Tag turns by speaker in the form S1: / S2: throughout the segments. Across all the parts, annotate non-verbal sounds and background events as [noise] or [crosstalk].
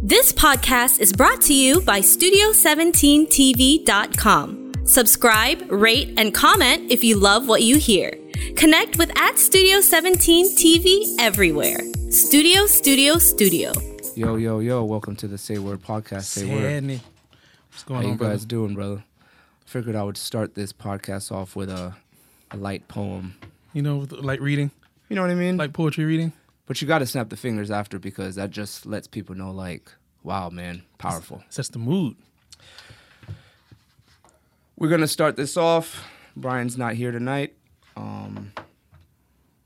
S1: This podcast is brought to you by Studio17TV.com. Subscribe, rate, and comment if you love what you hear. Connect with at Studio17TV everywhere. Studio, studio, studio.
S2: Yo, yo, yo, welcome to the Say Word podcast. Say Word.
S3: Sandy. What's
S2: How
S3: going
S2: you
S3: on, brother?
S2: guys doing, brother? Figured I would start this podcast off with a, a light poem.
S3: You know, with, like reading,
S2: You know what I mean?
S3: like poetry reading.
S2: but you got to snap the fingers after because that just lets people know, like, wow, man, powerful.
S3: Sets the mood.
S2: We're going to start this off. Brian's not here tonight. Um,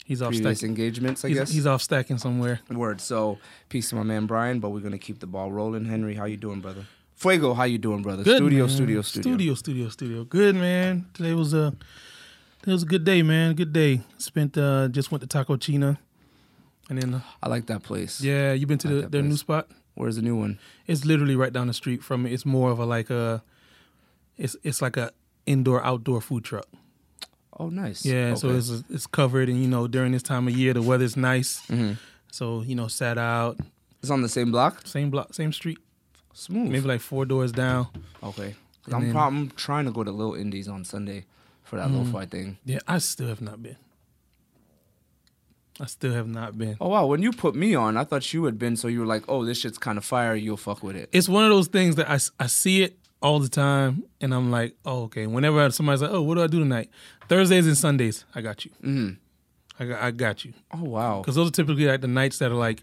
S3: He's off
S2: previous
S3: stacking.
S2: engagements, I
S3: He's,
S2: guess.
S3: he's off stacking somewhere.
S2: Word. So, peace to my man Brian, but we're going to keep the ball rolling. Henry, how you doing, brother? Fuego, how you doing, brother?
S3: Good.
S2: studio,
S3: man.
S2: studio, studio,
S3: Studio, studio, studio. Good man. Today was a it was a good day, man. Good day. Spent uh just went to Taco China. And then uh,
S2: I like that place.
S3: yeah, you been to
S2: Like
S3: the,
S2: that
S3: their new
S2: place.
S3: spot?
S2: Where's the new one?
S3: It's literally right down the street from it. It's more of a like a it's it's like a indoor outdoor food truck.
S2: Oh, nice.
S3: Yeah, so
S2: Okay.
S3: it's it's covered, and you know during this time of year the weather's nice, so you know sat out,
S2: It's on the same block.
S3: same block, same street,
S2: Smooth.
S3: maybe like four doors down.
S2: okay. 'Cause
S3: And
S2: I'm,
S3: then- Mm.
S2: prob- I'm trying to go to Little Indies on Sunday for that lo-fi thing.
S3: Yeah, I still have not been. I still have not been.
S2: Oh wow! When you put me on, I thought you had been. So you were like, "Oh, this shit's kind of fire. You'll fuck with it."
S3: It's one of those things that I, s- I see it all the time, and I'm like, oh okay. Whenever somebody's like, oh, what do I do tonight? Thursdays and Sundays, I got you. Mm. I got I got you.
S2: Oh wow!
S3: because those are typically like the nights that are like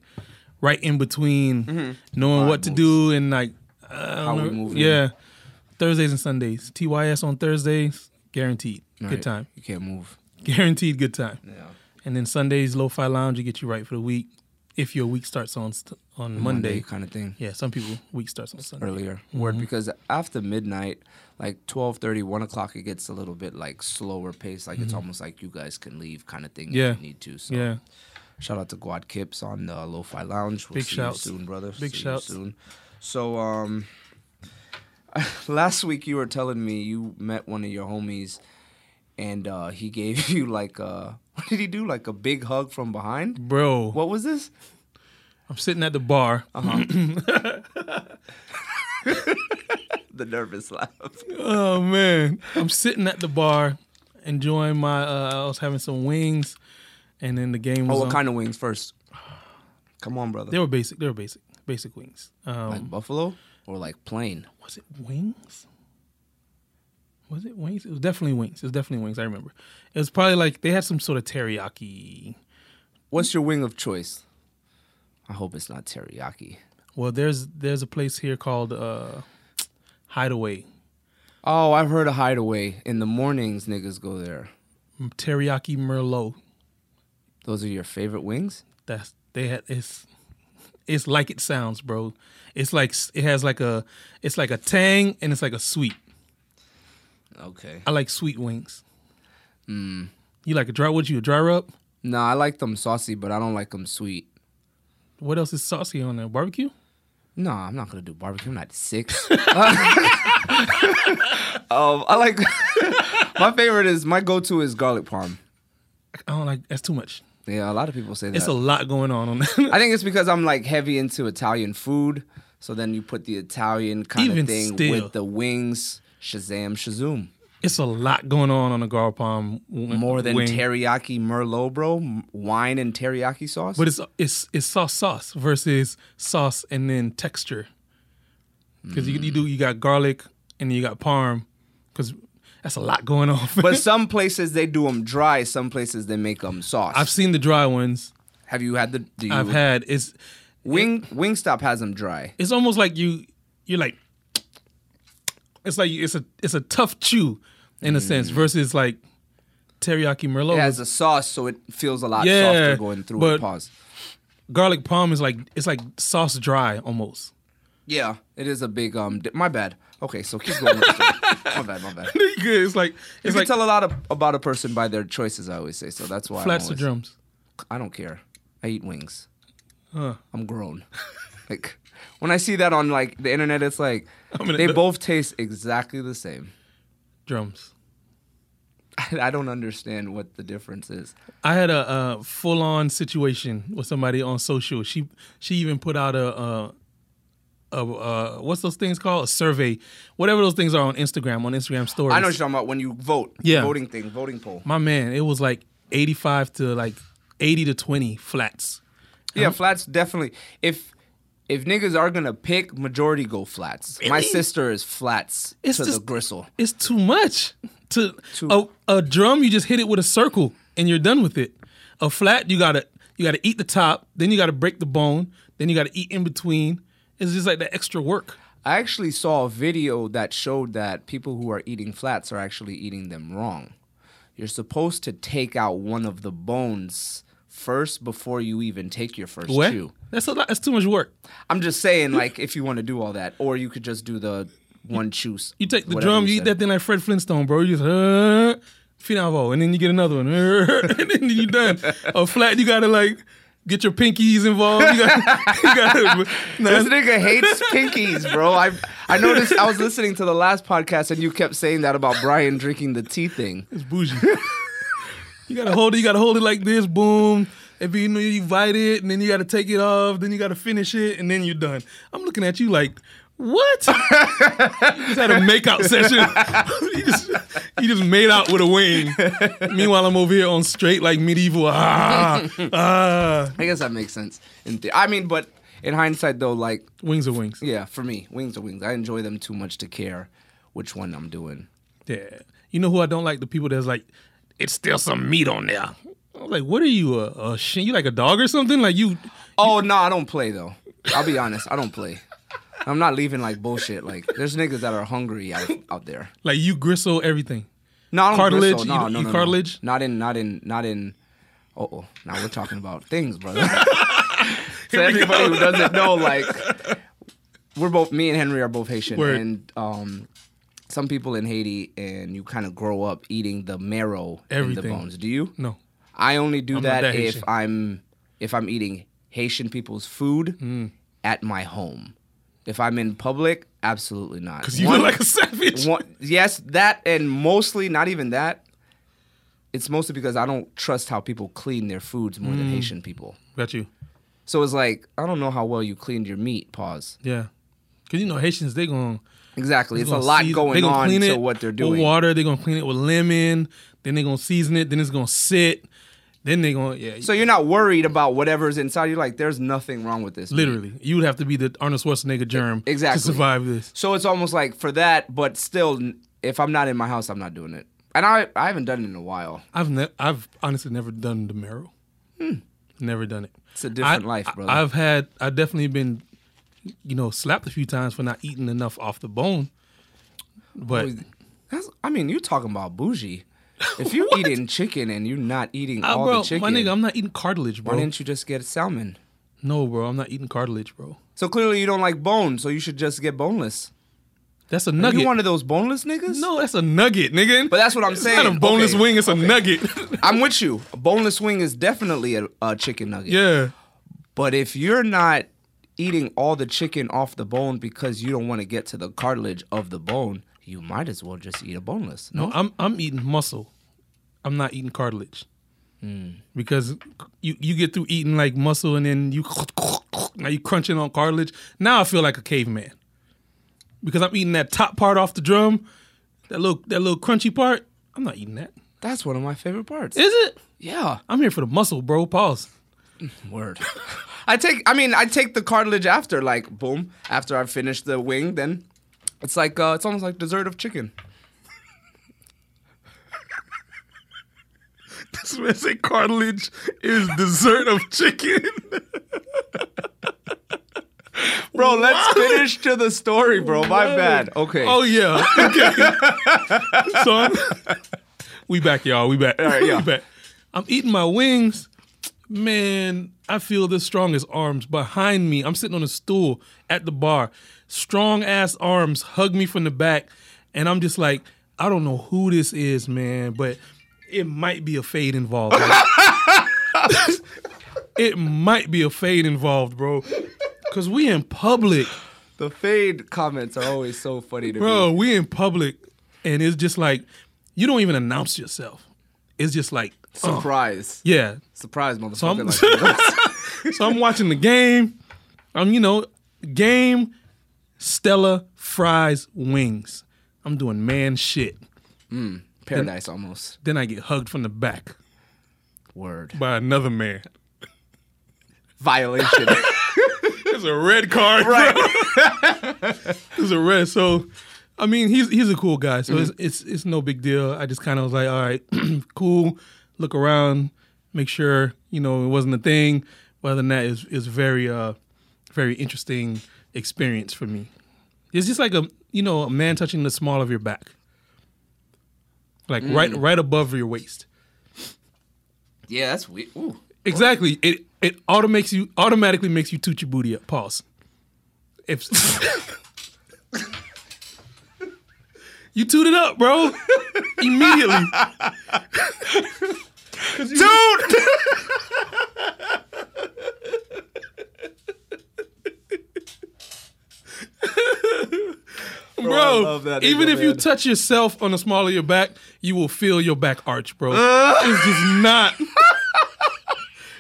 S3: right in between knowing what to do and like I don't
S2: Mm-hmm. How we
S3: know.
S2: moving.
S3: Yeah, Thursdays and Sundays. Tys on Thursdays, guaranteed
S2: Right.
S3: good time. [laughs]
S2: You can't move.
S3: Guaranteed good time.
S2: Yeah.
S3: And then Sundays, Lo-Fi Lounge, you get you right for the week. If your week starts on st- on Monday.
S2: kind of thing.
S3: yeah, some people week starts on Sunday.
S2: Earlier, word because after midnight, like 12:30, 1 o'clock, it gets a little bit like slower pace. Like it's almost like you guys can leave kind of thing
S3: Mm-hmm. Yeah.
S2: if you need to. So
S3: Yeah,
S2: Shout out to Guad Kips on the Lo-Fi Lounge. We'll
S3: Big
S2: see
S3: shouts.
S2: you soon, brother.
S3: Big
S2: see you
S3: shouts.
S2: soon. So, um, [laughs] last week you were telling me you met one of your homies, and uh, he gave [laughs] you like a what did he do? Like a big hug from behind.
S3: bro.
S2: What was this?
S3: I'm sitting at the bar.
S2: The nervous laugh.
S3: Oh man, I'm sitting at the bar, enjoying my. Uh, I was having some wings, and then the game was
S2: Oh, what
S3: on.
S2: kind of wings first? Come on, brother.
S3: They were basic. They were basic, basic wings. Um,
S2: like buffalo or like plain?
S3: was it wings? Was it wings? It was definitely wings. It was definitely wings. I remember. It was probably like they had some sort of teriyaki.
S2: What's your wing of choice? I hope it's not teriyaki.
S3: Well, there's there's a place here called uh, Hideaway
S2: Oh, I've heard a hideaway in the mornings. Niggas go there.
S3: Teriyaki Merlot.
S2: Those are your favorite wings?
S3: That's they had it's it's like it sounds, bro. It's like s- it has like a it's like a tang and it's like a sweet.
S2: Okay.
S3: I like sweet wings. You like a dry? What you a dry rub?
S2: No, I like them saucy, but I don't like them sweet.
S3: What else is saucy on there? Barbecue?
S2: No, I'm not gonna do barbecue. I'm not six. [laughs] um, I like [laughs] my favorite is my go-to is garlic parm.
S3: I don't like that's too much.
S2: Yeah, a lot of people say that.
S3: It's a lot going on on that. [laughs]
S2: I think it's because I'm like heavy into Italian food, so then you put the Italian kind
S3: Even
S2: of thing
S3: still.
S2: with the wings. Shazam, shazoom!
S3: It's a lot going on on a gar palm. w-
S2: More than
S3: wing.
S2: teriyaki merlot, bro. M- Wine and teriyaki sauce.
S3: But it's it's it's sauce sauce versus sauce and then texture. Because you, you do you got garlic and you got parm. Because that's a lot going on. [laughs]
S2: but some places they do them dry. Some places they make them sauce.
S3: I've seen the dry ones.
S2: Have you had the? Do you,
S3: I've had it's
S2: Wing Wingstop has them dry.
S3: it's almost like you you're like it's like it's a it's a tough chew in a sense versus like teriyaki merlot.
S2: Mm. It has a sauce, so it feels a lot
S3: Oh. Yeah,
S2: softer going through it.
S3: but-
S2: Pause.
S3: garlic palm is like it's like sauce dry almost. [laughs]
S2: Yeah, it is a big um. Di- my bad. Okay, so keep going. with the story.
S3: [laughs]
S2: my bad. My bad. You
S3: Good, it's like it's
S2: can
S3: like
S2: tell a lot of, about a person by their choices. I always say so. That's why I'm
S3: flats or
S2: always-
S3: drums.
S2: I don't care. I eat wings. I'm grown. [laughs] like when I see that on like the internet, it's
S3: [laughs]
S2: like
S3: an
S2: they
S3: adult.
S2: both taste exactly the same. [laughs]
S3: Drums.
S2: I, I don't understand what the difference is.
S3: I had a, uh full on situation with somebody on social. She she even put out a, a a, uh, what's those things called? A survey, whatever those things are on Instagram, on Instagram stories.
S2: I know what you're talking about when you vote.
S3: Yeah.
S2: Voting thing, voting poll.
S3: My man, it was like 85 to like 80 to 20 flats.
S2: Yeah, flats definitely. If if niggas are gonna pick, majority go flats. My sister is flats
S3: It's
S2: to the
S3: just-
S2: gristle.
S3: It's too much. To a, a drum, you just hit it with a circle and you're done with it. A flat, you gotta you gotta eat the top, then you gotta break the bone, then you gotta eat in between. It's just like the extra work.
S2: I actually saw a video that showed that people who are eating flats are actually eating them wrong. You're supposed to take out one of the bones first before you even take your first
S3: What?
S2: chew.
S3: That's a lot. That's too much work.
S2: I'm just saying, like, if you want to do all that, or you could just do the one chew. s-
S3: You take the
S2: whatever
S3: drum, you eat
S2: said.
S3: that thing like Fred Flintstone, bro. You just uh, finavo, and then you get another one, [laughs] and then you done. A flat, you gotta like get your pinkies involved. You gotta, [laughs] you gotta nah,
S2: This nigga hates pinkies, bro. I I noticed I was listening to the last podcast and you kept saying that about Brian drinking the tea thing.
S3: it's bougie. you gotta hold it. You gotta hold it like this. Boom. If you know you bite it, and then you gotta take it off, then you gotta finish it, and then you're done. I'm looking at you like. What? you just had a makeout session. [laughs] you, just, you just made out with a wing. Meanwhile, I'm over here on straight like medieval. Ah, [laughs] ah.
S2: I guess that makes sense. In the- I mean, but in hindsight though, like
S3: Wings are wings.
S2: yeah, for me, wings are wings. I enjoy them too much to care which one I'm doing.
S3: Yeah. You know who I don't like? The people that's like, it's still some meat on there. I was like, what are you, a, a shit? You like a dog or something? Like you,
S2: Oh no, I don't play though. I'll be honest, I don't play. I'm not leaving like bullshit. Like there's niggas that are hungry out, out there.
S3: like you gristle everything.
S2: No, I don't
S3: Cartilage?
S2: Gristle. No,
S3: You-
S2: no,
S3: you
S2: no, no.
S3: cartilage?
S2: Not in, not in, not in. Uh oh. Now we're talking about [laughs] things,
S3: [laughs]
S2: brother. so
S3: we
S2: everybody who doesn't know, like, we're both. Me and Henry are both Haitian,
S3: Word.
S2: and um, some people in Haiti, and you kind of grow up eating the marrow in
S3: Everything.
S2: the bones. Do you?
S3: No.
S2: I only do
S3: not
S2: that,
S3: that
S2: if
S3: Haitian.
S2: I'm if I'm eating Haitian people's food
S3: Mm.
S2: at my home. If I'm in public, absolutely not.
S3: Because you
S2: One-
S3: look like a savage.
S2: one, yes, that and mostly not even that. It's mostly because I don't trust how people clean their foods more
S3: Mm.
S2: than Haitian people.
S3: Got you.
S2: So it's like I don't know how well you cleaned your meat. Pause.
S3: Yeah. Because you know, Haitians, they going
S2: Exactly, it's a lot going on to what they're
S3: With
S2: doing.
S3: water, they're going to clean it with lemon. Then they're going to season it. Then it's going to sit. Then they're going to, yeah.
S2: So you're not worried about whatever's inside. You're like, there's nothing wrong with this. meat.
S3: literally, you would have to be the Arnold Schwarzenegger germ
S2: Exactly.
S3: to survive this.
S2: So it's almost like for that, but still, n- if I'm not in my house, I'm not doing it. And I, I haven't done it in a while.
S3: I've ne- I've honestly never done the marrow. Never done it.
S2: Hmm. It's a different
S3: I-
S2: life,
S3: I-
S2: brother.
S3: I've had I've definitely been, you know, slapped a few times for not eating enough off the bone. But
S2: That's, I mean, you're talking about bougie. If
S3: [laughs]
S2: you're eating chicken and you're not eating
S3: Ah,
S2: all
S3: bro,
S2: the chicken,
S3: my nigga, I'm not eating cartilage,
S2: why
S3: bro.
S2: didn't you just get salmon?
S3: No, bro, I'm not eating cartilage, bro.
S2: So clearly you don't like bone, so you should just get boneless.
S3: That's a nugget.
S2: You one of those boneless niggas?
S3: no, that's a nugget, nigga.
S2: But that's what I'm
S3: It's
S2: saying.
S3: Not a boneless
S2: Okay.
S3: wing. It's a nugget. [laughs]
S2: I'm with you. A boneless wing is definitely a, a chicken nugget.
S3: yeah.
S2: But if you're not eating all the chicken off the bone because you don't want to get to the cartilage of the bone, you might as well just eat a boneless.
S3: No, I'm I'm eating muscle. I'm not eating cartilage.
S2: Hmm.
S3: Because you you get through eating like muscle and then you [laughs] now you crunching on cartilage. Now I feel like a caveman. Because I'm eating that top part off the drum, that little that little crunchy part. I'm not eating that.
S2: That's one of my favorite parts.
S3: Is it?
S2: yeah.
S3: I'm here for the muscle, bro. Pause.
S2: Word. [laughs] I take I mean I take the cartilage after like boom after I finish the wing then it's like uh, it's almost like dessert of chicken.
S3: [laughs] This man said cartilage is dessert of chicken. [laughs]
S2: Bro, let's finish to the story, bro. My bad. Okay.
S3: Oh yeah. Okay. [laughs] so I'm- we back, y'all. We back.
S2: right, yeah.
S3: [laughs] we back. I'm eating my wings. Man, I feel the strongest arms behind me. I'm sitting on a stool at the bar. Strong ass arms hug me from the back. And I'm just like, I don't know who this is, man, but it might be a fade involved.
S2: [laughs]
S3: [laughs] it might be a fade involved, bro. Cause we in public.
S2: The fade comments are always so funny to me.
S3: Bro, we in public, and it's just like you don't even announce yourself. It's just like, uh,
S2: Surprise.
S3: yeah.
S2: Surprise, [laughs]
S3: I'm- [laughs]
S2: motherfucker. like,
S3: So I'm watching the game. I'm you know game Stella fries wings. I'm doing man shit.
S2: Paradise almost.
S3: Then I get hugged from the back
S2: Word.
S3: by another man.
S2: Violation.
S3: It's a red card, [laughs] bro. it's a red. So, I mean, he's he's a cool guy. So it's, it's it's no big deal. I just kind of was like, all right, [clears throat] cool. Look around, make sure you know it wasn't a thing. But other than that, it's it's very uh very interesting experience for me. It's just like a you know a man touching the small of your back, like right right above your waist.
S2: yeah, that's weird. Ooh.
S3: Exactly. It it auto makes you automatically makes you toot your booty up. Pause. If [laughs] you toot it up, bro,
S2: [laughs]
S3: immediately.
S2: Oh, Dude! [laughs] I
S3: Bro,
S2: love that
S3: even
S2: nigga,
S3: if you
S2: man.
S3: touch yourself on the small of your back, you will feel your back arch, bro.
S2: Uh.
S3: it's just
S2: [laughs]
S3: not.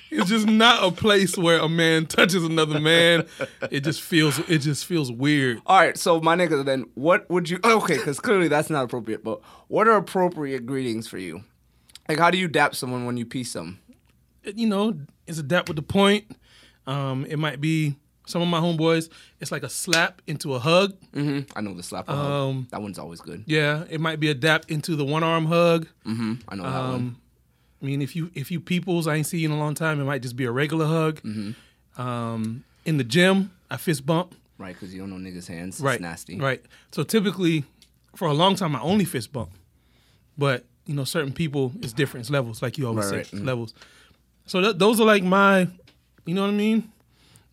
S3: it's just not a place where a man touches another man. It just feels. It just feels weird.
S2: All right, so my nigga, then what would you? Okay, because clearly that's not appropriate. But what are appropriate greetings for you? Like, how do you dap someone when you piece them?
S3: you know, it's a dap with the point. Um, it might be some of my homeboys. It's like a slap into a hug.
S2: hmm I know the slap. a hug.
S3: Um,
S2: that one's always good.
S3: Yeah, it might be a dap into the one arm hug.
S2: hmm I know that one.
S3: um, I mean, if you if you peoples I ain't seen in a long time, it might just be a regular hug. Um, in the gym, I fist bump.
S2: Right, because you don't know niggas' hands.
S3: Right,
S2: It's nasty.
S3: Right. So typically, for a long time, I only fist bump, but you know, certain people it's different it's levels, like you always
S2: Right,
S3: say,
S2: right, mhm.
S3: levels. So th- those are like my, you know what I mean?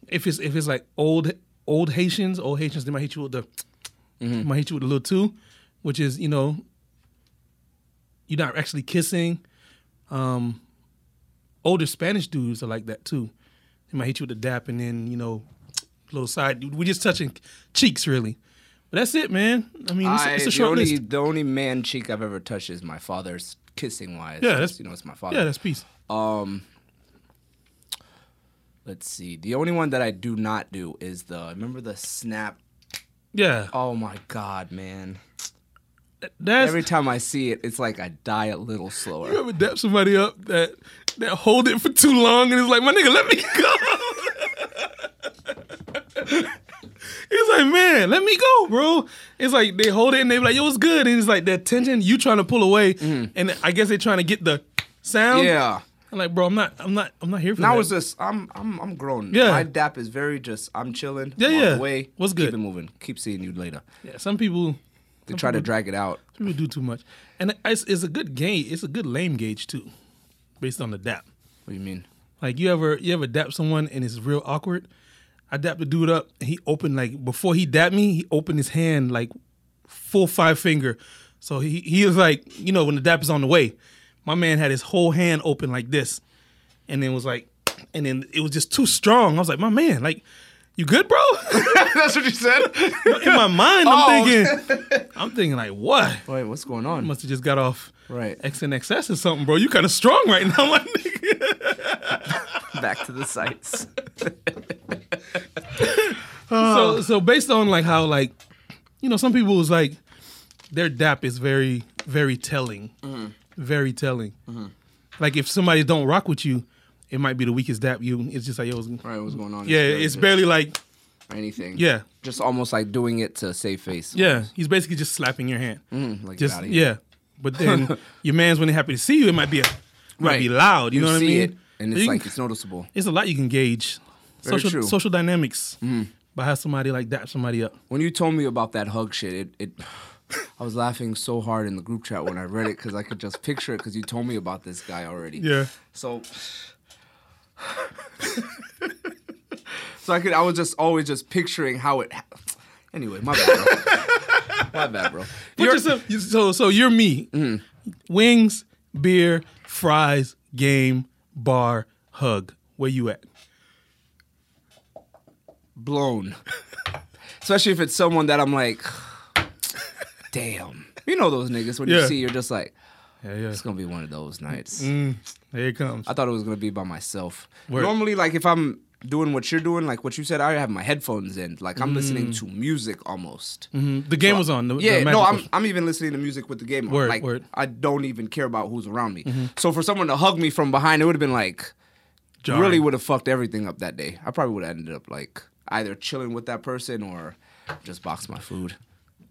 S3: If it's if it's like old old Haitians, old Haitians, they might hit you with the,
S2: Mm-hmm.
S3: might hit you with a little two, which is you know, you're not actually kissing. Um, older Spanish dudes are like that too. They might hit you with a dap and then you know, little side. We're just touching cheeks really. But that's it, man. I mean, it's,
S2: I,
S3: it's a
S2: the
S3: short
S2: only,
S3: list.
S2: The only man cheek I've ever touched is my father's, kissing wise.
S3: Yeah, that's-
S2: you know, it's my father.
S3: Yeah, that's peace.
S2: Um, let's see. The only one that I do not do is the remember the snap.
S3: Yeah,
S2: Oh my god, man!
S3: that's
S2: Every time I see it, it's like I die a little
S3: You
S2: slower.
S3: ever dap somebody up that that hold it for too long and it's like, my nigga, let me go. [laughs] it's like, man, let me go, bro. It's like they hold it and they be like, yo, it's good. And it's like that tension, you trying to pull away, and I guess they trying to get the sound.
S2: Mm. Yeah.
S3: I'm like, bro, I'm not, I'm not, I'm not here for that.
S2: Now it's just I'm I'm I'm grown.
S3: Yeah.
S2: My dap is very just I'm chilling.
S3: Yeah,
S2: I'm on
S3: yeah.
S2: The way.
S3: What's
S2: Keep
S3: good?
S2: it moving. Keep seeing you later.
S3: yeah, some people,
S2: They try to drag it out.
S3: some people do too much, and it's, it's a good gauge. It's a good lame gauge too, based on the dap.
S2: What do you
S3: [laughs]
S2: mean?
S3: Like you ever you ever dap someone and it's real awkward. I dapped the dude up and he opened like before he dapped me, he opened his hand like full five finger. So he he was like, you know, when the dap is on the way, my man had his whole hand open like this. And then was like and then it was just too strong. I was like, my man, like, you good, bro? [laughs]
S2: That's what you said.
S3: In my mind,
S2: Oh.
S3: I'm thinking I'm thinking like, what?
S2: Wait, what's going on?
S3: Must have just got off
S2: Right.
S3: X and XS or something, bro. You kinda strong right now, [laughs] my nigga.
S2: Back to the sites.
S3: so so based on like how like you know some people was like their dap is very very telling
S2: Mm-hmm.
S3: very telling like if somebody don't rock with you it might be the weakest dap you it's just like yo it's,
S2: Right, what's going on?
S3: yeah
S2: barely
S3: it's
S2: just
S3: barely like
S2: anything.
S3: yeah
S2: Just almost like doing it to save face.
S3: yeah he's basically just slapping your hand
S2: Mm, Like
S3: just
S2: just,
S3: yeah
S2: [laughs]
S3: but then your man's when they happy to see you it might be a might
S2: Right.
S3: be loud you, know what I
S2: see
S3: mean
S2: it, and it's
S3: You
S2: like
S3: can-
S2: it's noticeable.
S3: it's a lot you can gauge
S2: Very
S3: social
S2: true. Mm-hmm.
S3: social dynamics by how somebody like dap somebody up
S2: When you told me about that hug shit, it, it I was laughing so hard in the group chat when I read it because I could just picture it because you told me about this guy already.
S3: Yeah.
S2: So. so I could. I was just always just picturing how it. hap- Anyway, my bad. Bro. my bad, bro.
S3: Put
S2: You're-
S3: yourself- you- so so you're me.
S2: Mm-hmm.
S3: Wings, beer, fries, game, bar, hug. Where you at?
S2: blown. Especially if it's someone that I'm like, damn. You know those niggas when
S3: Yeah.
S2: you see, you're just like,
S3: Yeah, yeah.
S2: it's gonna be one of those nights.
S3: There it comes.
S2: I thought it was gonna be by myself.
S3: Word.
S2: Normally, like if I'm doing what you're doing, like what you said, I have my headphones in. Like I'm listening to music almost.
S3: The game was Mm. Mm-hmm. on. The, the
S2: yeah, no,
S3: Magic
S2: I'm
S3: was-
S2: I'm even listening to music with the game on.
S3: Word,
S2: like
S3: word. Mm-hmm.
S2: I don't even care about who's around me. So for someone to hug me from behind, it would have been like really
S3: Jarring.
S2: would have fucked everything up that day. I probably would have ended up like either chilling with that person or just box my food.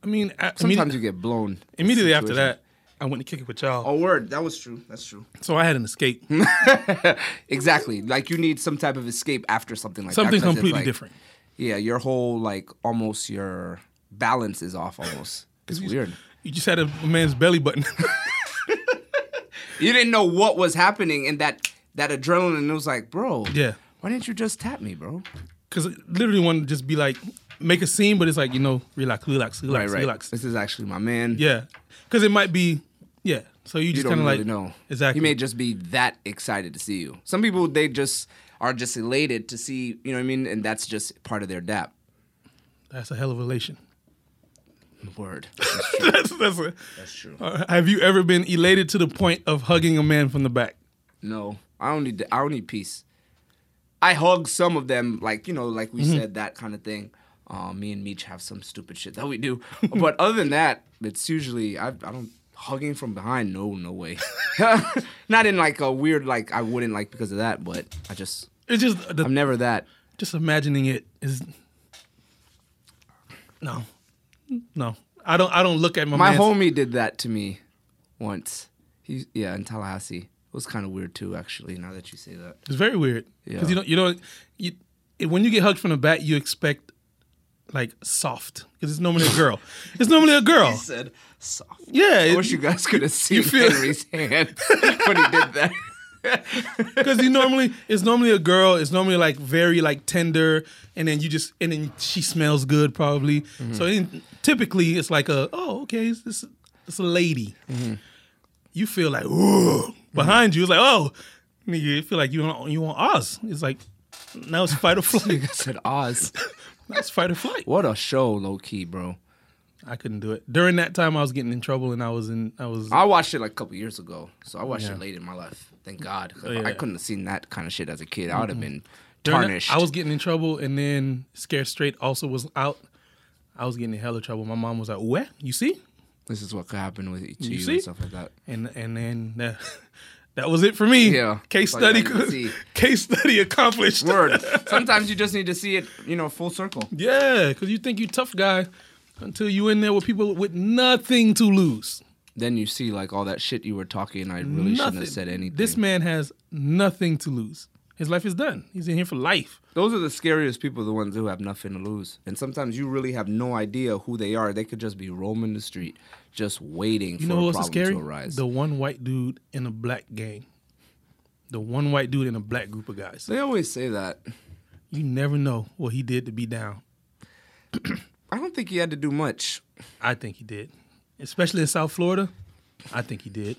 S3: I mean, I,
S2: Sometimes
S3: immedi-
S2: you get blown. in
S3: immediately after
S2: situations.
S3: that, I went to kick it with y'all.
S2: Oh, word. That was true. That's true.
S3: So I had
S2: [laughs]
S3: an escape.
S2: Exactly. Like you need some type of escape after something like
S3: Something
S2: that. 'cause it's
S3: completely
S2: like-
S3: different.
S2: Yeah, your whole like almost your balance is off almost. It's weird.
S3: You just had a, a man's belly button. [laughs]
S2: You didn't know what was happening and that that adrenaline and it was like, bro,
S3: Yeah.
S2: Why didn't you just tap me, bro?
S3: Because literally wanted to just be like, make a scene, but it's like, you know, relax, relax, relax, relax.
S2: This is actually my man.
S3: Yeah. Because it might be, yeah. So you
S2: You
S3: just
S2: don't
S3: kind of
S2: really
S3: like,
S2: know.
S3: Exactly.
S2: He may just be that excited to see you. Some people they just are just elated to see, you know what I mean? And that's just part of their dap.
S3: That's a hell of a relation. [laughs]
S2: Word.
S3: that's, that's, a,
S2: That's true.
S3: Uh, have you ever been elated to the point of hugging a man from the back?
S2: No, I don't need. I don't need peace. I hug some of them, like you know, like we said, that kind of thing. Uh, me and Meech have some stupid shit that we do, [laughs] but other than that, it's usually I, I don't hugging from behind. No, no way. [laughs] Not in like a weird like I wouldn't like because of that, but I just
S3: It's just the,
S2: I'm never that.
S3: just imagining it is no, no. I don't. I don't look at my
S2: My
S3: man's-
S2: homie did that to me once. He yeah in Tallahassee. It was kind of weird too, actually. Now that you say that,
S3: It's very weird because
S2: Yeah.
S3: you don't. You know, you, it- when you get hugged from the back, you expect like soft because it's normally a girl. it's normally
S2: [laughs]
S3: a girl.
S2: said soft.
S3: Yeah,
S2: I wish you guys could have seen
S3: feel-
S2: Henry's hand [laughs] when he did that.
S3: because you normally it's normally a girl. It's normally like very like tender, and then you just and then she smells good probably. So in, typically it's like a oh okay it's it's, it's a lady. You feel like ooh behind you. It's like oh nigga, you feel like you want you want Oz. It's like now it's fight or [laughs] flight.
S2: I [laughs] said Oz.
S3: now it's fight or flight.
S2: What a show, low key, bro.
S3: I couldn't do it during that time. I was getting in trouble, and I was in I was
S2: I watched it like a couple years ago, so I watched
S3: Yeah. Oh,
S2: it late in my life. Thank God, 'cause
S3: yeah.
S2: I couldn't have seen that kind of shit as a kid. I would have been
S3: during that-
S2: tarnished.
S3: I was getting in trouble, and then Scared Straight also was out. I was getting in hella trouble. My mom was like, "What? You see?"
S2: this is what could happen with to you,
S3: see?
S2: and stuff like that.
S3: and and then that, [laughs] that was it for me.
S2: Yeah.
S3: Case
S2: That's all you
S3: study.
S2: gotta see.
S3: [laughs] Case study accomplished.
S2: Word. Sometimes you just need to see it, you know, full circle.
S3: Yeah, because you think you tough guy until you in there with people with nothing to lose.
S2: Then you see like all that shit you were talking. I really shouldn't
S3: Nothing.
S2: have said anything.
S3: This man has nothing to lose. His life is done. He's in here for life.
S2: Those are the scariest people, the ones who have nothing to lose. And sometimes you really have no idea who they are. They could just be roaming the street, just waiting
S3: You
S2: for
S3: know
S2: a
S3: what's
S2: problem
S3: scary?
S2: to arise.
S3: The one white dude in a black gang. The one white dude in a black group of guys.
S2: they always say that.
S3: You never know what he did to be down.
S2: I don't think he had to do much.
S3: I think he did, especially in South Florida. I think he did.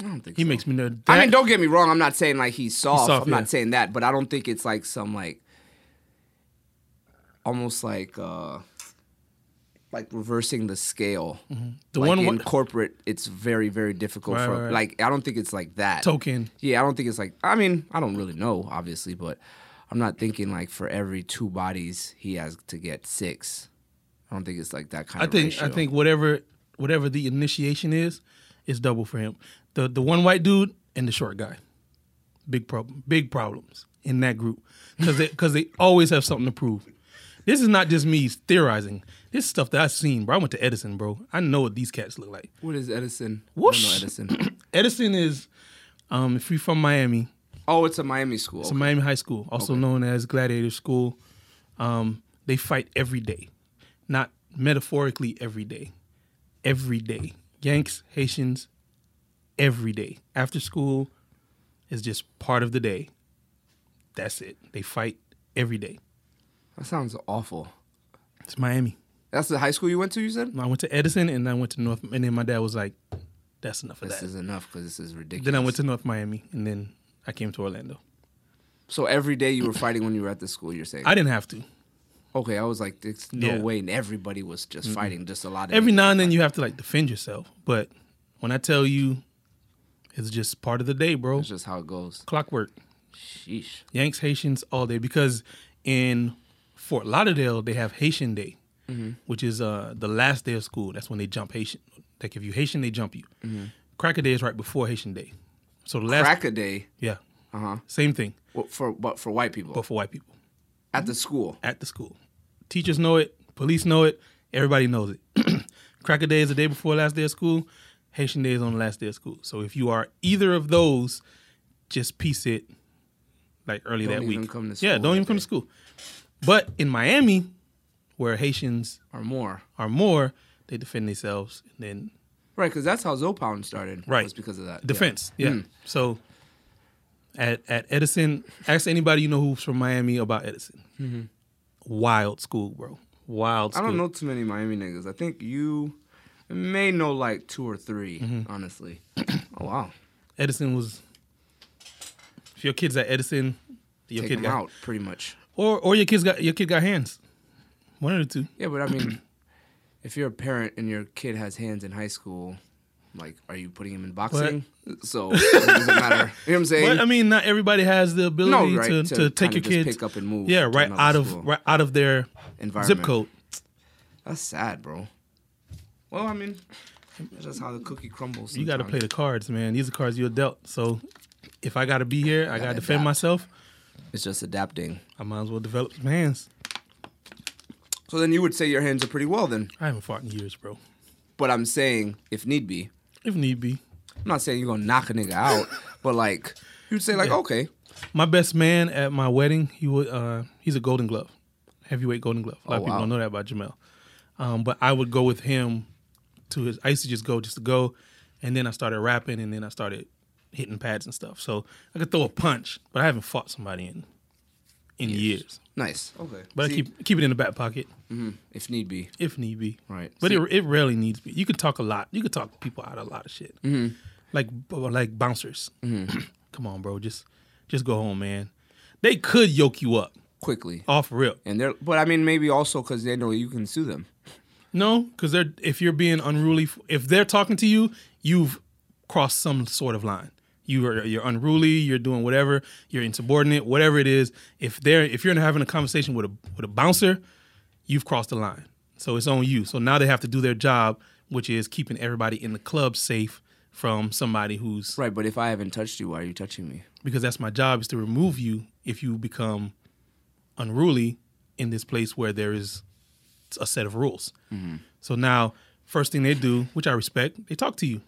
S2: I don't think
S3: He
S2: so.
S3: makes me nervous.
S2: I mean, don't get me wrong. I'm not saying like he's soft.
S3: soft,
S2: I'm
S3: yeah.
S2: not saying that, but I don't think it's like some like almost like uh like reversing the scale.
S3: Mm-hmm. The
S2: Like,
S3: one
S2: in
S3: wh-
S2: corporate, it's very very difficult
S3: Right,
S2: for
S3: right, right.
S2: like I don't think it's like that.
S3: token.
S2: Yeah, I don't think it's like. I mean, I don't really know, obviously, but I'm not thinking like for every two bodies he has to get six. I don't think it's like that kind
S3: I
S2: of.
S3: think I
S2: ratio.
S3: think whatever whatever the initiation is, is double for him. The the one white dude and the short guy, big problem, big problems in that group because they because they always have something to prove. This is not just me theorizing. This is stuff that I've seen, bro. I went to Edison, bro. I know what these cats look like.
S2: What is Edison? I don't know
S3: Whoosh. [clears throat]
S2: Edison.
S3: Edison is, um, if you're from Miami,
S2: oh, it's a Miami school.
S3: to Miami High School, also known as Gladiator School. Um, they fight every day, not metaphorically every day, every day. Yanks, Haitians, every day. After school is just part of the day. That's it. They fight every day.
S2: that sounds awful.
S3: It's Miami.
S2: That's the high school you went to. You said
S3: I went to Edison and I went to North, and then my dad was like, "That's enough of
S2: this
S3: that."
S2: is enough because this is ridiculous.
S3: Then I went to North Miami, and then I came to Orlando.
S2: So every day you were fighting when you were at the school. You're saying.
S3: I didn't have to.
S2: okay, I was like, there's no
S3: Yeah.
S2: way, and everybody was just fighting, just a lot of
S3: every now and then you have to like defend yourself. But when I tell you, it's just part of the day, bro.
S2: That's just how it goes.
S3: Clockwork.
S2: Sheesh.
S3: Yanks Haitians all day because in Fort Lauderdale they have Haitian Day, which is uh, the last day of school. That's when they jump Haitian. Like if you Haitian, they jump you. Cracker Day is right before Haitian Day, so the last
S2: Crack a day.
S3: yeah,
S2: Uh huh.
S3: same thing,
S2: For but for white people
S3: but for white people
S2: at the school.
S3: at the school. Teachers know it, police know it, everybody knows it. [clears throat] Cracker Day is the day before last day of school. Haitian Day is on the last day of school. So if you are either of those, just piece it like early
S2: Don't
S3: that
S2: even
S3: week.
S2: come to
S3: yeah,
S2: school
S3: don't
S2: that
S3: even come to school. But in Miami, where Haitians
S2: or more.
S3: are more, they defend themselves and then
S2: Right, because that's how Zopound started.
S3: Right.
S2: was because of that. Hmm.
S3: defense. Yeah. So at at Edison, ask anybody you know who's from Miami about Edison. Wild school, bro. Wild.
S2: Yeah. Mm-hmm. I
S3: School.
S2: don't know too many Miami niggas. I think you may know like two or 3
S3: Mm-hmm.
S2: honestly. [clears throat] oh wow,
S3: Edison was. If your kid's at Edison, your
S2: take
S3: kid
S2: them
S3: got
S2: out pretty much.
S3: or or your kid's got your kid got hands. One of the two.
S2: Yeah, but I mean, [clears throat] if you're a parent and your kid has hands in high school, like, are you putting him in boxing? So it doesn't
S3: [laughs]
S2: matter. You know what I'm saying?
S3: But I mean, not everybody has the ability
S2: right,
S3: to,
S2: to
S3: to,
S2: kinda
S3: take your
S2: just
S3: kids.
S2: pick up and move
S3: Yeah,
S2: to
S3: right
S2: another
S3: out of
S2: school.
S3: right out of their zip
S2: Environment.
S3: code.
S2: That's sad, bro. Well, I mean, that's just how the cookie crumbles.
S3: You got to play
S2: sometimes.
S3: the cards, man. These are cards you're dealt. So if I got to be here, I got to
S2: Gotta
S3: defend
S2: adapt.
S3: myself.
S2: It's just adapting.
S3: I might as well develop some hands.
S2: So then you would say your hands are pretty well then.
S3: I haven't fought in years, bro.
S2: But I'm saying, if need be,
S3: If need be.
S2: I'm not saying you're gonna knock a nigga
S3: [laughs]
S2: out, but like you'd say like, okay,
S3: My best man at my wedding, he would uh he's a golden glove. Heavyweight golden glove. A lot
S2: Oh,
S3: of people
S2: wow.
S3: don't know that about Jamel. Um, but I would go with him to his I used to just go just to go and then I started rapping and then I started hitting pads and stuff. So I could throw a punch, but I haven't fought somebody in in years.
S2: nice, okay.
S3: But
S2: See,
S3: I keep keep it in the back pocket
S2: if need be,
S3: if need be.
S2: Right.
S3: But
S2: See-
S3: it, it rarely needs to be. You can talk a lot. You can talk people out of a lot of shit. Mm-hmm. Like b- like bouncers.
S2: Mm-hmm.
S3: [clears throat] Come on, bro. Just just go home, man. They could yoke you up
S2: quickly.
S3: off rip.
S2: And they're, but I mean, maybe also because they know you can sue them.
S3: No, because they're if you're being unruly, if they're talking to you, you've crossed some sort of line. You are you're unruly. You're doing whatever. You're insubordinate. Whatever it is, if they're if you're having a conversation with a with a bouncer, you've crossed the line. So it's on you. So now they have to do their job, which is keeping everybody in the club safe from somebody who's
S2: Right, but if I haven't touched you, why are you touching me?
S3: because that's my job is to remove you if you become unruly in this place where there is a set of rules. So now, first thing they do, which I respect, they talk to you.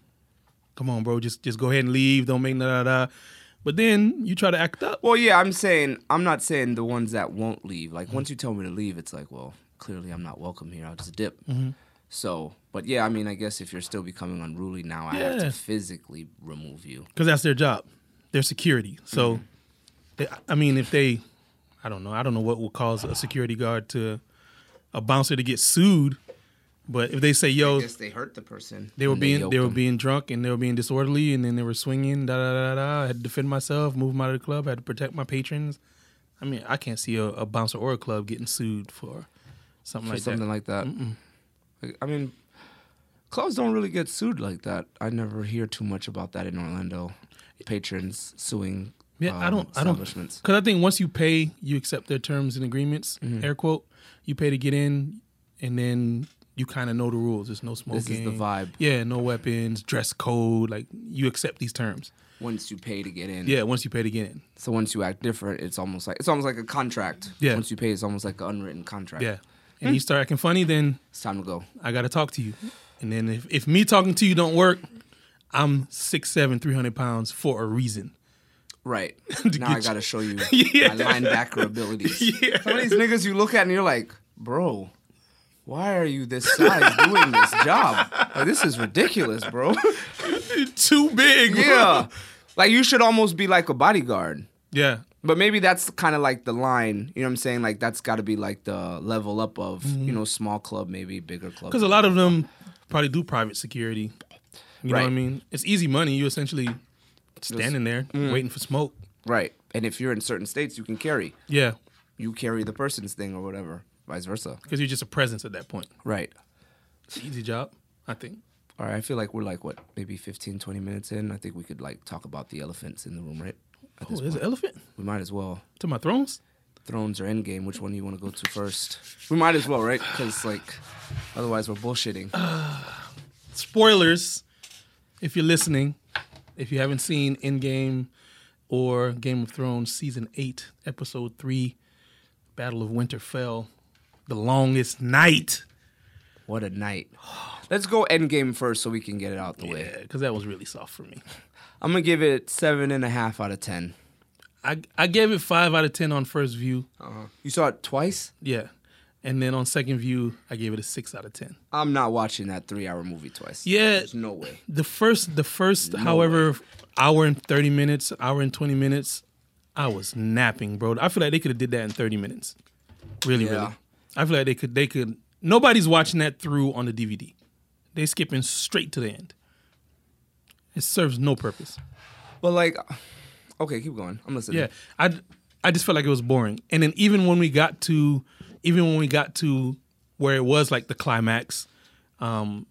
S3: Come on, bro, just just go ahead and leave. Don't make da da da. But then you try to act up.
S2: Well, yeah, I'm saying I'm not saying the ones that won't leave. Like once you tell me to leave, it's like, well, clearly I'm not welcome here. I'll just dip. So, but yeah, I mean, I guess if you're still becoming unruly now, I have
S3: Yeah.
S2: to physically remove you.
S3: because that's their job, their security. So, they, I mean, if they, I don't know, I don't know what would cause a security guard to a bouncer to get sued, but if they say, "Yo,
S2: I guess they hurt the person.
S3: They were
S2: and
S3: being
S2: yoke
S3: they were
S2: them.
S3: being drunk and they were being disorderly and then they were swinging da da da da. da. I had to defend myself, move them out of the club, I had to protect my patrons. I mean, I can't see a, a bouncer or a club getting sued for something
S2: or
S3: like
S2: something
S3: that.
S2: like that. Like, I mean, clubs don't really get sued like that. I never hear too much about that in Orlando. Patrons suing.
S3: Yeah, I
S2: um,
S3: don't I don't
S2: establishments.
S3: because I think once you pay, you accept their terms and agreements.
S2: Mm-hmm.
S3: Air quote. You pay to get in, and then you kind of know the rules. There's no smoking.
S2: is the vibe.
S3: Yeah, no weapons, dress code. Like you accept these terms.
S2: Once you pay to get in.
S3: Yeah, once you pay to get in.
S2: So once you act different, it's almost like it's almost like a contract.
S3: Yeah.
S2: Once you pay, it's almost like an unwritten contract.
S3: Yeah, and you start acting funny, then
S2: It's time to go.
S3: I gotta talk to you. And then if, if me talking to you don't work, I'm six seven, three hundred pounds for a reason. [laughs]
S2: Right. now
S3: get
S2: I gotta show you
S3: [laughs] Yeah.
S2: my linebacker
S3: [laughs]
S2: abilities. Some of these niggas you look at and you're like, bro, why are you this size doing this job? Like, this is ridiculous, bro. [laughs]
S3: Too big. bro.
S2: yeah. Like you should almost be like a bodyguard.
S3: Yeah.
S2: But maybe that's kind of like the line, you know what I'm saying? Like that's got to be like the level up of,
S3: Mm-hmm.
S2: you know, small club, maybe bigger club.
S3: Because a lot of them probably do private security. You know what I
S2: Right.
S3: mean? It's easy money. You essentially standing there
S2: mm.
S3: waiting for smoke.
S2: Right. And if you're in certain states, you can carry.
S3: Yeah.
S2: You carry the person's thing or whatever, vice versa.
S3: Because you're just a presence at that point.
S2: Right.
S3: It's an easy job, I think.
S2: All right, I feel like we're like what, maybe 15, 20 minutes in. I think we could like talk about the elephants in the room, right? at
S3: Oh,
S2: this
S3: there's
S2: point.
S3: an elephant
S2: We might as well.
S3: to my thrones.
S2: Thrones or Endgame, which one do you want to go to first? We might as well, right? Because like, otherwise we're bullshitting.
S3: Spoilers, if you're listening, if you haven't seen Endgame or Game of Thrones season eight, episode three, Battle of Winterfell, the longest night.
S2: What a night. Let's go Endgame first so we can get it out the way.
S3: Yeah, because that was really soft for me.
S2: I'm gonna give it seven and a half out of ten.
S3: I I gave it five out of ten on first view.
S2: You saw it twice?
S3: Yeah. And then on second view, I gave it a six out of ten.
S2: I'm not watching that three hour movie twice.
S3: Yeah.
S2: There's no way.
S3: The first the first however hour and thirty minutes, hour and twenty minutes, I was napping, bro. I feel like they could have did that in thirty minutes. Really,
S2: Yeah.
S3: really. I feel like they could they could nobody's watching that through on the DVD. They skipping straight to the end. It serves no purpose.
S2: But like okay, keep going. I'm listening.
S3: Yeah, I I just felt like it was boring. And then even when we got to even when we got to where it was like the climax, um,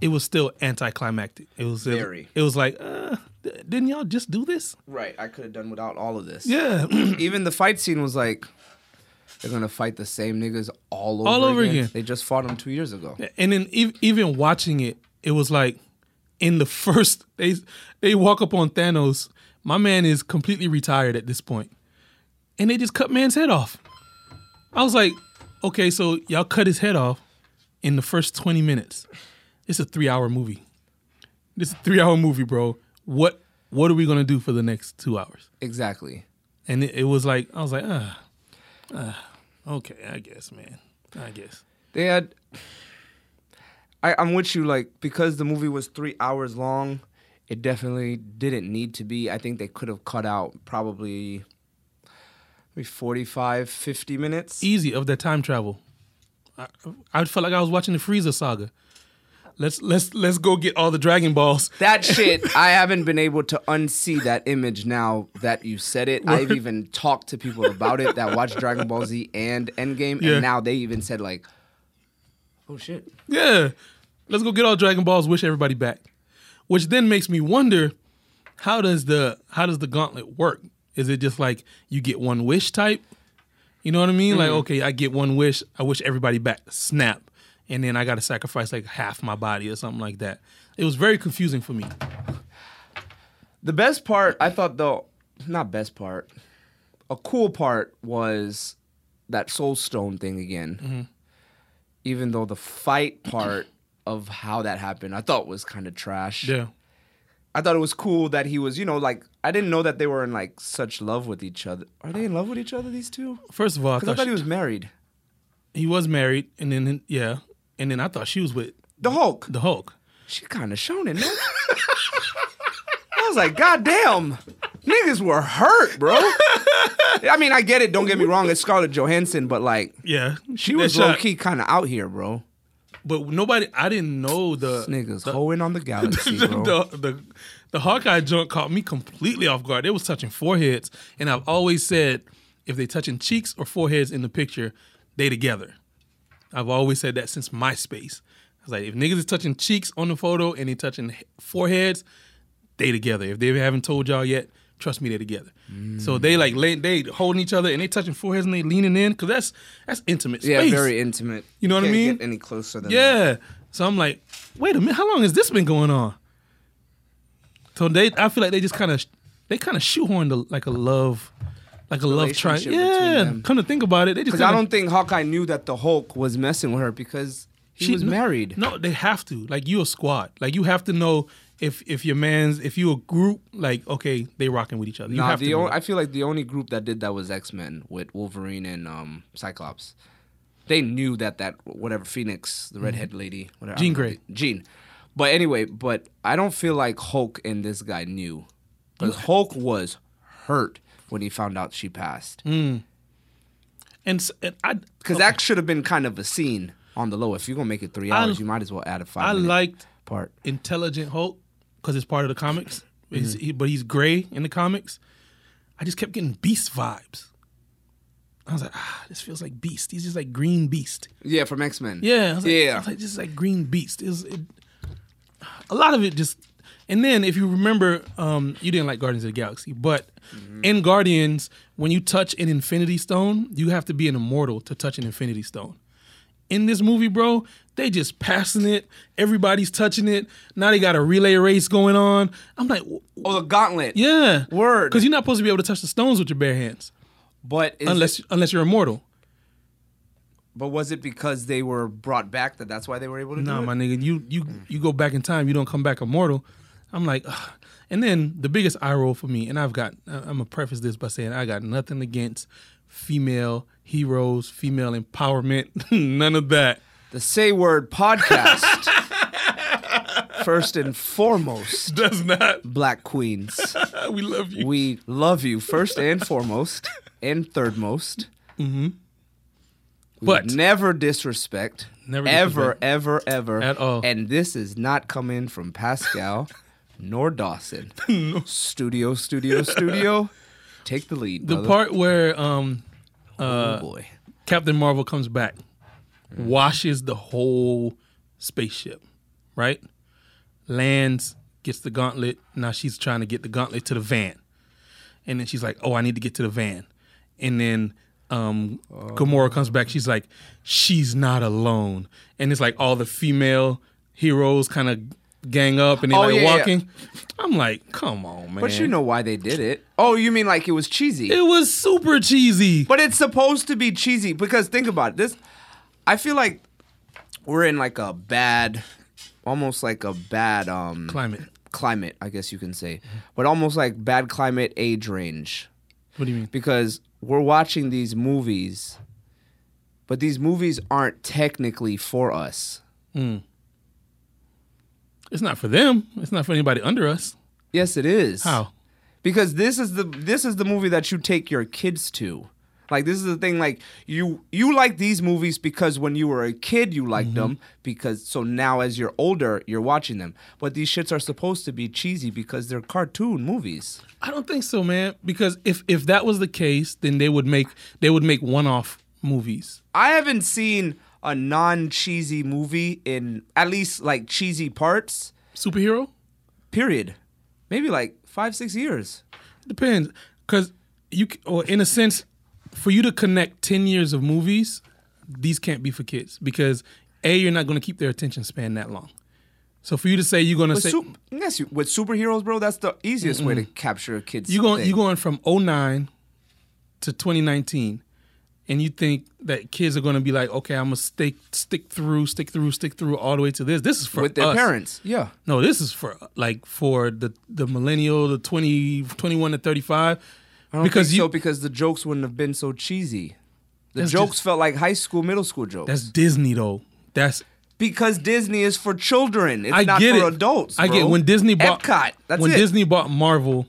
S3: it was still anticlimactic. It was
S2: Very.
S3: It, was like, uh, th- didn't y'all just do this?
S2: Right. I could have done without all of this.
S3: Yeah, [clears throat]
S2: Even the fight scene was like they're gonna fight the same niggas all over
S3: All over
S2: again.
S3: again.
S2: They just fought them two years ago.
S3: and then ev- even watching it, it was like in the [laughs] first they they walk up on Thanos. My man is completely retired at this point, and they just cut man's head off. I was like, okay, so y'all cut his head off in the first twenty minutes. It's a three-hour movie. This is a three-hour movie, bro. What what are we gonna do for the next two hours?
S2: Exactly.
S3: And it, it was like I was like, ah, ah, okay, I guess, man, I guess.
S2: They had. I, I'm with you, like because the movie was three hours long, it definitely didn't need to be. I think they could have cut out probably maybe 45, 50 minutes.
S3: easy of that time travel. I, I felt like I was watching the Frieza saga. Let's let's let's go get all the Dragon Balls. [laughs]
S2: That shit, I haven't been able to unsee that image now that you said it. I've even talked to people about it that watch Dragon Ball Z and Endgame,
S3: Yeah.
S2: and now they even said like, "Oh shit,
S3: Yeah, let's go get all Dragon Balls. Wish everybody back. Which then makes me wonder, how does the how does the gauntlet work? Is it just like you get one wish type? You know what I mean? Like
S2: Mm-hmm.
S3: okay, I get one wish. I wish everybody back. Snap, and then I got to sacrifice like half my body or something like that. It was very confusing for me.
S2: The best part, I thought though, not best part, a cool part was that soul stone thing again. Even though the fight part of how that happened, I thought was kind of trash.
S3: Yeah,
S2: I thought it was cool that he was, you know, like I didn't know that they were in like such love with each other. Are they in love with each other? These two?
S3: first of all,
S2: Because I thought
S3: she-
S2: he was married.
S3: He was married, and then yeah, and then I thought she was with
S2: The Hulk.
S3: the Hulk.
S2: She kind of shown it, man. I was like, God damn, niggas were hurt, bro. I mean, I get it. Don't get me wrong. It's Scarlett Johansson, but like,
S3: Yeah,
S2: she was low key kind of out here, bro.
S3: but nobody. I didn't know the
S2: Niggas hoeing on the galaxy,
S3: [laughs] the,
S2: bro.
S3: the the the Hawkeye junk caught me completely off guard. They was touching foreheads, and I've always said if they touching cheeks or foreheads in the picture, they together. I've always said that since MySpace. I was like, if niggas is touching cheeks on the photo and they touching he- foreheads, they together. If they haven't told y'all yet, trust me, they together. So they like lay, they holding each other and they touching foreheads and they leaning in because that's that's intimate
S2: yeah,
S3: space.
S2: very intimate.
S3: You know what I
S2: Can't
S3: mean?
S2: Get any closer than that.
S3: Yeah. So I'm like, wait a minute, how long has this been going on? So they, I feel like they just kind of, they kind of shoehorned a, like a love, like a love
S2: Relationship
S3: triangle.
S2: between
S3: Yeah.
S2: them.
S3: Come to think about it, they just.
S2: Because I
S3: kinda-
S2: don't think Hawkeye knew that the Hulk was messing with her because he
S3: She-
S2: was
S3: no-
S2: married.
S3: No, they have to. Like you a squad. Like you have to know if if your man's if you a group. Like okay, they rocking with each other. You
S2: Nah,
S3: have to.
S2: the
S3: know
S2: only,
S3: that.
S2: I feel like the only group that did that was X Men with Wolverine and um, Cyclops. They knew that that whatever Phoenix, the redhead lady, whatever I
S3: Mm-hmm. Jean
S2: don't know,
S3: Grey.
S2: Jean. But anyway, but I don't feel like Hulk and this guy knew, because Hulk was hurt when he found out she passed.
S3: Mm, and, s- and I
S2: Because that should have been kind of a scene on the low. If you're gonna make it three hours, you might as well add a five.
S3: I
S2: minute
S3: liked
S2: part.
S3: intelligent Hulk because it's part of the comics. He's- he- but he's gray in the comics. I just kept getting Beast vibes. I was like, ah, this feels like Beast. He's just like Green Beast.
S2: Yeah, from X Men.
S3: Yeah, I was like, I
S2: yeah.
S3: was like, this is like Green Beast. It was, it, a lot of it just And then, if you remember, um, you didn't like Guardians of the Galaxy, but
S2: Mm-hmm.
S3: in Guardians, when you touch an Infinity Stone, you have to be an immortal to touch an Infinity Stone. In this movie, bro, they just passing it. Everybody's touching it. Now they got a relay race going on. I'm like, w-
S2: Oh, the gauntlet.
S3: yeah,
S2: Word.
S3: because you're not supposed to be able to touch the stones with your bare hands
S2: But is
S3: unless
S2: it-
S3: unless you're immortal.
S2: but was it because they were brought back that that's why they were able to
S3: Nah,
S2: do it?
S3: my nigga, you you you go back in time, you don't come back immortal. I'm like, ugh. and then the biggest eye roll for me, and I've got, I- I'm gonna preface this by saying I got nothing against female heroes, female empowerment, [laughs] none of that.
S2: The Say Word podcast. [laughs] First and foremost,
S3: Does not. [laughs]
S2: black queens.
S3: We love you.
S2: We love you first and foremost and thirdmost.
S3: but
S2: Never disrespect.
S3: Never
S2: ever,
S3: disrespect.
S2: ever, ever.
S3: At all.
S2: And this is not coming from Pascal nor
S3: [laughs]
S2: Dawson. Studio, studio, studio. Take the lead.
S3: the
S2: brother.
S3: part where um
S2: oh boy.
S3: Captain Marvel comes back, washes the whole spaceship, right? Lands, gets the gauntlet. Now she's trying to get the gauntlet to the van. And then she's like, oh, I need to get to the van. And then um,
S2: Oh.
S3: Gamora comes back. She's like, she's not alone. And it's like all the female heroes kind of gang up and they're
S2: Oh,
S3: like
S2: yeah, yeah.
S3: walking. I'm like, come on, man.
S2: But you know why they did it. Oh, you mean like it was cheesy?
S3: It was super cheesy.
S2: But it's supposed to be cheesy because think about it. This, I feel like we're in like a bad, almost like a bad um
S3: Climate.
S2: climate, I guess you can say, but almost like bad climate age range
S3: What do you mean?
S2: because we're watching these movies, but these movies aren't technically for us.
S3: It's not for them. It's not for anybody under us.
S2: Yes, it is.
S3: How?
S2: because this is the this is the movie that you take your kids to like this is the thing like you you like these movies because when you were a kid you
S3: Mm-hmm.
S2: liked them because so now as you're older you're watching them but these shits are supposed to be cheesy because they're cartoon movies
S3: I don't think so, man. Because if if that was the case, then they would make they would make one off movies.
S2: i haven't seen a non cheesy movie in at least like cheesy parts
S3: Superhero
S2: period maybe like 5 6 years
S3: depends, because you c- or in a sense, for you to connect ten years of movies, these can't be for kids because a you're not going to keep their attention span that long. So for you to say you're going to
S2: with,
S3: say
S2: su- yes, you- with superheroes bro that's the easiest way to capture a kid's
S3: you going
S2: thing.
S3: you going from 09 to 2019 and you think that kids are going to be like okay i'm going to stick stick through stick through stick through all the way to this this is for
S2: with their
S3: us.
S2: parents yeah
S3: No, this is for like for the the millennial, the 20, 21 to thirty five.
S2: because
S3: Because you
S2: so because the jokes wouldn't have been so cheesy. The
S3: That's
S2: jokes
S3: just-
S2: felt like high school, middle school jokes.
S3: that's Disney though. That's
S2: because Disney is for children. It's
S3: I
S2: not
S3: get
S2: for
S3: it.
S2: adults.
S3: I get
S2: bro.
S3: when Disney bought
S2: Epcot. That's
S3: when
S2: it.
S3: Disney bought Marvel.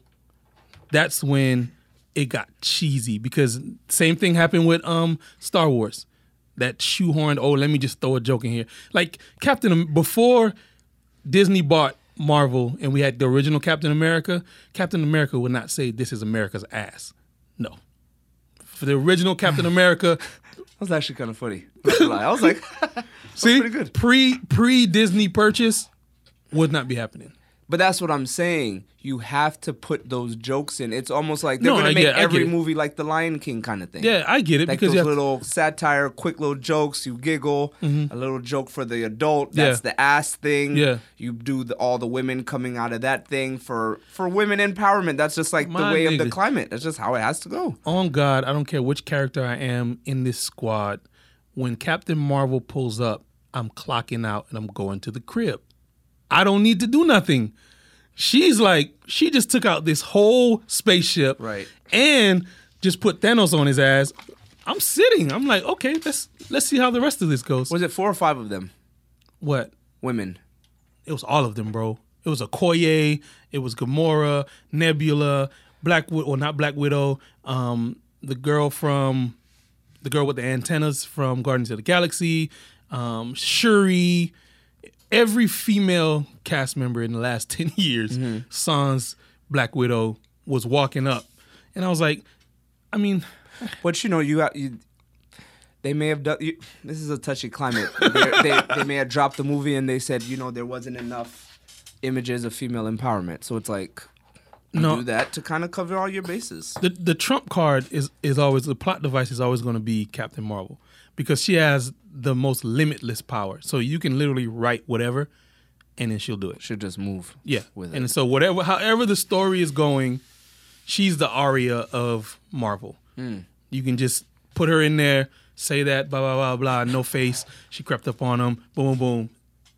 S3: That's when it got cheesy because same thing happened with um Star Wars. That shoehorned. Oh, let me just throw a joke in here. Like Captain Am- before Disney bought Marvel and we had the original Captain America. Captain America would not say this is America's ass. No. For the
S2: [sighs]
S3: original Captain America,
S2: that was actually kind of funny. Not gonna lie. I was like, [laughs]
S3: see,
S2: pretty good.
S3: pre pre Disney purchase would not be happening.
S2: but that's what I'm saying. You have to put those jokes in. It's almost like they're
S3: No, I
S2: gonna make
S3: get- I get
S2: every
S3: it.
S2: movie like The Lion King kind of thing.
S3: Yeah, I get it
S2: Like
S3: because you
S2: those
S3: have to-
S2: little satire, quick little jokes. You giggle. A little joke for the adult. That's
S3: Mm-hmm. Yeah.
S2: the ass thing.
S3: Yeah.
S2: You do the, all the women coming out of that thing for for women empowerment. That's just like
S3: My
S2: the way of the
S3: nigga.
S2: climate. That's just how it has to go.
S3: on God, I don't care which character I am in this squad. When Captain Marvel pulls up, I'm clocking out and I'm going to the crib. I don't need to do nothing. She's like, she just took out this whole spaceship
S2: Right.
S3: and just put Thanos on his ass. I'm sitting. I'm like, okay, let's let's see how the rest of this goes.
S2: Was it four or five of them?
S3: What?
S2: Women.
S3: It was all of them, bro. It was Okoye, it was Gamora, Nebula, Black Widow, well not Black Widow, um, the girl from the girl with the antennas from Guardians of the Galaxy, um, Shuri, every female cast member in the last [laughs] 10 years,
S2: Mm-hmm.
S3: Sans Black Widow was walking up. And I was like, I mean,
S2: But you know, you got you. They may have done. You,
S3: [laughs]
S2: this is a touchy climate. They're- they, they may have dropped the movie and they said, you know, there wasn't enough images of female empowerment. So it's like you
S3: No.
S2: do that to kind of cover all your bases.
S3: the the trump card is is always the plot device is always going to be Captain Marvel because she has the most limitless power. So you can literally write whatever, and then she'll do it.
S2: Should just move.
S3: Yeah,
S2: with
S3: and
S2: it.
S3: so whatever, however the story is going, she's the Aria of Marvel.
S2: Hmm.
S3: You can just put her in there, say that blah blah blah blah. No face. She crept up on him. Boom boom,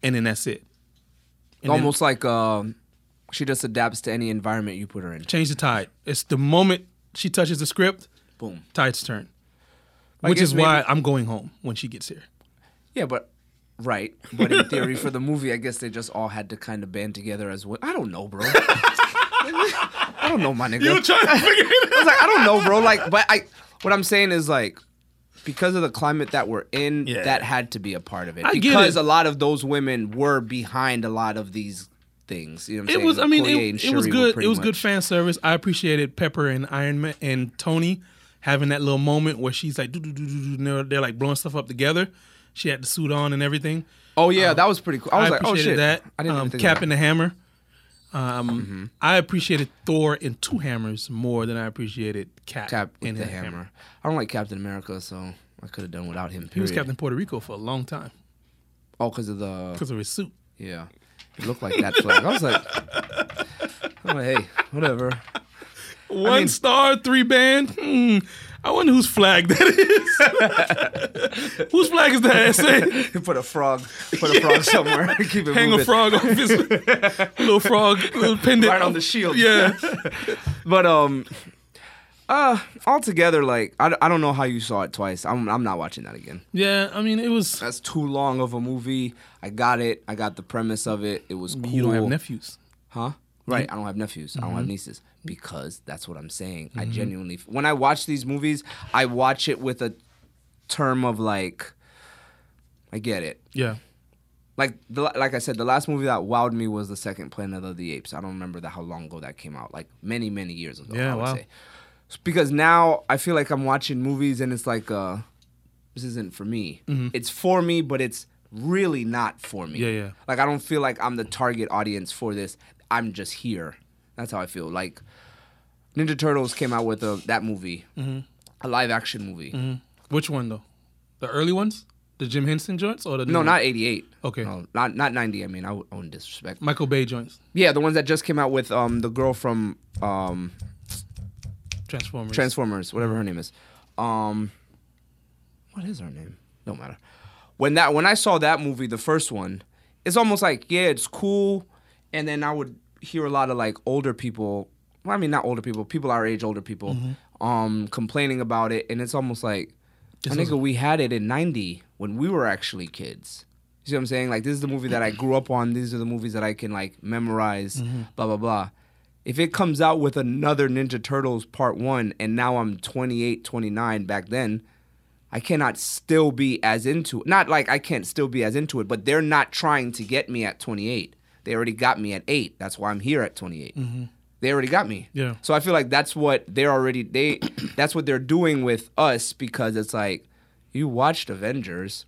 S3: and then that's it. And then-
S2: Almost like um, she just adapts to any environment you put her in.
S3: change the tide. It's the moment she touches the script,
S2: Boom.
S3: tide's turn.
S2: I
S3: Which
S2: guess
S3: is why
S2: maybe-
S3: I'm going home when she gets here.
S2: Yeah, but right. But in theory, for the movie, I guess they just all had to kind of band together as well. I don't know, bro. [laughs] I don't know, my nigga.
S3: trying to figure it
S2: I was like, I don't know, bro. Like, but I, what I'm saying is like, because of the climate that we're in,
S3: Yeah.
S2: that had to be a part of it.
S3: I get
S2: because
S3: it.
S2: a lot of those women were behind a lot of these things. You know what I'm
S3: It
S2: saying?
S3: was. I mean,
S2: Okoye and
S3: it, it was
S2: Shuri were
S3: good. It
S2: pretty
S3: was good
S2: much-
S3: fan service. I appreciated Pepper and Iron Man and Tony having that little moment where she's like, do do do do do. and They're, they're like blowing stuff up together. She had the suit on and everything.
S2: Oh yeah, that was pretty cool. I was like, oh
S3: Um, appreciated
S2: shit,
S3: that.
S2: I didn't
S3: um,
S2: even think Mm-hmm.
S3: Cap
S2: of
S3: and the Hammer. Um, I appreciated Thor and Two Hammers more than I appreciated Cap,
S2: that. Cap with
S3: and
S2: the
S3: his
S2: hammer. I don't like Captain America, so I could have done without him. Period.
S3: He was Captain Puerto Rico for a long time
S2: Oh, because of
S3: [laughs]
S2: the
S3: because of his suit.
S2: yeah, it looked like that flag. I was like, [laughs] I'm like, hey, whatever.
S3: One star, three band. Hmm. I wonder whose flag [laughs] that
S2: [laughs]
S3: is. whose flag is that? Say,
S2: Put a [laughs] frog, put a frog somewhere. [laughs] Keep it
S3: hang a
S2: moving.
S3: frog off
S2: [laughs]
S3: his little frog, little pendant
S2: Right on the shield.
S3: Yeah,
S2: But um, uh, altogether, like I, I don't know how you saw it twice. I'm I'm not watching that again.
S3: yeah. I mean, it was.
S2: That's too long of a movie. I got it. I got the premise of it. It was cool.
S3: You don't have nephews.
S2: huh? Right. I don't have nephews. I don't have nieces because that's what I'm saying. I genuinely when I watch these movies, I watch it with a term of like, I get it.
S3: Yeah,
S2: Like the, like I said, the last movie that wowed me was the second Planet of the Apes. I don't remember that how long ago that came out. Like many many years ago.
S3: Yeah,
S2: I would
S3: wow.
S2: say. It's Because now I feel like I'm watching movies and it's like, uh, this isn't for me. It's for me, but it's really not for me.
S3: Mm-hmm. Yeah, yeah.
S2: Like I don't feel like I'm the target audience for this. I'm just here. That's how I feel. Like Ninja Turtles came out with a, that movie,
S3: Mm-hmm.
S2: a live action movie.
S3: which one though? The early ones, the Jim Henson joints, or the new
S2: No,
S3: ones?
S2: not '88.
S3: Okay.
S2: No, not not '90. I mean, I w- I wouldn't disrespect.
S3: Michael Bay joints.
S2: Yeah, the ones that just came out with um the girl from um
S3: Transformers.
S2: Transformers, whatever her name is. Um what is her name? Don't matter. When that when I saw that movie, the first one, it's almost like, yeah, it's cool. And then I would hear a lot of like older people, well, I mean not older people, people our age, older people, um, complaining about it. And it's almost like I
S3: This
S2: nigga, we had it in ninety when we were actually kids. You see what I'm saying? Like this is the movie that I grew up on. These are the movies that I can like memorize, blah blah blah. If it comes out with another Ninja Turtles part 1 and now I'm 28, 29 back then, I cannot still be as into it. Not like I can't still be as into it, but they're not trying to get me at 28. They already got me at 8. That's why I'm here at 28. They already got me.
S3: Mm-hmm. Yeah.
S2: So I feel like that's what they're already they [clears throat] that's what they're doing with us because it's like you watched Avengers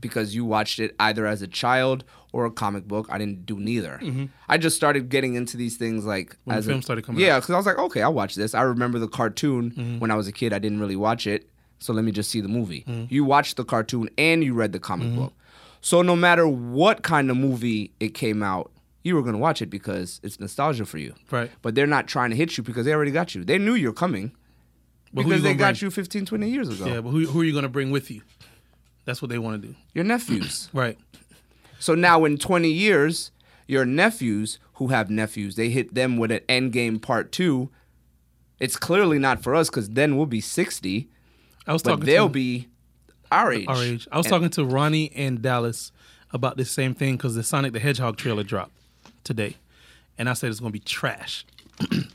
S2: because you watched it either as a child or a comic book. I didn't do neither. I just started getting into these things like
S3: Mm-hmm. When the
S2: as a-
S3: film started coming
S2: Yeah, because I was like, okay, I'll watch this. I remember the cartoon
S3: Mm-hmm.
S2: when I was a kid. I didn't really watch it, so let me just see the movie.
S3: Mm-hmm.
S2: You watched the cartoon and you read the comic book, so no matter what kind of movie it came out, you were gonna watch it because it's nostalgia for you.
S3: Right.
S2: But they're not trying to hit you because they already got you. They knew you're coming
S3: But who
S2: because
S3: you
S2: they
S3: gonna
S2: got
S3: bring?
S2: you 15, 20 years ago.
S3: Yeah, but who, who are you gonna bring with you? That's what they want to do.
S2: Your
S3: [clears throat]
S2: nephews.
S3: Right.
S2: So now in 20 years, your nephews who have nephews, they hit them with an Endgame Part 2. It's clearly not for us because then we'll be 60,
S3: I was
S2: but
S3: talking.
S2: they'll
S3: to,
S2: be our age.
S3: our age. I was talking to Ronnie and Dallas about this same thing because the Sonic the Hedgehog trailer dropped today, and I said it's gonna be trash. [clears throat]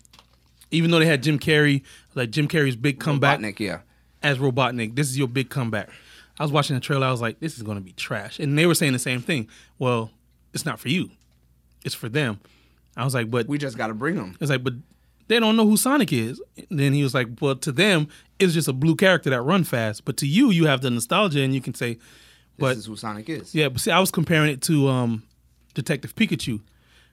S3: Even though they had Jim Carrey, like Jim Carrey's big comeback
S2: Botnick, yeah.
S3: as Robotnik, this is your big comeback. I was watching the trailer, I was like, this is gonna be trash, and they were saying the same thing. Well, it's not for you, it's for them. I was like, but
S2: We just got to bring them.
S3: it's like, but they don't know who Sonic is. And then he was like, well, to them, it's just a blue character that run fast, but to you, you have the nostalgia, and you can say,
S2: This
S3: but
S2: is who Sonic is.
S3: yeah, but see, I was comparing it to um, Detective Pikachu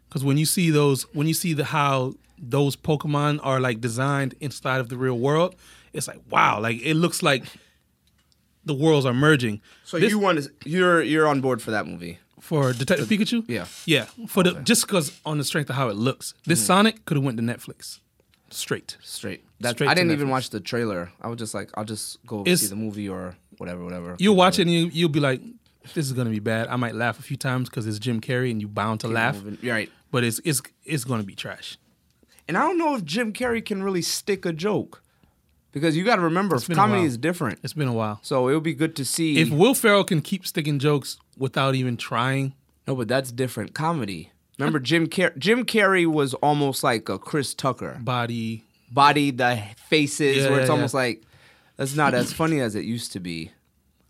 S3: Because when you see those, when you see the how those Pokemon are like designed inside of the real world, it's like wow, like it looks like the worlds are merging.
S2: So
S3: This-
S2: you want to? You're you're on board for that movie?
S3: for Detective Pikachu?
S2: yeah. Mm-hmm.
S3: yeah. For the just because on the strength of how it looks, this Sonic could have went to Netflix, straight.
S2: Straight. That's,
S3: Straight
S2: I
S3: to
S2: didn't even
S3: Netflix.
S2: watch the trailer. I was just like, I'll just go see
S3: It's-
S2: the movie or whatever, whatever.
S3: You'll watch it and you, you'll be like, this is gonna be bad. I might laugh a few times because it's Jim Carrey and you bound to laugh,
S2: Moving- You're right.
S3: but it's it's it's gonna be trash.
S2: And I don't know if Jim Carrey can really stick a joke, because you got to remember,
S3: been a
S2: comedy
S3: while.
S2: is different.
S3: It's been a while.
S2: So it'll be good to see.
S3: If Will Ferrell can keep sticking jokes without even trying,
S2: no, but that's different. Comedy. Remember, Jim Car- Jim Carrey was almost like a Chris Tucker.
S3: body
S2: Body the faces,
S3: Yeah,
S2: where it's
S3: yeah,
S2: almost
S3: yeah.
S2: like that's not as funny as it used to be.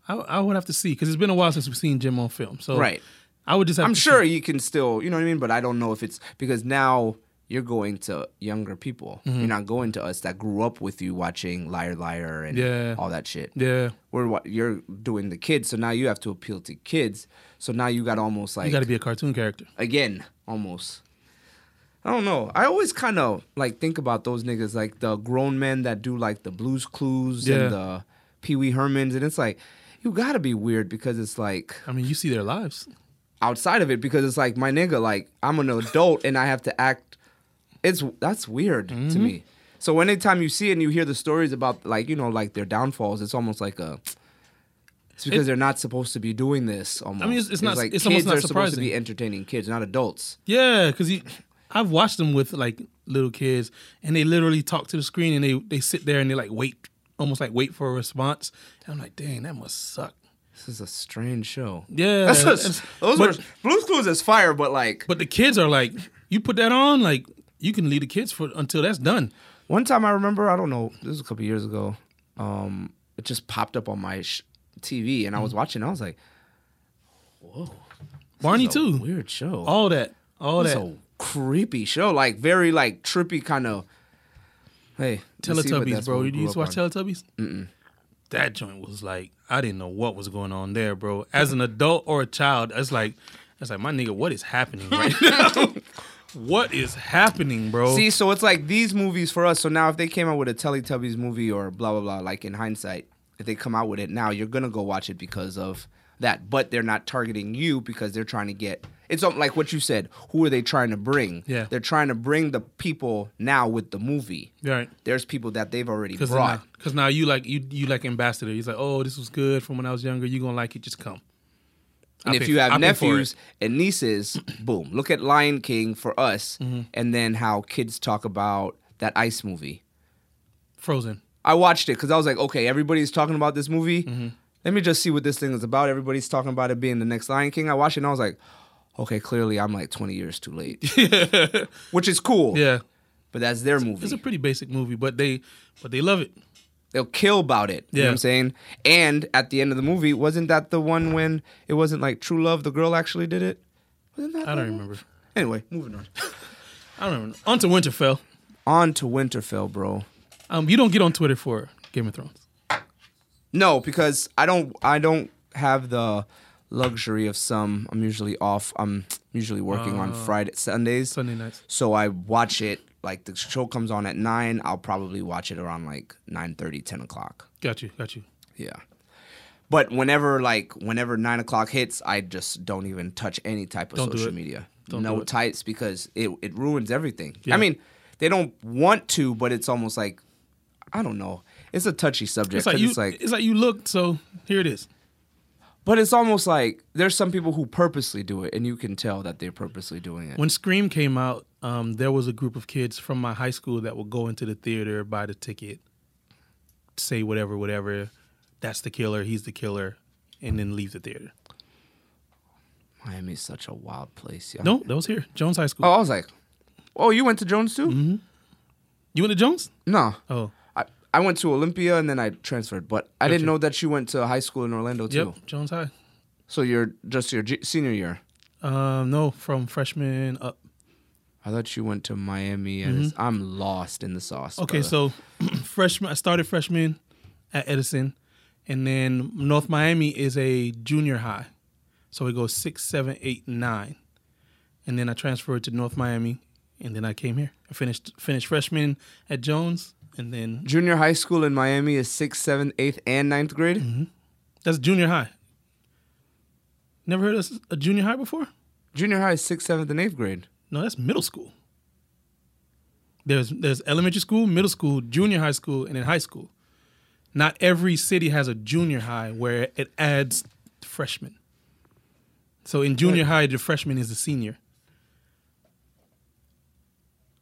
S3: I, I would have to see because it's been a while since we've seen Jim on film. So
S2: Right.
S3: I would just have
S2: I'm
S3: to
S2: sure you can still, you know what I mean? But I don't know if it's because now you're going to younger people.
S3: Mm-hmm.
S2: You're not going to us that grew up with you watching Liar Liar and
S3: Yeah.
S2: all that shit.
S3: See. Yeah,
S2: We're what you're doing the kids, so now you have to appeal to kids. So now you got almost like
S3: you got to be a cartoon character.
S2: again, almost. I don't know. I always kind of like think about those niggas, like the grown men that do like the Blues Clues
S3: Yeah.
S2: and the Pee Wee Hermans, and it's like you gotta be weird because it's like
S3: I mean, you see their lives.
S2: outside of it because it's like my nigga, like I'm an adult and I have to act. It's that's weird
S3: Mm-hmm.
S2: to me. So anytime you see it and you hear the stories about like you know like their downfalls, it's almost like a. It's because they're not supposed to be doing this. Almost,
S3: it's- it's not-
S2: Like
S3: it's
S2: kids
S3: almost not
S2: are supposed to
S3: surprising.
S2: be entertaining kids, not adults.
S3: Yeah, because I've watched them with like little kids, and they literally talk to the screen and they they sit there and they like wait, almost like wait for a response. And I'm like, dang, that must suck.
S2: This is a strange show.
S3: Yeah,
S2: That's a-
S3: it's-
S2: [laughs] those
S3: but-
S2: were Blue's Clues is fire, but like
S3: But the kids are like, you put that on, like you can leave the kids for until that's done.
S2: One time I remember, I don't know, this was a couple years ago. Um, it just popped up on my sh- TV, and I was watching. I was like,
S3: Barney
S2: "It's a
S3: too,
S2: weird show.
S3: all that, all
S2: it's
S3: that.
S2: a creepy show, like very like trippy kind of." Hey, let's see what
S3: Teletubbies,
S2: that's
S3: bro.
S2: what we
S3: You used to
S2: grew
S3: watch
S2: up
S3: Teletubbies? Mm-mm. That joint was like, I didn't know what was going on there, bro. As an adult or a child, it's like, it's like, my nigga, what is
S2: [laughs]
S3: happening right now? what is happening, bro?
S2: on. See, so it's like these movies for us. So now, if they came out with a Teletubbies movie or blah blah blah, like in hindsight, if they come out with it now, you're gonna go watch it because of that. But they're not targeting you because they're trying to get. It's something like what you said. Who are they trying to bring?
S3: Yeah.
S2: they're trying to bring the people now with the movie.
S3: right?
S2: There's people that they've already
S3: Because
S2: brought.
S3: now, 'cause now you like you you like ambassador. He's like, oh, this was good from when I was younger. You gonna like it? Just come.
S2: And
S3: I
S2: if
S3: pay-
S2: you have
S3: I pay for it.
S2: nephews and
S3: [clears throat]
S2: nieces, boom. Look at Lion King for us,
S3: Mm-hmm.
S2: and then how kids talk about that ice movie.
S3: Frozen.
S2: I watched it because I was like, okay, everybody's talking about this movie.
S3: Mm-hmm.
S2: Let me just see what this thing is about. Everybody's talking about it being the next Lion King. I watched it and I was like, okay, clearly I'm like 20 years too late,
S3: [laughs]
S2: which is cool.
S3: Yeah,
S2: But that's their movie.
S3: it's a pretty basic movie, but they but they love it.
S2: They'll kill about it. You know
S3: Yeah.
S2: what I'm saying? And at the end of the movie, wasn't that the one when it wasn't like True Love, the girl actually did it? Wasn't that the
S3: I don't
S2: one?
S3: remember.
S2: Anyway, moving on.
S3: I don't remember. On to Winterfell.
S2: on to Winterfell, bro.
S3: Um, you don't get on Twitter for Game of Thrones.
S2: No, because I don't I don't have the luxury of some. I'm usually off. I'm usually working on Friday Sundays.
S3: Oh. Sunday nights.
S2: So I watch it like the show comes on at 9, I'll probably watch it around like 9:30, 10 o'clock.
S3: Got you. Got you.
S2: Yeah. But whenever like whenever nine o'clock hits, I just don't even touch any type of
S3: Don't do
S2: social
S3: it.
S2: media.
S3: Don't
S2: no
S3: do it.
S2: tights because it it ruins everything.
S3: Yeah.
S2: I mean, they don't want to, but it's almost like I don't know. It's a touchy subject.
S3: It's like
S2: 'cause
S3: you.
S2: it's like
S3: you looked. So here it is.
S2: But it's almost like there's some people who purposely do it, and you can tell that they're purposely doing it.
S3: When Scream came out, um, there was a group of kids from my high school that would go into the theater, buy the ticket, say whatever, whatever. That's the killer. He's the killer, and then leave the theater.
S2: Miami's such a wild place. Yo.
S3: No, that was here, Jones High School.
S2: Oh, I was like, oh, you went to Jones too?
S3: You went to Jones?
S2: No.
S3: Mm-hmm. Oh,
S2: I, I went to Olympia and then I transferred, but I didn't know that you went to high school in Orlando
S3: yep,
S2: too.
S3: Jones High.
S2: So you're just your G- senior year.
S3: Um, no, from freshman up.
S2: I thought you went to Miami, and it's, I'm lost in the sauce.
S3: Mm-hmm. Okay,
S2: brother.
S3: so [clears throat] freshman, I started freshman at Edison, and then North Miami is a junior high, so it goes six, seven, eight, nine, and then I transferred to North Miami, and then I came here. I finished finished freshman at Jones, and then
S2: Junior high school in Miami is sixth, seventh, eighth, and ninth grade.
S3: Mm-hmm. that's junior high. Never heard of s- a junior high before?
S2: Junior high is sixth, seventh, and eighth grade.
S3: No, that's middle school. There's there's elementary school, middle school, junior high school, and then high school. Not every city has a junior high where it adds freshmen. So in junior high, the freshman is the senior.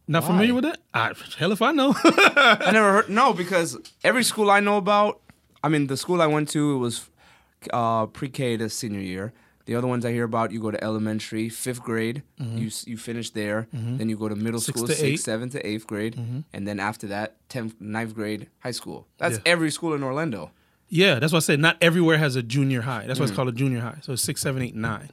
S3: Not
S2: Why?
S3: familiar with that? I, hell if I know. [laughs]
S2: I never heard. No, because every school I know about, I mean, the school I went to it was uh, pre-K to senior year. The other ones I hear about, you go to elementary, fifth grade, you s- you finish there, then you go to middle
S3: Six
S2: school,
S3: Mm-hmm. to Mm-hmm. eight.
S2: sixth, seventh to eighth grade, and then after that, tenth, ninth grade, high school. That's
S3: Yeah.
S2: every school in Orlando.
S3: yeah, that's what I said. Not everywhere has a junior high. That's why it's called a junior high. So it's six, seven, eight, nine.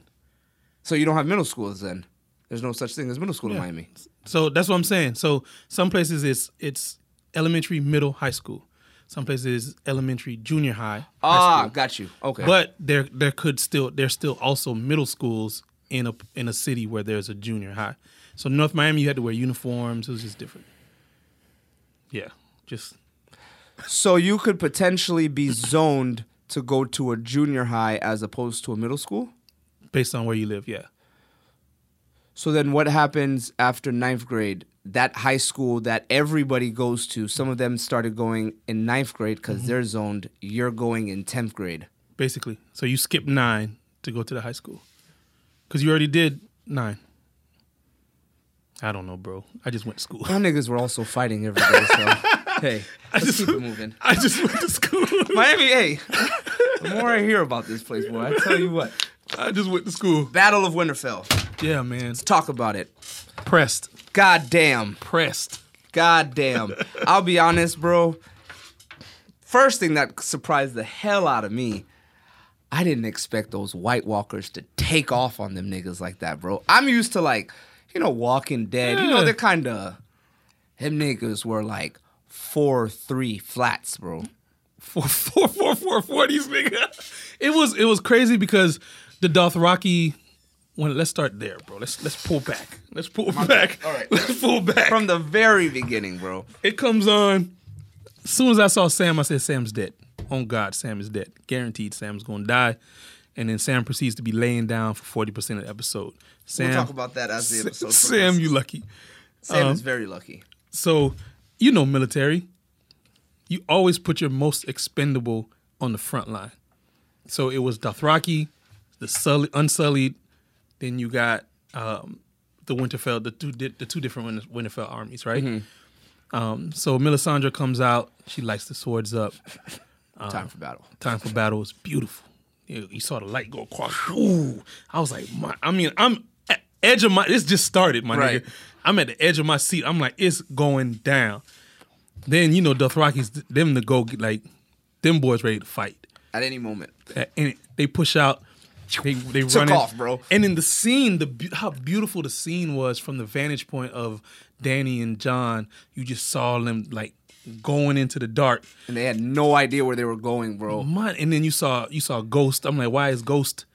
S2: So you don't have middle schools then. There's no such thing as middle school in Miami.
S3: So that's what I'm saying. So some places it's it's elementary, middle, high school. Some places it's elementary, junior high. high
S2: Ah,
S3: school.
S2: got you. Okay.
S3: but there there could still there's still also middle schools in a in a city where there's a junior high. So North Miami, you had to wear uniforms. It was just different. Yeah, just
S2: So you could potentially be zoned to go to a junior high as opposed to a middle school?
S3: based on where you live. Yeah.
S2: So then what happens after ninth grade? That high school that everybody goes to, some of them started going in ninth grade because they're zoned. You're going in 10th grade.
S3: basically. So you skip nine to go to the high school because you already did nine. I don't know, bro. I just went to school.
S2: My niggas were also fighting every day, so hey, let's
S3: just-
S2: keep it
S3: [laughs]
S2: moving.
S3: I just went to school. [laughs]
S2: Miami, hey, the more I hear about this place, boy, I tell you what.
S3: I just went to school.
S2: Battle of Winterfell.
S3: Yeah, man.
S2: Talk about it.
S3: Pressed,
S2: God damn.
S3: pressed.
S2: God damn. I'll be honest, bro. First thing that surprised the hell out of me, I didn't expect those White Walkers to take off on them niggas like that, bro. I'm used to like, you know, Walking Dead. You know,
S3: Yeah.
S2: they're kind of them niggas were like four three flats, bro.
S3: Four, four, four, four, forties, nigga. It was it was crazy because the Dothraki. When let's start there, bro. Let's let's pull back. Let's pull back.
S2: All right.
S3: Let's pull back.
S2: From the very beginning, bro.
S3: It comes on. As soon as I saw Sam, I said, Sam's dead. On God, Sam is dead. Guaranteed Sam's gonna die. And then Sam proceeds to be laying down for 40% of the episode. Sam,
S2: We'll talk about that as the episode.
S3: Sam,
S2: progresses.
S3: you lucky.
S2: Sam is very lucky.
S3: So, you know, military, you always put your most expendable on the front line. So it was Dothraki, the Sully, Unsullied, then you got um, the Winterfell, the two, di- the two different Win- Winterfell armies, right? Um, so Melisandre comes out, she lights the swords up.
S2: Time for battle.
S3: Time for battle was beautiful. You, you saw the light go across. Ooh, I was like, my, I mean, I'm at edge of my. This just started, my
S2: Right.
S3: nigga. I'm at the edge of my seat. I'm like, it's going down. Then you know, Dothraki's them to go get, like them boys ready to fight.
S2: At any moment.
S3: Uh, And they push out. They they
S2: Took
S3: run in.
S2: off, bro.
S3: And in the scene, the beau- how beautiful the scene was from the vantage point of Danny and John. You just saw them like going into the dark.
S2: And they had no idea where they were going, bro.
S3: Mon- and then you saw you saw Ghost. I'm like, why is Ghost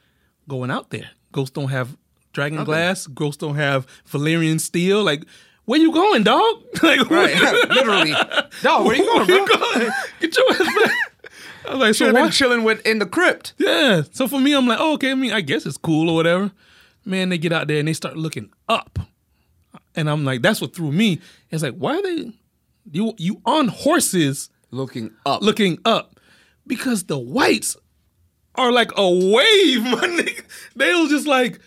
S3: going out there? Ghost don't have dragon glass. Ghost don't have Valyrian steel. Like, where you going, dog? [laughs] like,
S2: Right. [laughs] Literally. Dog, [laughs] where you going, bro?
S3: going? Get your ass back.
S2: [laughs]
S3: I was like, so
S2: Should have been
S3: why?
S2: chilling with in the crypt.
S3: Yeah. So for me, I'm like, oh, okay. I mean, I guess it's cool or whatever. Man, they get out there and they start looking up, and I'm like, that's what threw me. It's like, why are they? You you on horses?
S2: Looking up.
S3: looking up because the whites are like a wave, [laughs] my nigga. They was just like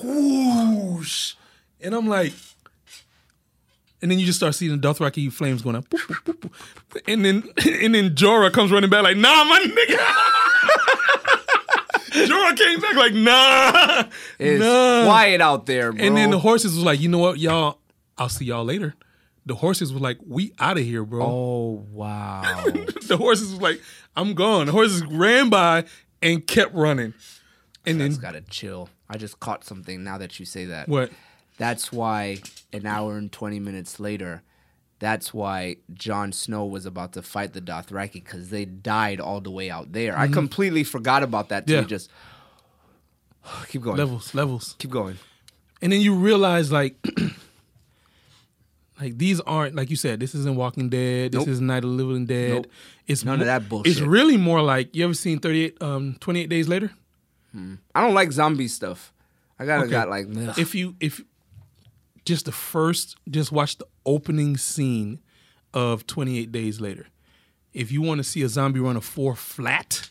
S3: whoosh, and I'm like, and then you just start seeing the Dothraki flames going up, boop, boop, boop, boop. and then [laughs] and then Jorah comes running back like, nah, my nigga. [laughs] Jorah came back like, nah,
S2: It's
S3: nah.
S2: quiet out there, bro.
S3: And then [laughs] the horses was like, you know what, y'all, I'll see y'all later. The horses were like, we out of here, bro
S2: Oh wow.
S3: the horses was like, I'm gone. The horses ran by and kept running. And
S2: That's
S3: then
S2: gotta chill. I just caught something now that you say that.
S3: what?
S2: That's why an hour and twenty minutes later, that's why Jon Snow was about to fight the Dothraki because they died all the way out there. I completely forgot about that. till
S3: Yeah.
S2: you just [sighs] keep going.
S3: Levels, levels.
S2: Keep going.
S3: and then you realize like [clears throat] like these aren't like you said this isn't walking dead this
S2: Nope.
S3: is night of the living dead
S2: Nope.
S3: it's
S2: None of
S3: mo-
S2: that
S3: it's
S2: bullshit.
S3: really more like you ever seen 38 um 28 days later
S2: I don't like zombie stuff. I gotta
S3: Okay.
S2: got like ugh.
S3: if you if just the first just watch the opening scene of 28 days later if you want to see a zombie run a four flat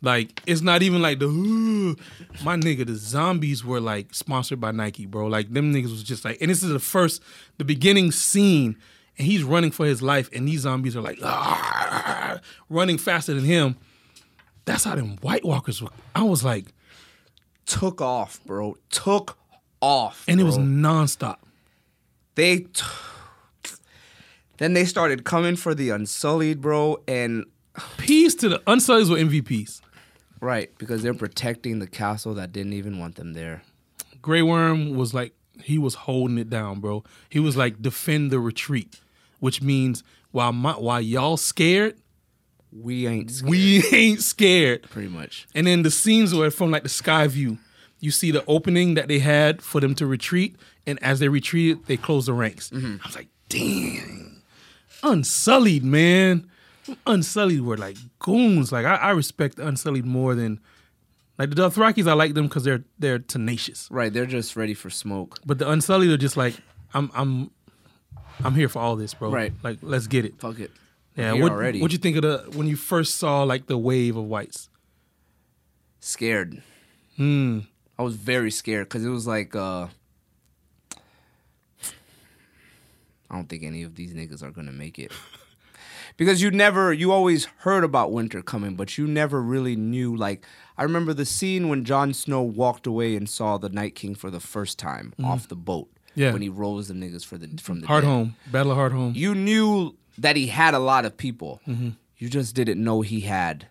S3: like it's not even like the "Ooh." my nigga the zombies were like sponsored by nike bro like them niggas was just like and this is the first the beginning scene and he's running for his life and these zombies are like "Ah," running faster than him that's how them white walkers were i was like
S2: took off, bro. Took off.
S3: and it was
S2: bro.
S3: nonstop
S2: they t- then they started coming for the unsullied bro and
S3: Peace to the Unsullies were MVPs.
S2: right because they're protecting the castle that didn't even want them there
S3: Grey Worm was like he was holding it down, bro. He was like defend the retreat, which means while my while y'all scared,
S2: we ain't scared,
S3: we [laughs] ain't scared.
S2: pretty much
S3: And then the scenes were from like the sky view. You see the opening that they had for them to retreat, and as they retreated, they closed the ranks.
S2: Mm-hmm.
S3: I was like, dang, Unsullied, man. Unsullied were like goons. Like I, I respect Unsullied more than like the Dothrakis. I like them because they're they're tenacious.
S2: right they're just ready for smoke
S3: But the Unsullied are just like I'm I'm I'm here for all this, bro.
S2: Right.
S3: Like let's get it.
S2: fuck it
S3: Yeah.
S2: Here
S3: What
S2: already
S3: what'd you think of the when you first saw like the wave of whites?
S2: scared
S3: Hmm.
S2: i was very scared because it was like uh i don't think any of these niggas are gonna make
S3: [laughs]
S2: it because you never you always heard about winter coming but you never really knew like i remember the scene when Jon snow walked away and saw the night king for the first time off the boat
S3: Mm-hmm. Yeah.
S2: when he rose the niggas for the from the
S3: Hard
S2: dead.
S3: home. Battle of hard home.
S2: you knew that he had a lot of people you just didn't know he had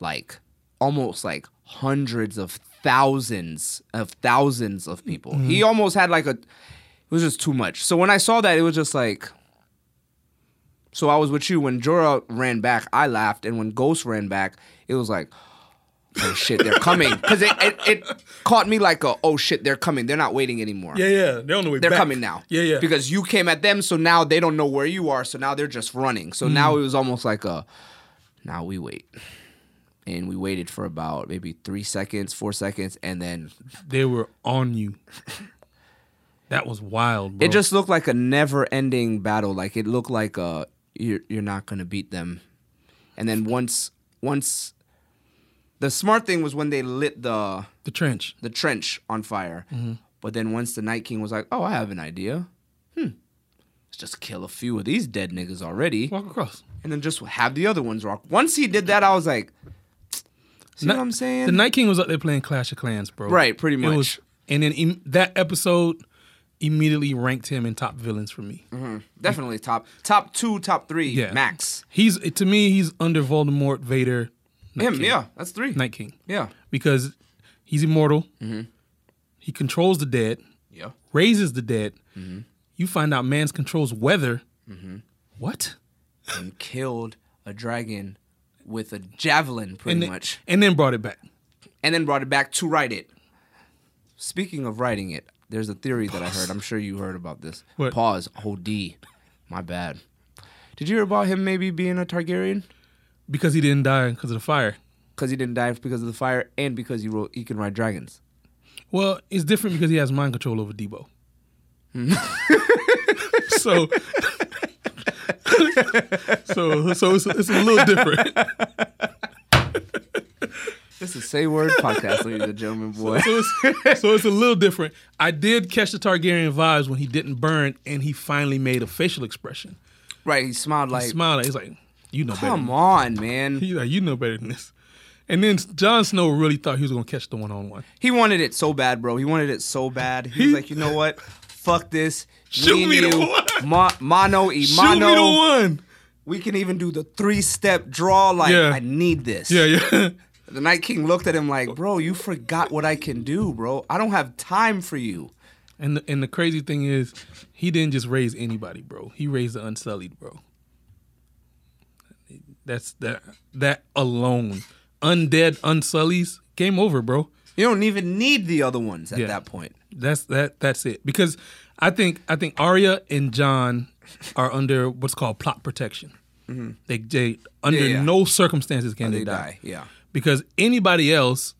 S2: like almost like hundreds of thousands of thousands of people he almost had like a it was just too much so when i saw that it was just like so I was with you when Jorah ran back. I laughed, and when Ghost ran back, it was like, oh shit, they're coming, because it, it it caught me like a oh shit, they're coming. They're not waiting anymore.
S3: Yeah, yeah. They're on the way
S2: They're
S3: back.
S2: coming now.
S3: Yeah, yeah.
S2: Because you came at them, so now they don't know where you are, so now they're just running.
S3: Mm-hmm.
S2: So now it was almost like a now we wait. And we waited for about maybe three seconds, four seconds, and then
S3: they were
S2: [laughs]
S3: on you. That was wild, bro.
S2: it just looked like a never-ending battle. Like it looked like a you're you're not gonna beat them. And then once once the smart thing was when they lit the
S3: the trench.
S2: the trench on fire.
S3: Mm-hmm.
S2: But then once the Night King was like, "Oh, I have an idea. Hmm, let's just kill a few of these dead niggas already,
S3: Walk across.
S2: and then just have the other ones rock." Once he did that, I was like, "See
S3: Ni-
S2: what I'm saying?"
S3: The Night King was up there playing Clash of Clans, bro.
S2: Right, pretty
S3: It
S2: much.
S3: was, and then im- that episode immediately ranked him in top villains for me.
S2: Mm-hmm. Definitely top top two, top three,
S3: Yeah.
S2: max.
S3: He's to me, he's under Voldemort, Vader, Night
S2: Him,
S3: King.
S2: yeah, that's three.
S3: Night King,
S2: Yeah,
S3: because he's immortal.
S2: Mm-hmm.
S3: He controls the dead,
S2: yeah.
S3: raises the dead.
S2: Mm-hmm.
S3: You find out man's controls weather. What?
S2: And killed a dragon with a javelin, pretty
S3: And then,
S2: much,
S3: and then brought it back.
S2: and then brought it back to write it. Speaking of writing it, there's a theory that I heard. I'm sure you heard about this.
S3: What?
S2: Pause. Oh, D. My bad. Did you hear about him maybe being a Targaryen?
S3: because he didn't die because of the fire.
S2: Because he didn't die because of the fire and because he wrote he can ride dragons.
S3: Well, it's different because he has mind control over Debo.
S2: Hmm.
S3: so, so, so it's, it's a little different.
S2: This is Say Word Podcast, ladies and gentlemen, boy.
S3: So it's, so it's a little different. I did catch the Targaryen vibes when he didn't burn and he finally made a facial expression.
S2: right, he smiled like,
S3: He smiled. He's like, "You know better."
S2: come on, man.
S3: He's like, "You know better than this." And then Jon Snow really thought he was gonna catch the one on one.
S2: He wanted it so bad, bro. He wanted it so bad. He was like, you know what? Fuck this.
S3: Shoot
S2: and
S3: me the
S2: you.
S3: one.
S2: Ma- mono e
S3: Shoot
S2: mono.
S3: me the one.
S2: We can even do the three step draw. Like,
S3: Yeah.
S2: I need this.
S3: Yeah, yeah.
S2: The Night King looked at him like, bro, you forgot what I can do, bro. I don't have time for you.
S3: And the, and the crazy thing is, he didn't just raise anybody, bro. He raised the unsullied, bro. That's that that alone. Undead unsullies game over, bro.
S2: You don't even need the other ones at
S3: Yeah.
S2: that point.
S3: That's that. That's it. Because I think I think Arya and John are under what's called plot protection. They, they under
S2: Yeah, yeah.
S3: no circumstances can
S2: They,
S3: they,
S2: die.
S3: die.
S2: Yeah.
S3: Because anybody else,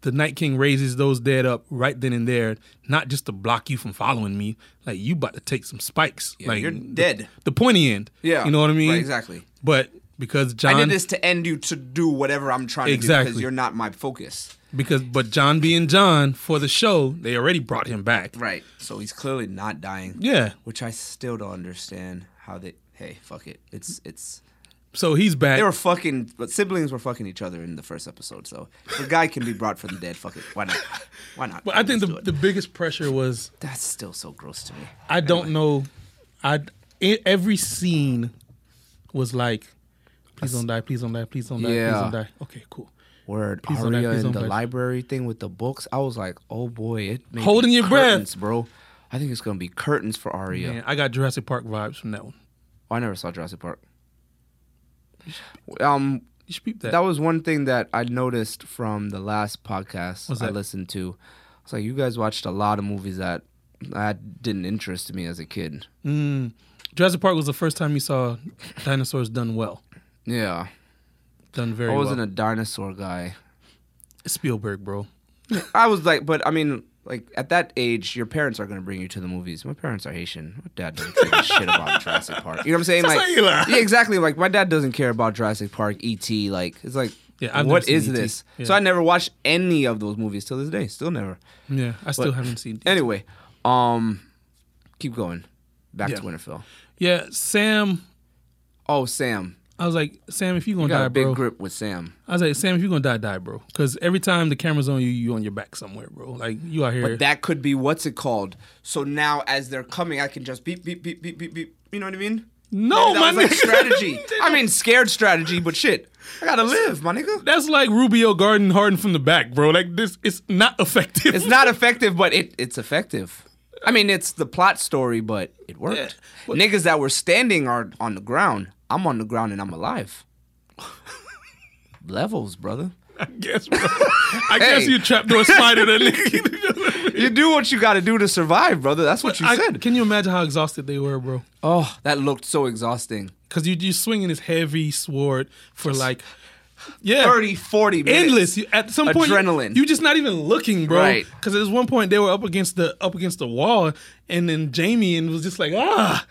S3: the Night King raises those dead up right then and there, not just to block you from following me. Like you about to take some spikes. like
S2: you're
S3: the-
S2: dead.
S3: The, pointy end.
S2: Yeah,
S3: You know what I mean?
S2: right, exactly.
S3: But because
S2: I
S3: John
S2: did this to end you to do whatever I'm trying to do because
S3: Exactly.
S2: you're not my focus.
S3: because but John being John for the show, they already brought him back.
S2: Right. So he's clearly not dying.
S3: Yeah.
S2: Which I still don't understand how they. Hey, fuck it. It's it's.
S3: So he's back.
S2: They were fucking. But siblings were fucking each other in the first episode. So if a guy can be brought from the dead. Fuck it. Why not? Why not?
S3: But I think
S2: Let's do
S3: the,
S2: it.
S3: the biggest pressure was
S2: that's still so gross to me.
S3: I don't know. I e- every scene was like, please don't die, please don't die, please don't die,
S2: Yeah.
S3: please don't die. Okay, cool.
S2: Word.
S3: Please don't die,
S2: Aria in
S3: please don't
S2: the
S3: die.
S2: library thing with the books. I was like, oh boy, it may be
S3: Holding your breath.
S2: curtains, bro. I think it's gonna be curtains for Aria.
S3: Man, I got Jurassic Park vibes from that one.
S2: Oh, I never saw Jurassic Park. Um,
S3: You should peep that.
S2: that was one thing that I noticed from the last podcast
S3: What's
S2: I
S3: that?
S2: listened to. It's like you guys watched a lot of movies that that didn't interest me as a kid.
S3: Mm. Jurassic Park was the first time you saw dinosaurs done well,
S2: Yeah,
S3: done very
S2: I wasn't
S3: well.
S2: a dinosaur guy.
S3: Spielberg, bro.
S2: I was like, but I mean, like at that age, your parents are gonna bring you to the movies. My parents are Haitian. My dad doesn't give a shit
S3: [laughs]
S2: about Jurassic Park. You know what I'm saying? Like,
S3: Cellular.
S2: yeah, exactly. Like my dad doesn't care about Jurassic Park, ET. Like it's like,
S3: Yeah, I've
S2: what
S3: never seen
S2: is
S3: ET.
S2: this?
S3: Yeah.
S2: So I never watched any of those movies till this day. Still never.
S3: Yeah, I still haven't seen.
S2: Anyway, um, keep going. Back
S3: Yeah.
S2: to Winterfell.
S3: Yeah, Sam.
S2: Oh, Sam.
S3: I was like, Sam, if you gonna
S2: You got
S3: die,
S2: a big
S3: bro.
S2: grip with Sam.
S3: I was like, Sam, if you gonna die, die, bro. Because every time the camera's on you, you on your back somewhere, bro. Like you out here.
S2: But that could be what's it called. So now as they're coming, I can just beep beep beep beep beep beep. You know what I mean?
S3: No,
S2: that was
S3: my
S2: like
S3: nigga. [laughs]
S2: strategy. I mean, scared strategy, but shit, I gotta live, my nigga.
S3: That's like Rubio Garden Harden from the back, bro. Like this, it's not effective.
S2: It's not effective, but it it's effective. I mean, it's the plot story, but it worked.
S3: Yeah.
S2: Niggas that were standing are on the ground. I'm on the ground and I'm alive. Levels, brother.
S3: I guess, bro. I
S2: [laughs]
S3: guess
S2: Hey.
S3: you trapdoor spider
S2: [laughs]
S3: that nigga.
S2: You do what you got to do to survive, brother. That's what you
S3: I-
S2: said.
S3: Can you imagine how exhausted they were, bro?
S2: Oh, that looked so exhausting.
S3: Because you you swinging this heavy sword for like, yeah,
S2: 30, 40 minutes.
S3: endless. You, at some point,
S2: Adrenaline.
S3: You, are just not even looking, bro.
S2: Right.
S3: Because at this one point they were up against the up against the wall, and then Jamie and was just like ah,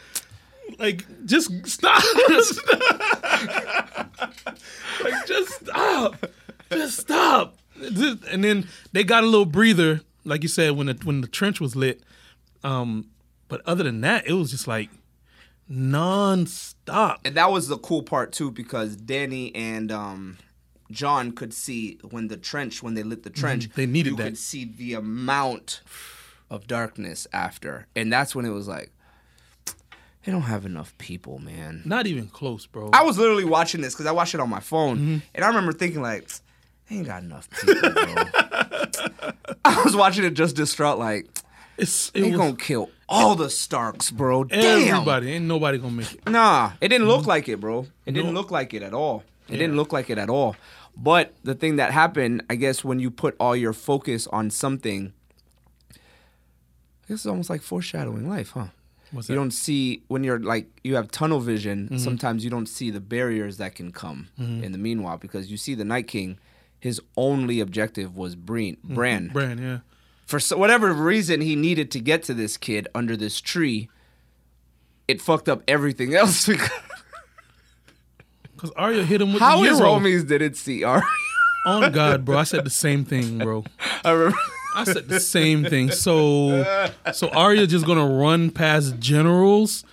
S3: like just stop, [laughs] like just stop, just stop. Just- And then they got a little breather, like you said, when the when the trench was lit. Um, but other than that, it was just like nonstop.
S2: And that was the cool part too, because Danny and um, John could see when the trench, when they lit the trench,
S3: Mhm. they needed
S2: you
S3: that.
S2: could see the amount of darkness after, and that's when it was like, they don't have enough people, man.
S3: Not even close, bro.
S2: I was literally watching this because I watched it on my phone,
S3: Mm-hmm.
S2: and I remember thinking like, they ain't got enough people, bro.
S3: [laughs]
S2: I was watching it just distraught, like
S3: it's it
S2: they
S3: was
S2: gonna kill all the Starks, bro. Damn.
S3: everybody. Ain't nobody gonna make it.
S2: Nah, it didn't look like it, bro. It didn't
S3: No.
S2: look like it at all. It didn't look like it at all. But the thing that happened, I guess, when you put all your focus on something, I guess it's almost like foreshadowing life, huh?
S3: What's
S2: you
S3: that?
S2: don't see when you're like you have tunnel vision. Sometimes you don't see the barriers that can come in the meanwhile because you see the Night King. His only objective was Breen, Bran
S3: Brand, yeah.
S2: for so, whatever reason he needed to get to this kid under this tree, it fucked up everything [laughs] else. because-
S3: Cause Arya hit him with
S2: How
S3: the
S2: his
S3: euro.
S2: homies didn't see [laughs] Ari.
S3: On God, bro, I said the same thing, bro.
S2: I remember.
S3: I said the same thing. So, so Arya just gonna run past generals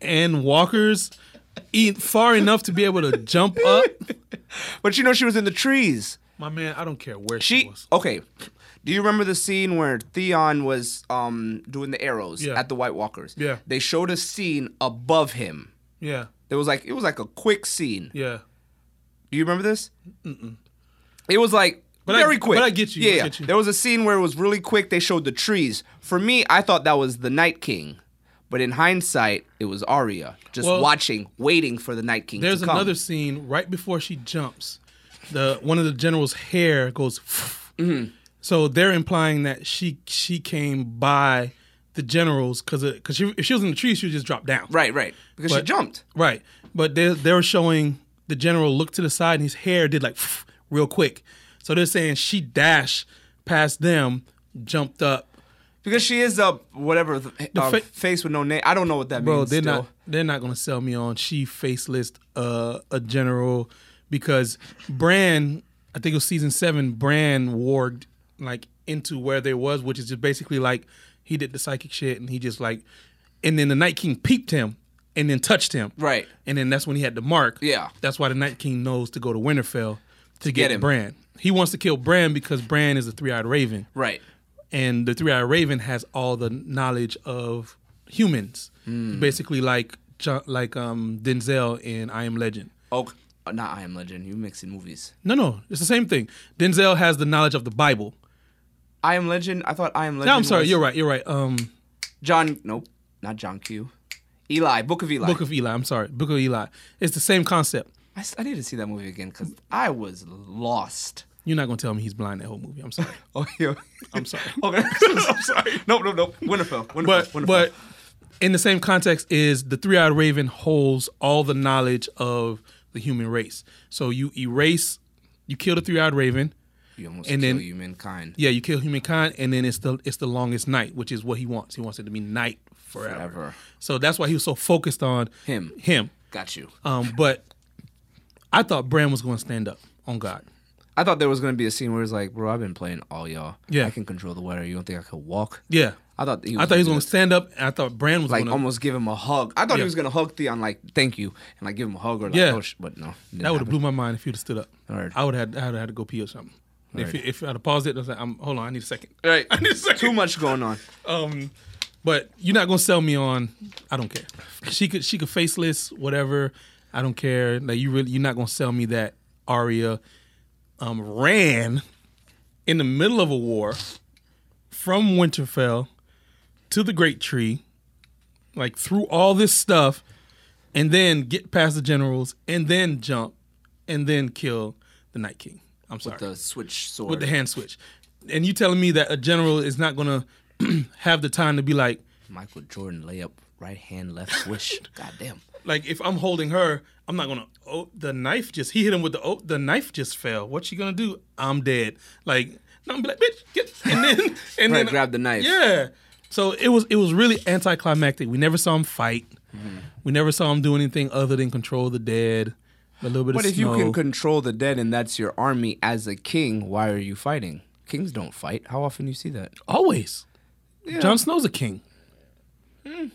S3: and walkers, eat far enough to be able to jump up.
S2: But you know she was in the trees.
S3: My man, I don't care where she,
S2: She
S3: was.
S2: okay. Do you remember the scene where Theon was um doing the arrows
S3: Yeah.
S2: at the White Walkers?
S3: Yeah.
S2: They showed a scene above him.
S3: Yeah,
S2: There was like it was like a quick scene.
S3: yeah.
S2: Do you remember this? Mm-mm. It was like
S3: I-
S2: very quick.
S3: but I get you, I
S2: Yeah,
S3: get you.
S2: there was a scene where it was really quick. They showed the trees. For me, I thought that was the Night King, but in hindsight, it was Arya just
S3: Well,
S2: watching, waiting for the Night King.
S3: There's
S2: to come.
S3: another
S2: Mm-hmm.
S3: scene right before she jumps. The one of the general's hair goes. So they're implying that she she came by the generals because because she, if she was in the tree, she would just drop down.
S2: Right, right. Because she
S3: But-
S2: jumped.
S3: Right. But they they were showing the general looked to the side and his hair did like real quick. So they're saying she dashed past them, jumped up.
S2: Because she is a whatever the, uh,
S3: fa-
S2: face with no name. I don't know what that
S3: Bro,
S2: means.
S3: they're
S2: still.
S3: not they're not gonna sell me on she faceless uh, a general because Bran, I think it was season seven, Bran warged like into where they was, which is just basically like he did the psychic shit and he just like and then the Night King peeped him and then touched him.
S2: Right.
S3: And then that's when he had the mark.
S2: Yeah.
S3: That's why the Night King knows to go to Winterfell to get,
S2: get him.
S3: Bran. He wants to kill Bran because Bran is a three eyed raven
S2: Right.
S3: and the three-eyed raven has all the knowledge of humans basically like Jo- like um denzel in i am legend
S2: Oh, not I Am Legend. You mixing movies.
S3: no no it's the same thing denzel has the knowledge of the bible
S2: I Am Legend. I thought I Am Legend.
S3: no i'm sorry
S2: was
S3: you're right you're right um
S2: John. Nope. Not John Q. Eli. Book of Eli.
S3: book of eli i'm sorry book of eli it's the same concept
S2: I, s- I need to see that movie again because I was lost. [laughs]
S3: you're not gonna tell me he's blind that whole movie i'm sorry
S2: Oh, yeah. [laughs]
S3: [laughs] i'm sorry
S2: Okay. I'm [laughs] sorry. Nope, nope, nope. Winterfell. Winterfell.
S3: but
S2: Winterfell.
S3: but in the same context is the three-eyed raven holds all the knowledge of the human race so you erase you kill the three-eyed raven
S2: you almost
S3: and
S2: kill
S3: then-
S2: humankind.
S3: Yeah, you kill humankind, and then it's the it's the longest night, which is what he wants. He wants it to be night forever.
S2: Forever.
S3: So that's why he was so focused on
S2: Him.
S3: Him.
S2: Got you.
S3: Um, but I thought Bran was going to stand up on God.
S2: I thought there was gonna be a scene where it's like, bro, I've been playing all y'all.
S3: Yeah.
S2: I can control the weather. You don't think I could walk?
S3: Yeah,
S2: I thought he was
S3: I thought he was
S2: gonna
S3: going to stand up, and I thought Bran was
S2: like
S3: going to
S2: almost give him a hug. I thought he
S3: Yeah.
S2: was gonna hug Theon like thank you and like give him a hug or like
S3: Yeah.
S2: oh sh-, but no. it didn't
S3: That would have
S2: happen.
S3: blew my mind if you'd have stood up.
S2: Alright.
S3: I would have had, had to go pee or something. If,
S2: Alright.
S3: if I'd have paused it, I was like, I'm, hold on, I need a second.
S2: Right.
S3: [laughs] I need a second.
S2: Too much going on.
S3: Um, but you're not gonna sell me on. I don't care. She could she could faceless whatever. I don't care. Like you really you're not gonna sell me that Arya um, ran in the middle of a war from Winterfell to the Great Tree, like through all this stuff, and then get past the generals, and then jump, and then kill the Night King. I'm sorry
S2: The switch sword.
S3: with the hand switch. And you telling me that a general is not gonna [clears throat] have the time to be like,
S2: Michael Jordan layup, right hand, left
S3: [laughs]
S2: swish. God damn.
S3: like if I'm holding her, I'm not gonna. Oh, the knife just he hit him with the oh, the knife just fell. What's she gonna do? I'm dead. Like no, I'm be like bitch, get [laughs] and then and
S2: Right,
S3: then
S2: grab the knife.
S3: Yeah. So it was it was really anticlimactic. We never saw him fight.
S2: Mm-hmm.
S3: We never saw him do anything other than control the dead. A little bit
S2: But
S3: of
S2: if you
S3: snow.
S2: can control the dead and that's your army as a king, why are you fighting? Kings don't fight. How often do you see that?
S3: Always. Jon Snow's a king.
S2: Hmm.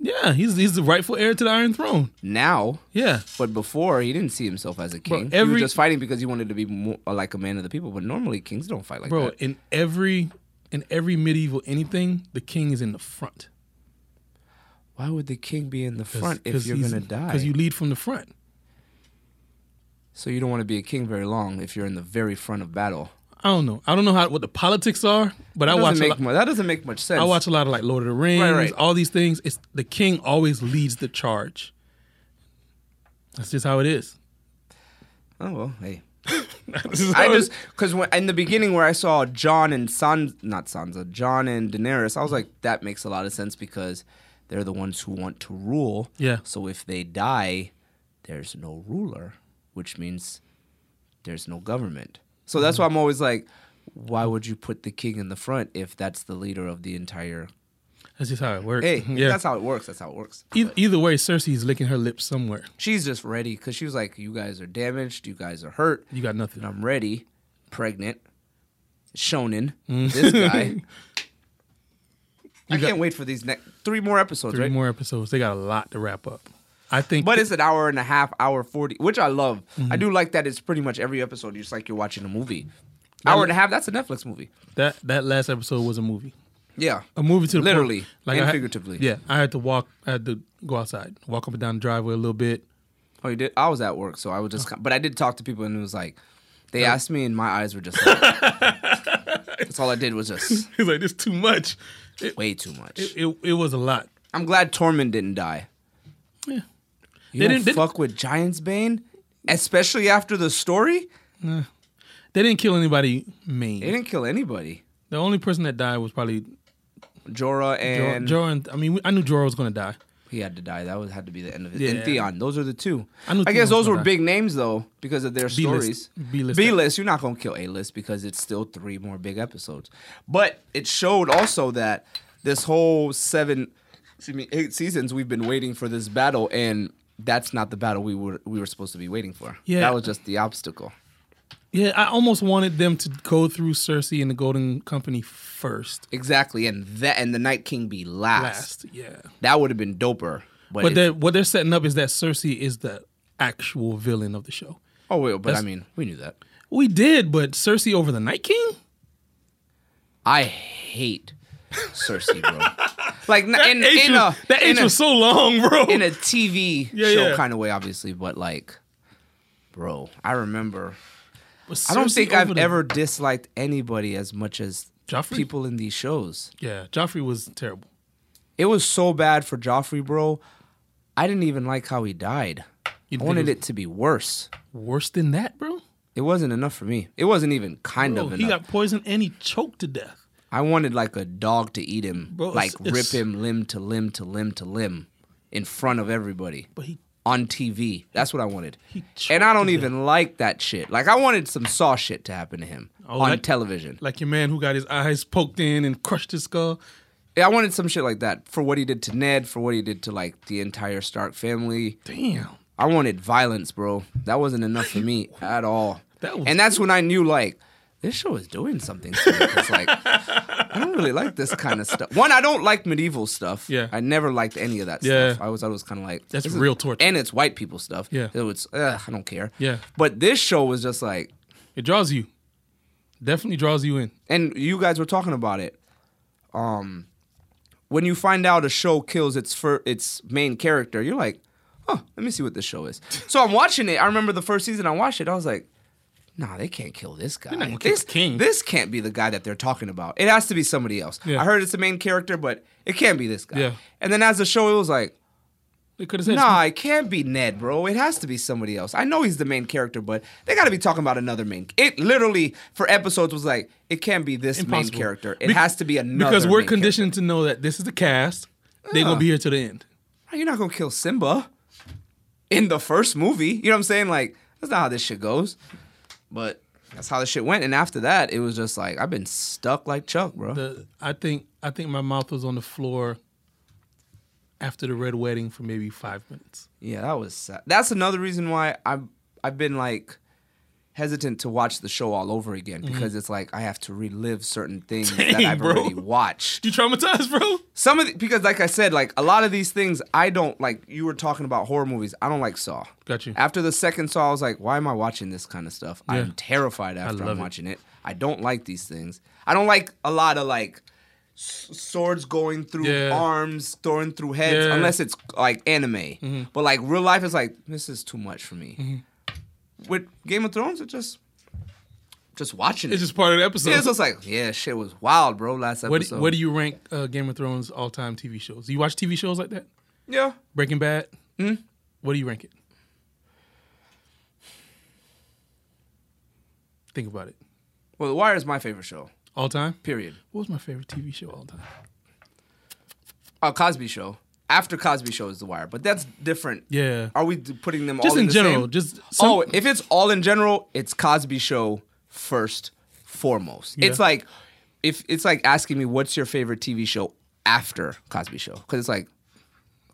S3: Yeah, he's he's the rightful heir to the Iron Throne.
S2: Now,
S3: Yeah.
S2: but before he didn't see himself as a king. he
S3: every-
S2: was just fighting because he wanted to be more, uh, like a man of the people. But normally kings don't fight like
S3: Bro,
S2: that.
S3: in every in every medieval anything, the king is in the front.
S2: Why would the king be in the front if you're gonna die?
S3: Because you lead from the front.
S2: So you don't want to be a king very long if you're in the very front of battle.
S3: I don't know. I don't know how what the politics are, but I
S2: That
S3: watch
S2: doesn't
S3: a
S2: make
S3: lot,
S2: mu- that doesn't make much sense.
S3: I watch a lot of like Lord of the Rings,
S2: Right, right.
S3: all these things. It's the king always leads the charge. That's just how it is. [laughs]
S2: Oh well, hey.
S3: This [laughs] is
S2: I
S3: how it
S2: just because in the beginning where I saw John and San, not Sansa, John and Daenerys, I was like, that makes a lot of sense because they're the ones who want to rule.
S3: Yeah.
S2: So if they die, there's no ruler, which means there's no government. So
S3: Mm-hmm.
S2: that's why I'm always like, why would you put the king in the front if that's the leader of the entire?
S3: that's just how it works.
S2: Hey,
S3: yeah.
S2: that's how it works. That's how it works.
S3: Either, either way, Cersei's licking her lips somewhere.
S2: She's just ready because she was like, "You guys are damaged. You guys are hurt.
S3: You got nothing.
S2: and I'm ready, pregnant, shonen.
S3: Mm.
S2: This
S3: [laughs]
S2: guy. I can't wait for these next three more episodes,
S3: Three
S2: right?
S3: more episodes. They got a lot to wrap up. I think.
S2: But it's an hour and a half, hour forty, which I love.
S3: Mm-hmm.
S2: I do like that. It's pretty much every episode, just like you're watching a movie. Hour and a half. That's a Netflix movie.
S3: that that last episode was a movie.
S2: Yeah.
S3: A movie to the
S2: Literally
S3: point, like
S2: and
S3: I had-
S2: figuratively.
S3: Yeah, I had to walk. I had to go outside, walk up and down the driveway a little bit. [laughs]
S2: Oh, you did. I was at work, so I was just. But I did talk to people, and it was like, they asked me, and my eyes were
S3: [laughs]
S2: just. Like, that's all I did was just
S3: He's like, "This too much." It,
S2: way too much.
S3: it it was a lot.
S2: I'm glad Tormund didn't die.
S3: Yeah.
S2: You
S3: They
S2: don't
S3: didn't- they-
S2: fuck with Giants Bane, especially after the story.
S3: They didn't kill anybody main.
S2: They didn't kill anybody.
S3: The only person that died was probably
S2: Jorah
S3: Jorah.
S2: and
S3: Jorah and- I mean, we- I knew Jorah was gonna die.
S2: he had to die. That was had to be the end of it.
S3: Yeah.
S2: And Theon. Those are the two.
S3: I
S2: I,
S3: knew Theon
S2: guess
S3: was
S2: those were
S3: gonna die.
S2: big names though because of their
S3: B-list.
S2: stories.
S3: B-list.
S2: B-list. You're not gonna kill A-list because it's still three more big episodes. But it showed also that this whole seven, excuse me, eight seasons we've been waiting for this battle and. That's not the battle we were we were supposed to be waiting for.
S3: Yeah.
S2: that was just the obstacle.
S3: Yeah, I almost wanted them to go through Cersei and the Golden Company first,
S2: Exactly, and that and the Night King be last.
S3: last. Yeah,
S2: That would have been doper. But,
S3: but
S2: it-
S3: they're, what they're setting up is that Cersei is the actual villain of the show.
S2: oh wait, but I
S3: that's-
S2: mean, we knew that.
S3: We did, but Cersei over the Night King.
S2: I hate Cersei,
S3: [laughs]
S2: bro. like n- in,
S3: H
S2: in
S3: was,
S2: a
S3: that H
S2: in,
S3: was
S2: a,
S3: so long, bro.
S2: in a TV
S3: Yeah,
S2: show
S3: yeah.
S2: kind of way, obviously, but like, bro, I remember.
S3: But
S2: I don't
S3: Cersei
S2: think I've
S3: over the-
S2: ever disliked anybody as much as
S3: Joffrey?
S2: people in these shows.
S3: Yeah, Joffrey was terrible.
S2: It was so bad for Joffrey, bro. I didn't even like how he died. I
S3: You think
S2: wanted
S3: it
S2: it to be worse.
S3: Worse than that, bro.
S2: It wasn't enough for me. It wasn't even kind
S3: Bro,
S2: of
S3: he
S2: enough.
S3: got poisoned and he choked to death.
S2: I wanted like a dog to eat him,
S3: Bro,
S2: like
S3: it's- it's-
S2: rip him limb to limb to limb to limb, in front of everybody
S3: But he
S2: on TV. That's what I wanted.
S3: He
S2: And I
S3: choked
S2: don't
S3: to
S2: even like that shit. Like I wanted some Saw shit to happen to him
S3: Oh,
S2: on
S3: that-
S2: television.
S3: like your man who got his eyes poked in and crushed his skull.
S2: Yeah, I wanted some shit like that for what he did to Ned, for what he did to like the entire Stark family.
S3: Damn.
S2: I wanted violence, bro. That wasn't enough for me at all.
S3: [laughs] That was-
S2: and that's when I knew like this show is doing something. to me. It's
S3: [laughs]
S2: like I don't really like this kind of stuff. One, I don't like medieval stuff.
S3: Yeah.
S2: I never liked any of that
S3: Yeah.
S2: stuff. I always thought it was kind of like
S3: That's
S2: this
S3: real torture.
S2: and it's white people stuff.
S3: Yeah.
S2: so it's ugh, I don't care.
S3: Yeah.
S2: but this show was just like,
S3: It draws you. Definitely draws you in.
S2: and you guys were talking about it. Um, when you find out a show kills its fir- its main character, you're like, huh, let me see what this show
S3: [laughs]
S2: is. So I'm watching it. I remember the first season I watched it. I was like, nah, they can't kill this guy.
S3: gonna kill
S2: this
S3: the king."
S2: This can't be the guy that they're talking about. It has to be somebody else.
S3: Yeah.
S2: I heard it's the main character, but it can't be this guy.
S3: Yeah.
S2: And then as the show, it was like,
S3: They could have [laughs] said
S2: nah, it can't be Ned, bro. It has to be somebody else. I know he's the main character, but they got to be talking about another main. It literally for episodes was like, it can't be this main
S3: Impossible.
S2: character. It
S3: Bec-
S2: has to be another.
S3: because
S2: main
S3: we're
S2: character. Ah.
S3: conditioned to know that this is the cast. They're gonna be here to the end.
S2: You're not gonna kill Simba in the first movie. You know what I'm saying? Like that's not how this shit goes. But that's how this shit went. And after that, it was just like I've been stuck like Chuck, bro.
S3: The, I think I think my mouth was on the floor after the red wedding for maybe five minutes.
S2: Yeah, that was sad. That's another reason why I'm I've been like hesitant to watch the show all over again because it's like I have to relive certain things that
S3: Dang,
S2: I've
S3: bro.
S2: already watched.
S3: You traumatized, bro?
S2: Some of the, because like I said, like a lot of these things I don't like. You were talking about horror movies. I don't like Saw.
S3: Got you.
S2: After the second Saw, I was like, why am I watching this kind of stuff?
S3: Yeah.
S2: I'm terrified after
S3: love
S2: I'm
S3: it.
S2: watching it. I don't like these things. I don't like a lot of like s- swords going through
S3: Yeah.
S2: arms, throwing through heads,
S3: Yeah. Mm-hmm.
S2: unless it's like anime. But like real life is like this is too much for me.
S3: Mm-hmm.
S2: With Game of Thrones, it's just just watching
S3: It's
S2: it.
S3: just part of the episode.
S2: yeah, so it's like yeah, shit was wild, bro. Last episode.
S3: What do, what do you rank uh, Game of Thrones all time TV shows? Do you watch TV shows like that?
S2: yeah.
S3: Breaking Bad.
S2: Hmm?
S3: Mm-hmm. What do you rank it? Think about it.
S2: Well, The Wire is my favorite show.
S3: All time.
S2: Period.
S3: What was my favorite TV show all time?
S2: A Uh, Cosby Show. After Cosby Show is The Wire, but that's different.
S3: Yeah.
S2: Are we d- putting them
S3: Just
S2: all in,
S3: in
S2: the
S3: general,
S2: same-
S3: just some-
S2: oh, if it's all in general, it's Cosby Show first, foremost. It's
S3: Yeah.
S2: like if it's like asking me what's your favorite TV show after Cosby Show because it's like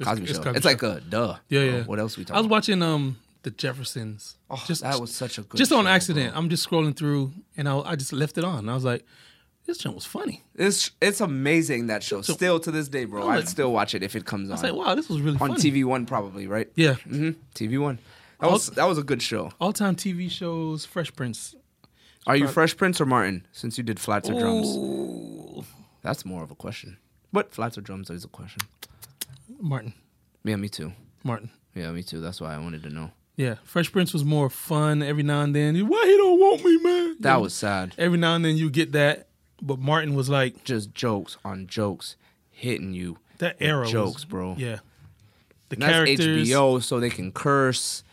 S2: Cosby
S3: it's
S2: Show.
S3: Cosby
S2: it's like a duh.
S3: Yeah,
S2: bro.
S3: yeah.
S2: What else we
S3: I
S2: talking?
S3: was
S2: about?
S3: watching um the Jeffersons.
S2: Oh, that was such a good.
S3: just on
S2: show,
S3: accident. I'm just scrolling through and I, I just left it on. I was like, this show was funny.
S2: bro. It's it's amazing that show. Still to this day, bro.
S3: like-
S2: I'd still watch it if it comes on.
S3: I was like, wow, this was really
S2: on
S3: funny.
S2: TV One probably, right?
S3: Yeah.
S2: hmm TV One. That was that was a good show.
S3: All time TV shows, Fresh Prince.
S2: Are you Fresh Prince or Martin? Since you did flats or drums,
S3: Ooh.
S2: that's more of a question. But flats or drums is a question.
S3: Martin.
S2: Yeah, me too.
S3: Martin.
S2: Yeah, me too. That's why I wanted to know.
S3: Yeah. Fresh Prince was more fun every now and then. Why he don't want me, man?
S2: That was sad.
S3: every now and then you get that. But Martin was like
S2: Just jokes on jokes hitting you.
S3: that
S2: with
S3: era. was-
S2: Jokes, bro.
S3: Yeah. The
S2: And that's
S3: characters.
S2: HBO, so they can curse.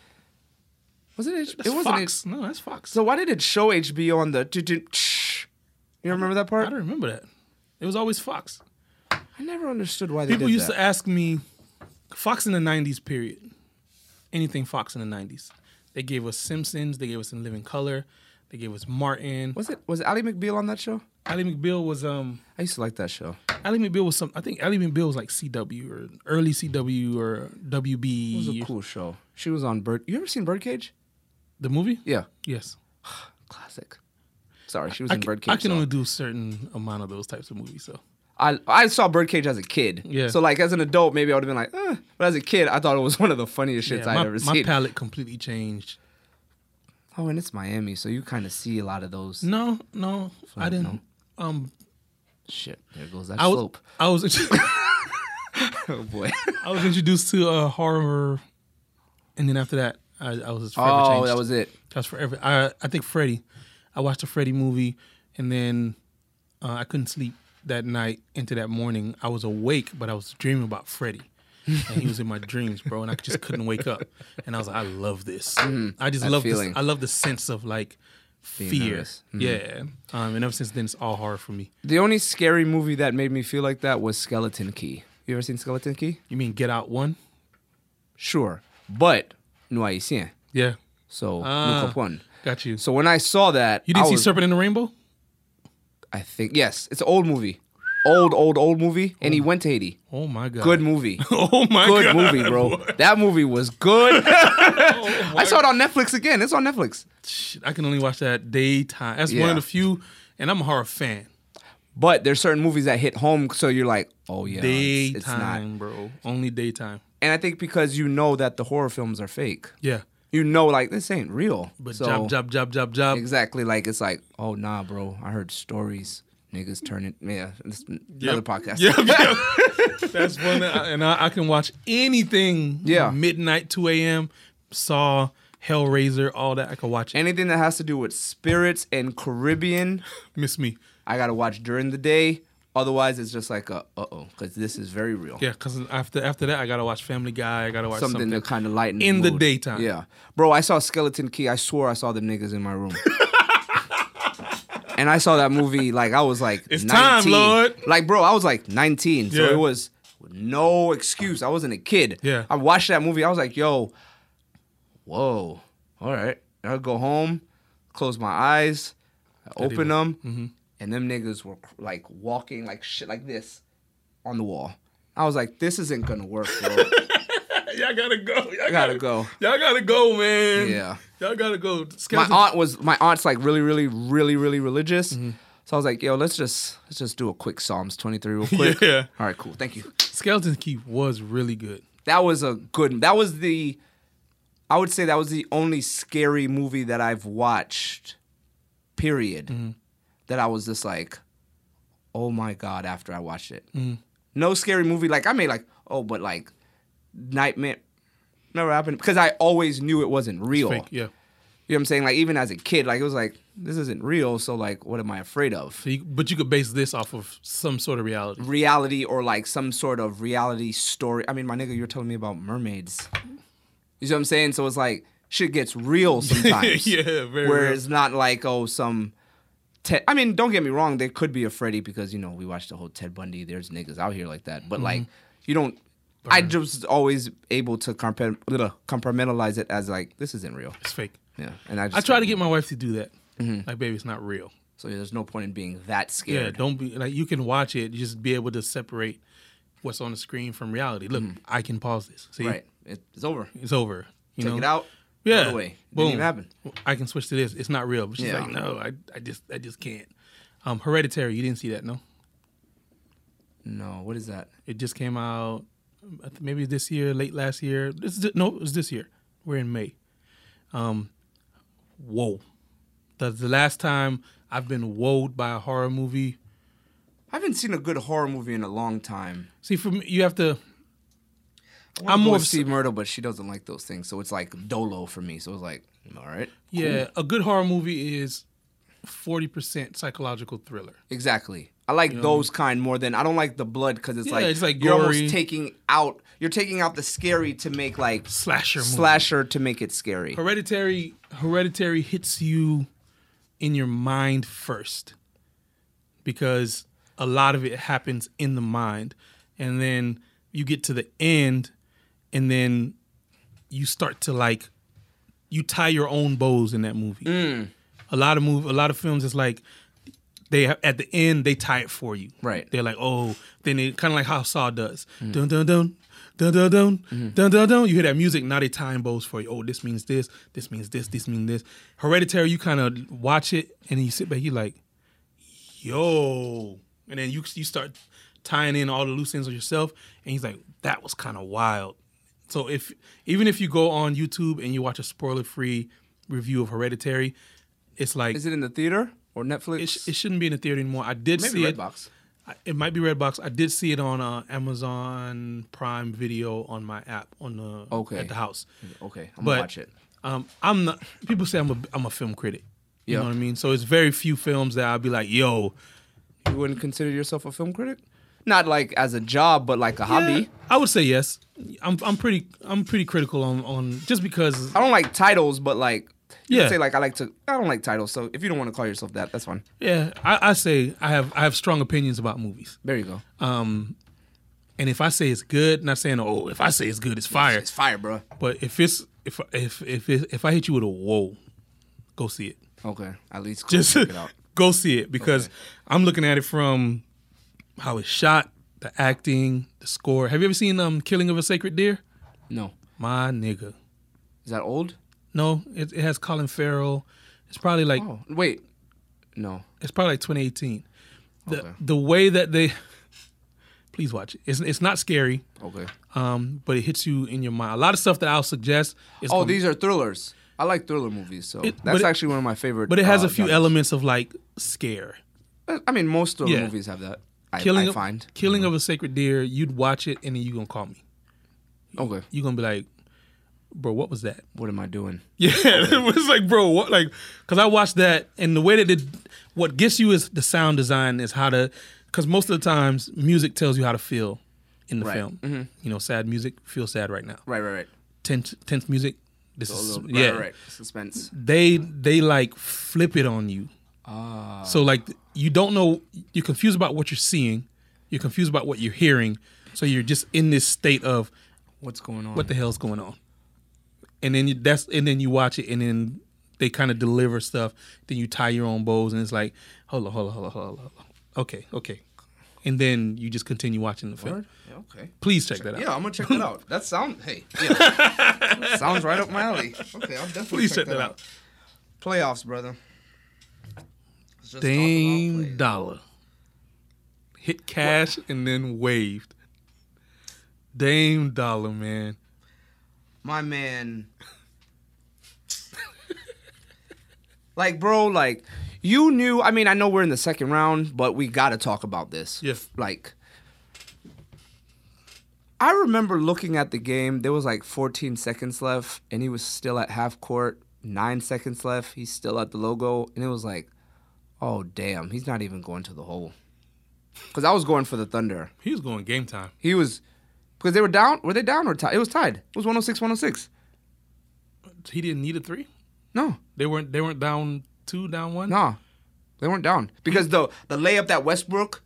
S2: Was it? H-
S3: That's
S2: it wasn't.
S3: Fox.
S2: H-
S3: no, that's Fox.
S2: so why did it show HBO on the? do- do- tsh? You remember that
S3: I
S2: part?
S3: don't remember that. It was always Fox.
S2: I never understood why they
S3: People
S2: did
S3: used
S2: that.
S3: to ask me, Fox in the '90s period, anything Fox in the '90s. They gave us Simpsons. They gave us In Living Color. They gave us Martin.
S2: was it? Was Ally McBeal on that show?
S3: Ally McBeal was um.
S2: I used to like that show.
S3: Ally McBeal was some. I think Ally McBeal was like CW or early CW or WB.
S2: It was a cool show. She was on Bird. You ever seen Birdcage?
S3: The movie?
S2: Yeah,
S3: Yes.
S2: classic. Sorry, she was
S3: I
S2: in
S3: can,
S2: Birdcage.
S3: I can
S2: so-
S3: only do a certain amount of those types of movies. So
S2: I I saw Birdcage as a kid.
S3: Yeah.
S2: So like as an adult, maybe I would have been like, eh. but as a kid, I thought it was [laughs] one of the funniest shits
S3: yeah, my,
S2: I'd ever
S3: my
S2: seen.
S3: palette completely changed.
S2: oh, and it's Miami, so you kind of see a lot of those.
S3: No, no, I didn't. Um,
S2: Shit, there goes that
S3: I was, [laughs]
S2: slope.
S3: I was,
S2: Oh [laughs] boy.
S3: I was introduced to uh, horror, and then after that, I, I was forever
S2: oh,
S3: changed.
S2: that was it.
S3: That's forever. I I think Freddy. I watched a Freddy movie, and then uh, I couldn't sleep that night into that morning. I was awake, but I was dreaming about Freddy. and he was in
S2: [laughs]
S3: my dreams, bro, and I just couldn't wake up. And I was like, I love this. I just
S2: Mm, that
S3: love
S2: feeling.
S3: this. I love the sense of like
S2: Being
S3: fear.
S2: nervous. Mm-hmm.
S3: Yeah. Um, and ever since then, it's all hard for me.
S2: The only scary movie that made me feel like that was Skeleton Key. You ever seen Skeleton Key?
S3: You mean Get Out One?
S2: Sure, but no haitien.
S3: Yeah.
S2: So
S3: Ah.
S2: no comprend.
S3: Got you.
S2: So when I saw that,
S3: you didn't
S2: I
S3: see
S2: was-
S3: Serpent in the Rainbow?
S2: I think yes, it's an old movie, old old old movie, and he went to Haiti.
S3: Oh my god.
S2: Good movie.
S3: [laughs] Oh my
S2: good
S3: god.
S2: movie, bro. That movie was
S3: [laughs]
S2: good.
S3: Oh
S2: I saw it on Netflix again. It's on Netflix.
S3: Shit, I can only watch that daytime. That's one
S2: Yeah.
S3: of the few, and I'm a horror fan.
S2: But there's certain movies that hit home, so you're like, oh yeah, it's,
S3: Daytime,
S2: it's not.
S3: bro. Only daytime.
S2: And I think because you know that the horror films are fake,
S3: Yeah.
S2: you know, like this ain't real.
S3: But
S2: So-
S3: job, job, job, job, job. [laughs]
S2: exactly. Like it's like, oh nah, bro. I heard stories. Niggas turning. Yeah, it's another podcast. [laughs]
S3: Yep, yep. That's one, that I, and I, I can watch anything.
S2: Yeah.
S3: Midnight, two a.m. Saw, Hellraiser, all that. I can watch. it.
S2: Anything that has to do with spirits and Caribbean,
S3: Miss me.
S2: I gotta watch during the day. Otherwise, it's just like a uh oh, because this is very real.
S3: Yeah, because after after that, I gotta watch Family Guy. I gotta watch
S2: something,
S3: something.
S2: to kind of lighten
S3: in the
S2: mood.
S3: daytime.
S2: Yeah, bro, I saw Skeleton Key. I swore I saw the niggas in my
S3: [laughs]
S2: room. and I saw that movie like I was like
S3: It's
S2: 19.
S3: time, Lord.
S2: Like, bro, I was like 19,
S3: Yeah.
S2: so it was no excuse. I wasn't a kid.
S3: Yeah.
S2: I watched that movie. I was like, yo, whoa, all right. I'll go home, close my eyes, I open them,
S3: Mm-hmm.
S2: and them niggas were like walking like shit like this on the wall. I was like, this isn't gonna work, bro.
S3: Y'all gotta go. Y'all gotta,
S2: gotta go.
S3: Y'all gotta go, man.
S2: Yeah.
S3: Y'all gotta go.
S2: my
S3: Skeleton-
S2: aunt was my aunt's like really really really really religious
S3: Mm-hmm.
S2: so i was like yo let's just let's just do a quick psalms 23
S3: [laughs]
S2: real quick
S3: Yeah.
S2: all right cool thank you
S3: Skeleton Key was really good.
S2: that was a good that was the i would say that was the only scary movie that i've watched period
S3: Mm-hmm.
S2: that i was just like oh my god after i watched it
S3: Mm-hmm.
S2: no scary movie like i made like oh but like nightmare never happened because i always knew it wasn't real
S3: Fake, yeah.
S2: you know what I'm saying? Like even as a kid, like it was like this isn't real. So like, what am I afraid of?
S3: So you, but you could base this off of some sort of reality.
S2: Reality or like some sort of reality story. I mean, my nigga, you're telling me about mermaids. You see what I'm saying? So it's like shit gets real sometimes.
S3: [laughs] Yeah, very
S2: Where
S3: real.
S2: it's not like oh some. Ted, I mean, don't get me wrong. There could be a Freddy because you know we watched the whole Ted Bundy. There's niggas out here like that, but like
S3: Mm-hmm.
S2: you don't. I just always able to compar- compartmentalize it as like this isn't real.
S3: It's fake.
S2: Yeah, and I just
S3: I try to get my wife to do that.
S2: Mm-hmm.
S3: Like, baby, it's not real.
S2: So there's no point in being that
S3: Yeah,
S2: scared.
S3: don't be like you can watch it. You just be able to separate what's on the screen from reality. Look, I can pause this. See,
S2: Mm-hmm. Right. It, it's over.
S3: it's over. You
S2: Take
S3: know?
S2: it out.
S3: Yeah,
S2: Put it away. Didn't even happen.
S3: I can switch to this. It's not real. But she's
S2: Yeah.
S3: like, no, I, I just, I just can't. Um, Hereditary. You didn't see that, no?
S2: No, what is that?
S3: It just came out I think maybe this year, late last year. This is, no, it was this year. We're in May. Um, whoa. That's the last time I've been woed by a horror movie.
S2: I haven't seen a good horror movie in a long time.
S3: See, for me, you have to.
S2: I wanna
S3: I'm
S2: go
S3: more
S2: with
S3: of-
S2: Steve Myrtle, but she doesn't like those things, so it's like dolo for me. So it's like, all right,
S3: Yeah, a good horror movie is 40% psychological thriller.
S2: exactly. I like those kind more than I don't like the blood because it's
S3: Yeah,
S2: like,
S3: it's, like,
S2: you're
S3: gory.
S2: almost taking out you're taking out the scary to make like
S3: Slasher movie.
S2: slasher to make it scary.
S3: Hereditary Hereditary hits you in your mind first because a lot of it happens in the mind and then you get to the end and then you start to like you tie your own bows in that movie. A lot of move a lot of films it's like they ha- at the end they tie it for you.
S2: Right.
S3: They're like, oh, then it kind of like how Saw does. Dun dun dun. Dun dun dun dun dun dun. You hear that music, now they tying bows for you. Oh, this means this, this means this, this means this. Hereditary, you kind of watch it and then you sit back, you like, yo, and then you you start tying in all the loose ends of yourself, and he's like, that was kind of wild. So if even if you go on YouTube and you watch a spoiler free review of Hereditary, it's like
S2: Is it in the theater or Netflix?
S3: it, sh- it shouldn't be in the theater anymore. I did
S2: Maybe
S3: see it.
S2: Redbox.
S3: I- It might be Redbox. I did see it on uh, Amazon Prime Video on my app on the
S2: Okay.
S3: at the house.
S2: Okay, I'm
S3: But
S2: gonna watch it.
S3: Um, I'm not. People say I'm a I'm a film critic. You
S2: Yeah.
S3: know what I mean. So it's very few films that I'll be like, yo,
S2: You wouldn't consider yourself a film critic? Not like as a job, but like a
S3: Yeah,
S2: hobby.
S3: I would say yes. I'm I'm pretty I'm pretty critical on on just because
S2: I don't like titles, but like you can
S3: Yeah.
S2: say like I like to. I don't like titles, so if you don't want to call yourself that, that's fine.
S3: yeah I, I say I have I have strong opinions about movies.
S2: There you go.
S3: And if I say it's good, not saying oh if I say it's good it's fire,
S2: it's fire, bro.
S3: but if it's if if if it, if I hit you with a whoa, go see it. [laughs]
S2: Okay, at least
S3: Just
S2: check it out.
S3: go see it because I'm looking at it from how it's shot, the acting, the score. Have you ever seen um Killing of a Sacred Deer?
S2: No,
S3: My nigga,
S2: is that old?
S3: no, it, it has Colin Farrell. It's probably like
S2: Oh wait, no.
S3: It's probably like 2018. The
S2: Okay.
S3: the way that they [laughs] please watch it. It's it's not scary,
S2: Okay.
S3: um, but it hits you in your mind. A lot of stuff that I'll suggest is
S2: Oh,
S3: gonna-
S2: these are thrillers. I like thriller movies, so
S3: It- but
S2: that's
S3: it-
S2: actually one of my favorite.
S3: but it has
S2: uh,
S3: a few
S2: genres. Uh,
S3: elements of like scare.
S2: I mean, most thriller
S3: Yeah.
S2: movies have that. I,
S3: Killing
S2: I
S3: of,
S2: find. Mm-hmm.
S3: Killing of a Sacred Deer, you'd watch it and then you gonna call me.
S2: Okay,
S3: you gonna be like, bro, what was that?
S2: what am I doing?
S3: [laughs] Yeah, it was like, bro, what? Like, because I watched that, and the way that it, what gets you is the sound design is how to, because most of the times music tells you how to feel in the
S2: Right. Mm-hmm.
S3: film. You know, sad music, feel sad right now.
S2: Right, right, right.
S3: Tense, tense music. This
S2: A
S3: is
S2: little, right,
S3: yeah.
S2: right, right. Suspense.
S3: They they like flip it on you.
S2: Ah.
S3: So like you don't know, you're confused about what you're seeing, you're confused about what you're hearing, so you're just in this state of
S2: What's going on?
S3: what the hell's going on and then you, that's and then you watch it and then they kind of deliver stuff then you tie your own bows and it's like hold on hold on hold on hold on, hold on. okay okay and then you just continue watching the film
S2: Okay.
S3: please check that out
S2: Yeah, I'm gonna check that out. That sound, hey, yeah.
S3: [laughs]
S2: sounds right up my alley. Okay, I'll definitely
S3: please
S2: check
S3: check that out
S2: Playoffs, brother. Let's just talk about
S3: dame
S2: playoffs.
S3: dollar hit cash and then waved dame dollar man
S2: my man. like, bro, like you knew. I mean, I know we're in the second round, but we got to talk about this.
S3: Yeah.
S2: Like, I remember looking at the game. There was like 14 seconds left, and he was still at half court. Nine seconds left. He's still at the logo, and it was like, oh damn, he's not even going to the hole. Because I was going for the Thunder.
S3: he was going game time
S2: He was because they were down. Were they down or tied? It was tied. It was 106 106.
S3: he didn't need a three
S2: No,
S3: they weren't they weren't down two down one
S2: no, they weren't down because the the layup that Westbrook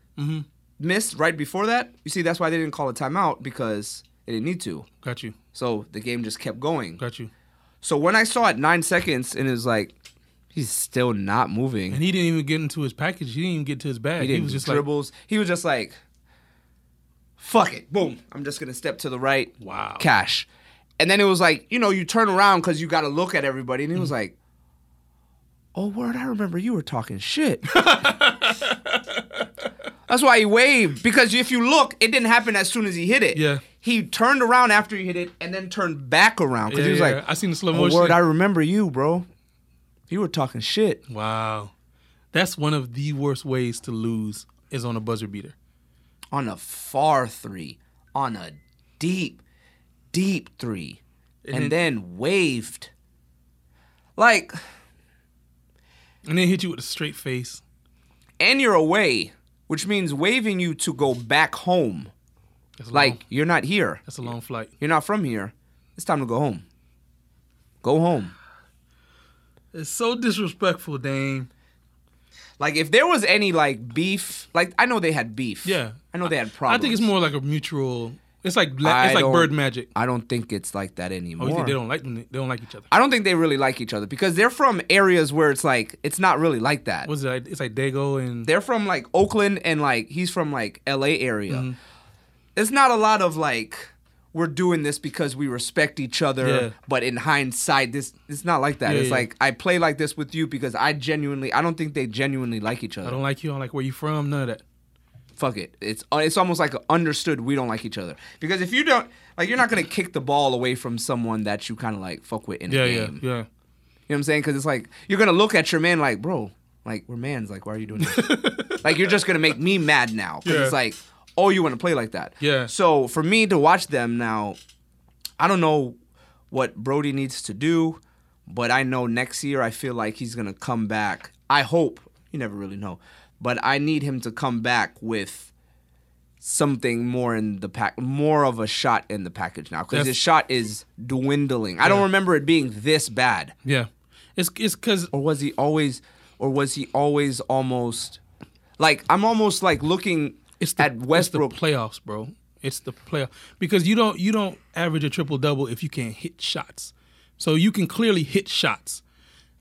S2: missed right before that. You see, that's why they didn't call a timeout because they didn't need to.
S3: got you
S2: So the game just kept going.
S3: got you
S2: So when I saw it nine seconds and it was like, he's still not moving.
S3: And he didn't even get into his package. He didn't even get to his bag.
S2: He
S3: He,
S2: didn't
S3: was just
S2: dribbles. he was just like, fuck it, boom. I'm just gonna step to the right.
S3: Wow.
S2: Cash. And then it was like, you know, you turn around because you got to look at everybody, and he was
S3: Mm-hmm.
S2: like, oh word, I remember you were talking
S3: [laughs]
S2: shit. That's why he waved because if you look, it didn't happen as soon as he hit it.
S3: Yeah.
S2: He turned around after he hit it and then turned back around
S3: like,
S2: because he was
S3: Yeah,
S2: like,
S3: yeah. I seen the slow
S2: oh
S3: motion.
S2: word, I remember you, bro. You were talking shit.
S3: wow, that's one of the worst ways to lose is on a buzzer beater.
S2: on a far three, on a deep, deep three, and,
S3: it-
S2: then waved. Like,
S3: And then hit you with a straight face.
S2: and you're away. which means waving you to go back home.
S3: That's a
S2: Like
S3: long-
S2: you're not here.
S3: that's a long flight.
S2: You're not from here. It's time to go home. Go home.
S3: It's so disrespectful, Dame.
S2: Like if there was any like beef, like I know they had beef.
S3: Yeah.
S2: I know they had
S3: I
S2: problems.
S3: think it's more like a mutual. It's like la-
S2: I
S3: it's like
S2: don't-
S3: bird magic.
S2: I don't think it's like that anymore.
S3: Oh, you think they don't like them? They don't like each other.
S2: I don't think they really like each other because they're from areas where it's like it's not really like that.
S3: What's it? Like? It's like Dago and
S2: they're from like Oakland and like he's from like LA area.
S3: Mm-hmm.
S2: It's not a lot of like we're doing this because we respect each other,
S3: Yeah.
S2: but in hindsight, this it's not like that.
S3: Yeah,
S2: it's
S3: yeah.
S2: like I play like this with you because I genuinely I don't think they genuinely like each
S3: I
S2: other.
S3: don't like you. I don't like where you from. None of that.
S2: Fuck it. It's uh, it's almost like understood we don't like each other. Because if you don't like you're not going to kick the ball away from someone that you kind of like fuck with in
S3: Yeah,
S2: a
S3: yeah,
S2: game.
S3: yeah.
S2: You know what I'm saying? Because it's like you're gonna look at your man like, bro, like we're mans. Like, why are you doing
S3: [laughs]
S2: this? like, you're just gonna make me mad now. Because
S3: Yeah.
S2: it's like, oh, you want to play like that?
S3: Yeah.
S2: So for me to watch them now, I don't know what Brody needs to do, but I know next year I feel like he's gonna come back. I hope. You never really know, but I need him to come back with something more in the pack, more of a shot in the package now because
S3: That's-
S2: his shot is dwindling. I don't remember it being this bad
S3: Yeah. It's it's cause
S2: or was he always or was he always almost like I'm almost like looking
S3: it's the,
S2: at
S3: It's
S2: Westbrook.
S3: the playoffs, bro. It's the playoff because you don't you don't average a triple double if you can't hit shots. So you can clearly hit shots.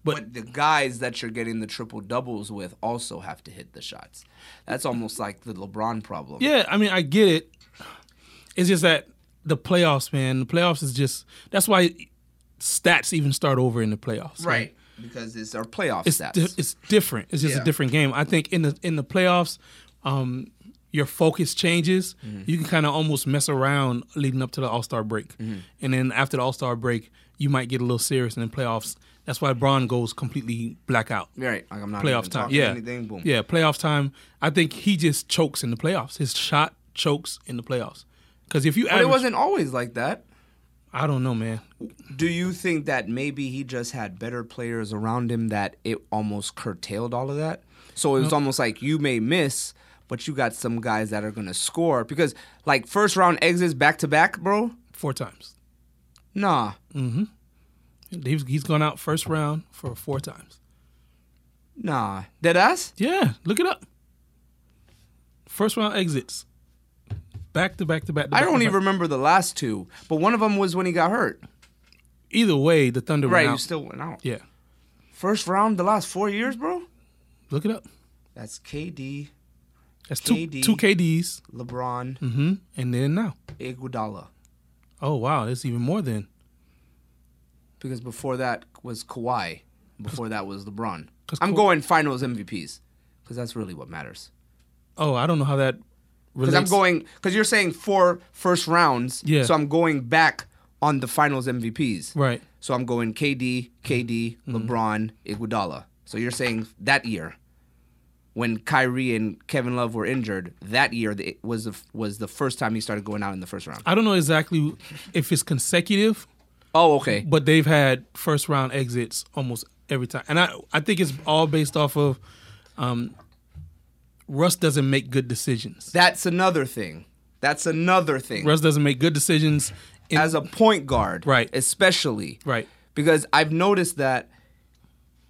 S2: but the guys that you're getting the triple doubles with also have to hit the shots. That's almost like the LeBron problem.
S3: Yeah, I mean, I get it. It's just that the playoffs, man. The playoffs is just that's why stats even start over in the playoffs.
S2: Right. Because it's our playoff
S3: It's
S2: stats.
S3: di- it's different. It's just
S2: Yeah.
S3: a different game. I think in the in the playoffs, um, your focus changes.
S2: Mm-hmm.
S3: You can kind of almost mess around leading up to the All Star break,
S2: Mm-hmm.
S3: and then after the All Star break, you might get a little serious in the playoffs. That's why Braun goes completely blackout.
S2: right. Like I'm not
S3: Playoff
S2: even
S3: time,
S2: talking
S3: yeah.
S2: anything. Boom.
S3: Yeah, playoff time. I think he just chokes in the playoffs. His shot chokes in the playoffs. Because if you,
S2: But
S3: average-
S2: it wasn't always like that.
S3: I don't know, man.
S2: Do you think that maybe he just had better players around him that it almost curtailed all of that? So it was almost like you may miss, but you got some guys that are gonna score because like first round exits back to back, bro.
S3: Four times.
S2: Nah,
S3: He's, he's gone out first round for four times.
S2: nah, dead ass.
S3: Yeah, look it up. First round exits. Back to back to back. To
S2: I
S3: back to
S2: don't even
S3: back.
S2: remember the last two, but one of them was when he got hurt.
S3: Either way, the Thunder
S2: Right,
S3: went
S2: you
S3: out.
S2: still went out.
S3: yeah,
S2: First round, the last four years, bro.
S3: look it up.
S2: That's KD,
S3: That's two
S2: KD.
S3: two KDs.
S2: LeBron,
S3: hmm And then now.
S2: Iguodala.
S3: Oh wow, that's even more than
S2: Because before that was Kawhi. Before that was LeBron.
S3: 'Cause
S2: I'm
S3: Ka-
S2: going finals MVPs because that's really what matters.
S3: Oh, I don't know how that.
S2: Because
S3: Relates.
S2: I'm going because you're saying four first rounds.
S3: Yeah.
S2: So I'm going back on the finals MVPs.
S3: right.
S2: So I'm going KD, KD,
S3: Mm-hmm.
S2: LeBron, Iguodala. So you're saying that year, when Kyrie and Kevin Love were injured, that year the- it was the, f- was the first time he started going out in the first round.
S3: I don't know exactly if it's consecutive,
S2: Oh, okay.
S3: but they've had first round exits almost every time, and I I think it's all based off of, um, Russ doesn't make good decisions.
S2: That's another thing. That's another thing.
S3: Russ doesn't make good decisions. In,
S2: as a point guard,
S3: Right.
S2: Especially,
S3: Right.
S2: Because I've noticed that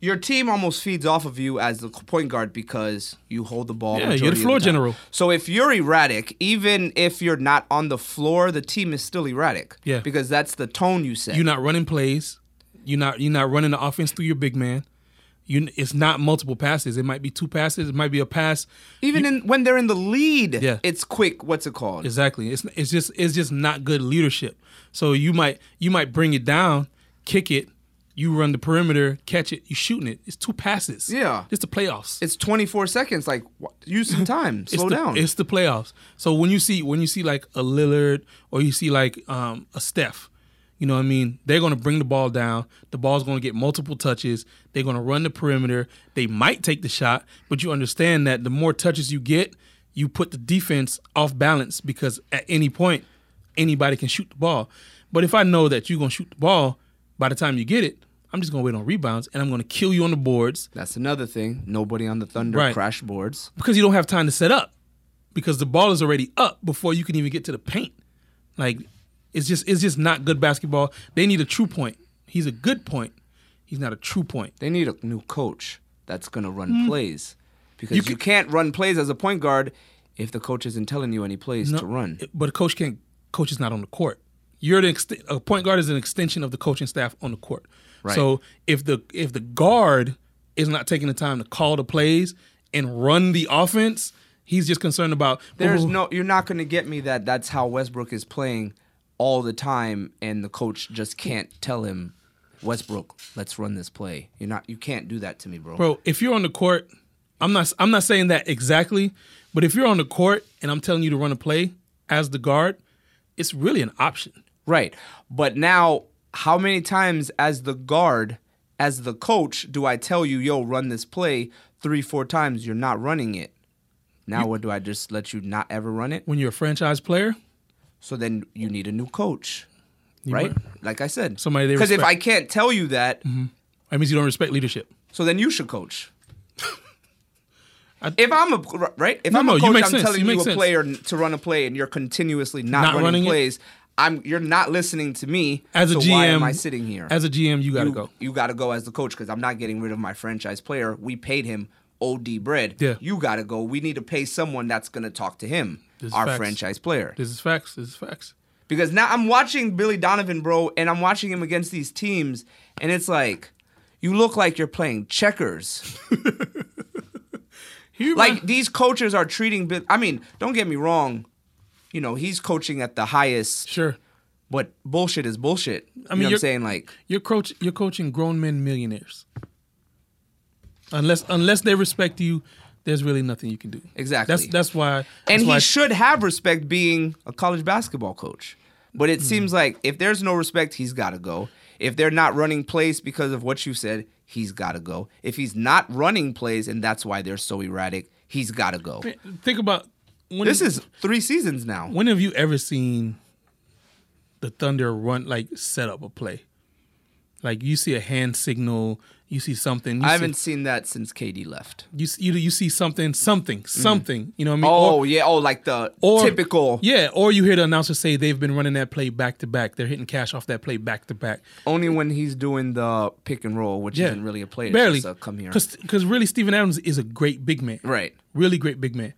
S2: your team almost feeds off of you as the point guard because you hold the ball.
S3: Yeah, you're the
S2: majority of
S3: floor
S2: time.
S3: general.
S2: So if you're erratic, even if you're not on the floor, the team is still erratic.
S3: Yeah.
S2: because that's the tone you set.
S3: you're not running plays. You're not you're not running the offense through your big man. You it's not multiple passes. It might be two passes. It might be a pass.
S2: even in when they're in the lead,
S3: Yeah.
S2: it's quick. What's it called?
S3: Exactly. It's it's just it's just not good leadership. So you might you might bring it down, kick it, you run the perimeter, catch it, you shooting it. It's two passes.
S2: Yeah.
S3: It's the playoffs.
S2: it's 24 seconds. Like wh- use
S3: [laughs]
S2: some time. Slow
S3: the,
S2: down.
S3: It's the playoffs. So when you see when you see like a Lillard or you see like um, a Steph, you know what I mean. They're gonna bring the ball down. The ball's gonna get multiple touches. They're gonna run the perimeter. They might take the shot, but you understand that the more touches you get, you put the defense off balance because at any point anybody can shoot the ball. But if I know that you're gonna shoot the ball by the time you get it, I'm just gonna wait on rebounds and I'm gonna kill you on the boards
S2: That's another thing. Nobody on the Thunder
S3: Right.
S2: crash boards.
S3: because you don't have time to set up because the ball is already up before you can even get to the paint. Like it's just it's just not good basketball. They need a true point. He's a good point. He's not a true point.
S2: They need a new coach that's gonna run plays because you,
S3: ca-
S2: can't run plays as a point guard if the coach isn't telling you any plays to
S3: No,
S2: run.
S3: But a coach can't. Coach is not on the court. You're the ext- a point guard is an extension of the coaching staff on the court.
S2: Right.
S3: So if the if the guard is not taking the time to call the plays and run the offense, he's just concerned about
S2: There's no. You're not gonna get me that. That's how Westbrook is playing all the time, and the coach just can't tell him, Westbrook, let's run this play. You're not. You can't do that to me, bro.
S3: bro. If you're on the court, I'm not I'm not saying that exactly, but if you're on the court and I'm telling you to run a play as the guard, it's really an option.
S2: Right. But now, how many times as the guard, as the coach, do I tell you, yo, run this play three, four times? You're not running it. Now, what do I just let you not ever run it?
S3: When you're a franchise player,
S2: So then you need a new coach, right? Like I said,
S3: Somebody they
S2: Because if I
S3: respect. Mm-hmm.
S2: can't tell you that,
S3: that means you don't respect leadership.
S2: so then you should coach.
S3: [laughs] I-
S2: if I'm a right, if
S3: No,
S2: I'm
S3: no,
S2: a
S3: you
S2: coach,
S3: make
S2: I'm
S3: sense,
S2: telling
S3: you
S2: you,
S3: make
S2: a
S3: sense.
S2: player n- to run a play, and you're continuously not,
S3: Not
S2: running,
S3: running it?
S2: plays. I'm you're not listening to me.
S3: As a
S2: so
S3: GM,
S2: why am I sitting here?
S3: As a GM, you gotta
S2: you,
S3: go.
S2: You got to go as the coach because I'm not getting rid of my franchise player. We paid him OD bread.
S3: Yeah.
S2: You got to go. We need to pay someone that's going to talk to him,
S3: This is
S2: our
S3: facts.
S2: franchise player.
S3: This is facts. This is facts.
S2: Because now I'm watching Billy Donovan, bro, and I'm watching him against these teams, and it's like, you look like you're playing
S3: [laughs]
S2: checkers.
S3: He remi-
S2: like these coaches are treating. Bi- I mean, don't get me wrong. You know, he's coaching at the highest,
S3: sure,
S2: but bullshit is bullshit. I mean, you
S3: mean,
S2: know what I'm
S3: you're-
S2: saying like
S3: you're coach you're coaching grown men millionaires. Unless unless they respect you, there's really nothing you can do.
S2: Exactly.
S3: That's that's why.
S2: and
S3: that's
S2: he
S3: why-
S2: should have respect being a college basketball coach. But it seems like if there's no respect, he's got to go. If they're not running plays because of what you said, he's got to go. If he's not running plays and that's why they're so erratic, he's got to go.
S3: think about when
S2: This is three seasons now.
S3: when have you ever seen the Thunder run like set up a play? Like you see a hand signal, you see something. You
S2: I
S3: see,
S2: haven't seen that since KD left.
S3: You see, you, you see something, something, something. You know what I mean? Or-
S2: Mm-hmm. Oh, yeah. Oh, like the typical.
S3: Yeah, or you hear the announcer say they've been running that play back to back. They're hitting cash off that play back to back.
S2: Only when he's doing the pick and roll, which
S3: Yeah,
S2: isn't really a play. It's
S3: Barely
S2: just a come here.
S3: because really Steven Adams is a great big man,
S2: Right.
S3: Really great big man.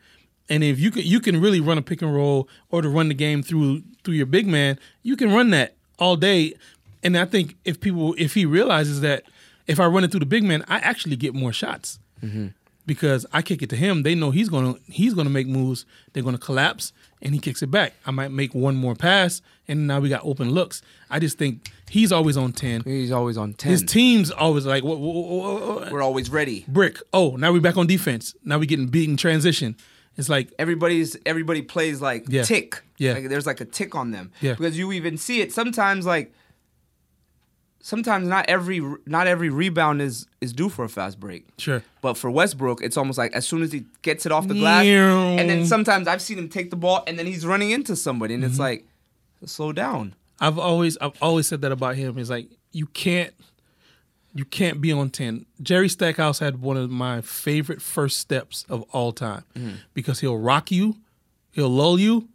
S3: And if you can you can really run a pick and roll or to run the game through through your big man, you can run that all day. And I think if people if he realizes that if I run it through the big man, I actually get more shots
S2: Mm-hmm.
S3: because I kick it to him. They know he's gonna he's gonna make moves. They're gonna collapse, and he kicks it back. I might make one more pass, and now we got open looks. I just think he's always on ten.
S2: He's always on 10.
S3: His team's always like, whoa, whoa, whoa, whoa, whoa.
S2: We're always ready.
S3: brick. Oh, now we back on defense. Now we getting beaten transition. It's like
S2: everybody's everybody plays like
S3: Yeah.
S2: tick.
S3: Yeah.
S2: Like, there's like a tick on them.
S3: Yeah.
S2: Because you even see it sometimes like sometimes not every not every rebound is is due for a fast break.
S3: Sure.
S2: But for Westbrook, it's almost like as soon as he gets it off the glass
S3: Meow.
S2: and then sometimes I've seen him take the ball and then he's running into somebody and
S3: Mm-hmm.
S2: it's like slow down.
S3: I've always I've always said that about him. It's like you can't you can't be on ten. Jerry Stackhouse had one of my favorite first steps of all time
S2: Mm-hmm.
S3: because he'll rock you, he'll lull you,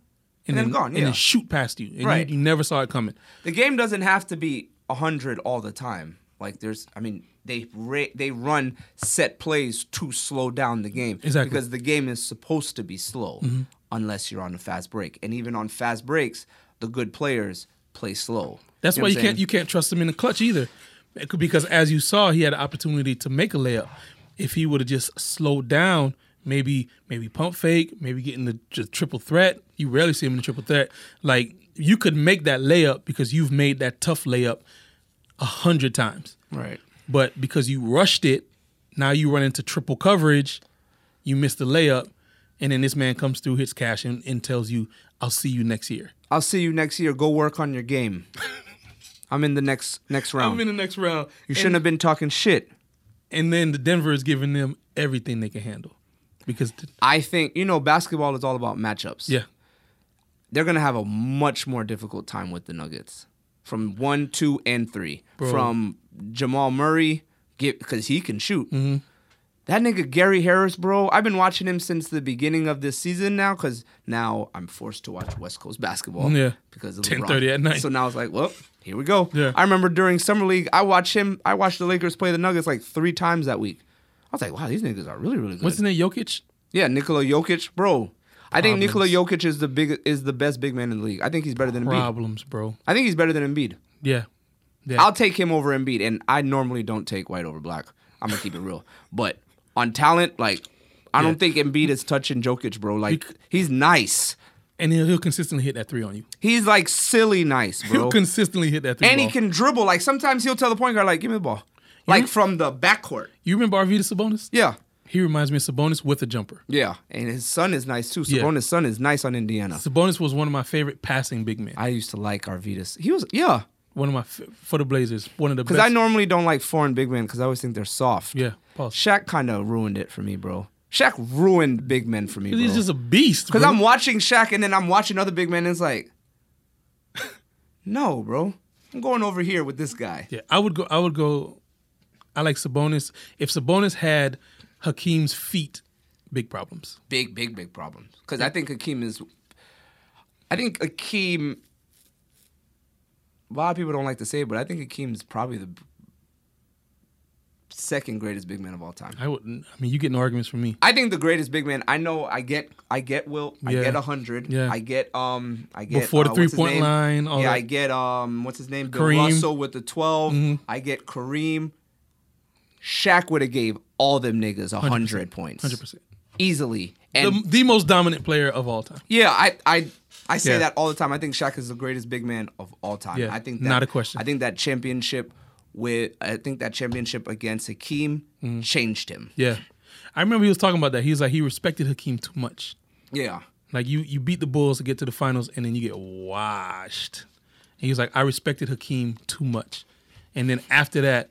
S3: and,
S2: then gone,
S3: and
S2: yeah.
S3: then shoot past you, and
S2: Right.
S3: you, you never saw it coming.
S2: The game doesn't have to be 100 all the time. Like there's I mean they ra- they run set plays to slow down the game
S3: Exactly. Mm-hmm.
S2: because the game is supposed to be slow unless you're on a fast break. And even on fast breaks, the good players play slow.
S3: That's
S2: what
S3: why you
S2: I'm
S3: can't
S2: saying?
S3: you can't trust him in the clutch either, It could- because as you saw, he had an opportunity to make a layup. If he would have just slowed down, maybe maybe pump fake, maybe getting the j- triple threat. You rarely see him in the triple threat. Like you could make that layup because you've made that tough layup a hundred times,
S2: right.
S3: but because you rushed it, now you run into triple coverage, you miss the layup, and then this man comes through, hits cash, and, and tells you, "I'll see you next year."
S2: I'll see you next year. Go work on your
S3: [laughs]
S2: game. I'm in the next next round.
S3: I'm in the next round.
S2: you shouldn't have been talking shit.
S3: and then the Denver is giving them everything they can handle because th-
S2: I think you know basketball is all about matchups.
S3: yeah,
S2: They're going to have a much more difficult time with the Nuggets. from one, two, and three. From Jamal Murray, get because he can shoot.
S3: Mm-hmm.
S2: That nigga Gary Harris, bro. I've been watching him since the beginning of this season now, because now I'm forced to watch West Coast basketball.
S3: Yeah.
S2: because of
S3: 10:30
S2: LeBron.
S3: at night.
S2: So now it's like, well, here we go.
S3: Yeah.
S2: I remember during summer league, I watched him. I watched the Lakers play the Nuggets like three times that week. I was like, wow, these niggas are really, really good.
S3: What's his name? Jokic.
S2: Yeah, Nikola Jokic, bro. I think Nikola
S3: Problems.
S2: Jokic is the big is the best big man in the league. I think he's better than Embiid.
S3: Problems, bro.
S2: I think he's better than Embiid.
S3: Yeah. Yeah.
S2: I'll take him over Embiid, and I normally don't take white over black. I'm gonna keep it real, but on talent, like I don't think Embiid is touching Jokic, bro. Like
S3: Bec-
S2: he's nice.
S3: and he'll, he'll consistently hit that three on you.
S2: He's like silly nice, bro.
S3: He'll consistently hit that three.
S2: and he
S3: ball.
S2: can dribble. Like sometimes he'll tell the point guard, like, "Give me the ball," like from the backcourt.
S3: You remember Arvita Sabonis?
S2: Yeah,
S3: He reminds me of Sabonis with a jumper.
S2: yeah. And his son is nice too.
S3: Yeah.
S2: Sabonis' son is nice on Indiana.
S3: Sabonis was one of my favorite passing big men.
S2: I used to like Arvidas. He was yeah.
S3: One of my f- for the Blazers. One of the
S2: Because
S3: best.
S2: I normally don't like foreign big men because I always think they're soft.
S3: Yeah. Pause.
S2: Shaq kind of ruined it for me, bro. Shaq ruined big men for me,
S3: He's
S2: bro.
S3: just a beast.
S2: Because
S3: bro.
S2: I'm watching Shaq and then I'm watching other big men and it's like, [laughs] no, bro. I'm going over here with this guy.
S3: Yeah, I would go. I would go. I like Sabonis. If Sabonis had Hakeem's feet, big problems.
S2: Big, big, big problems. Because I think Akeem is. I think Akeem. A lot of people don't like to say it, but I think Akeem's probably the second greatest big man of all time.
S3: I would. I mean, you getting arguments from me.
S2: I think the greatest big man. I know. I get. I get Wilt.
S3: Yeah.
S2: I get hundred.
S3: Yeah.
S2: I get. Um. I get
S3: Before the
S2: uh, what's his
S3: three-point
S2: name?
S3: line, all
S2: yeah.
S3: that.
S2: I get. Um. What's his name? Bill
S3: Kareem. Mm-hmm.
S2: Russell with the 12 I get Kareem. Shaq would have gave all them niggas a hundred points.
S3: Hundred percent.
S2: Easily. And
S3: The, the most dominant player of all time.
S2: yeah, I. I. I say
S3: Yeah.
S2: that all the time. I think Shaq is the greatest big man of all time.
S3: Yeah,
S2: I think that,
S3: not a question.
S2: I think that championship with I think that championship against Hakeem
S3: Mm.
S2: changed him.
S3: Yeah, I remember he was talking about that. He was like, he respected Hakeem too much.
S2: Yeah.
S3: Like you, you beat the Bulls to get to the finals, and then you get washed. And he was like, I respected Hakeem too much. And then after that,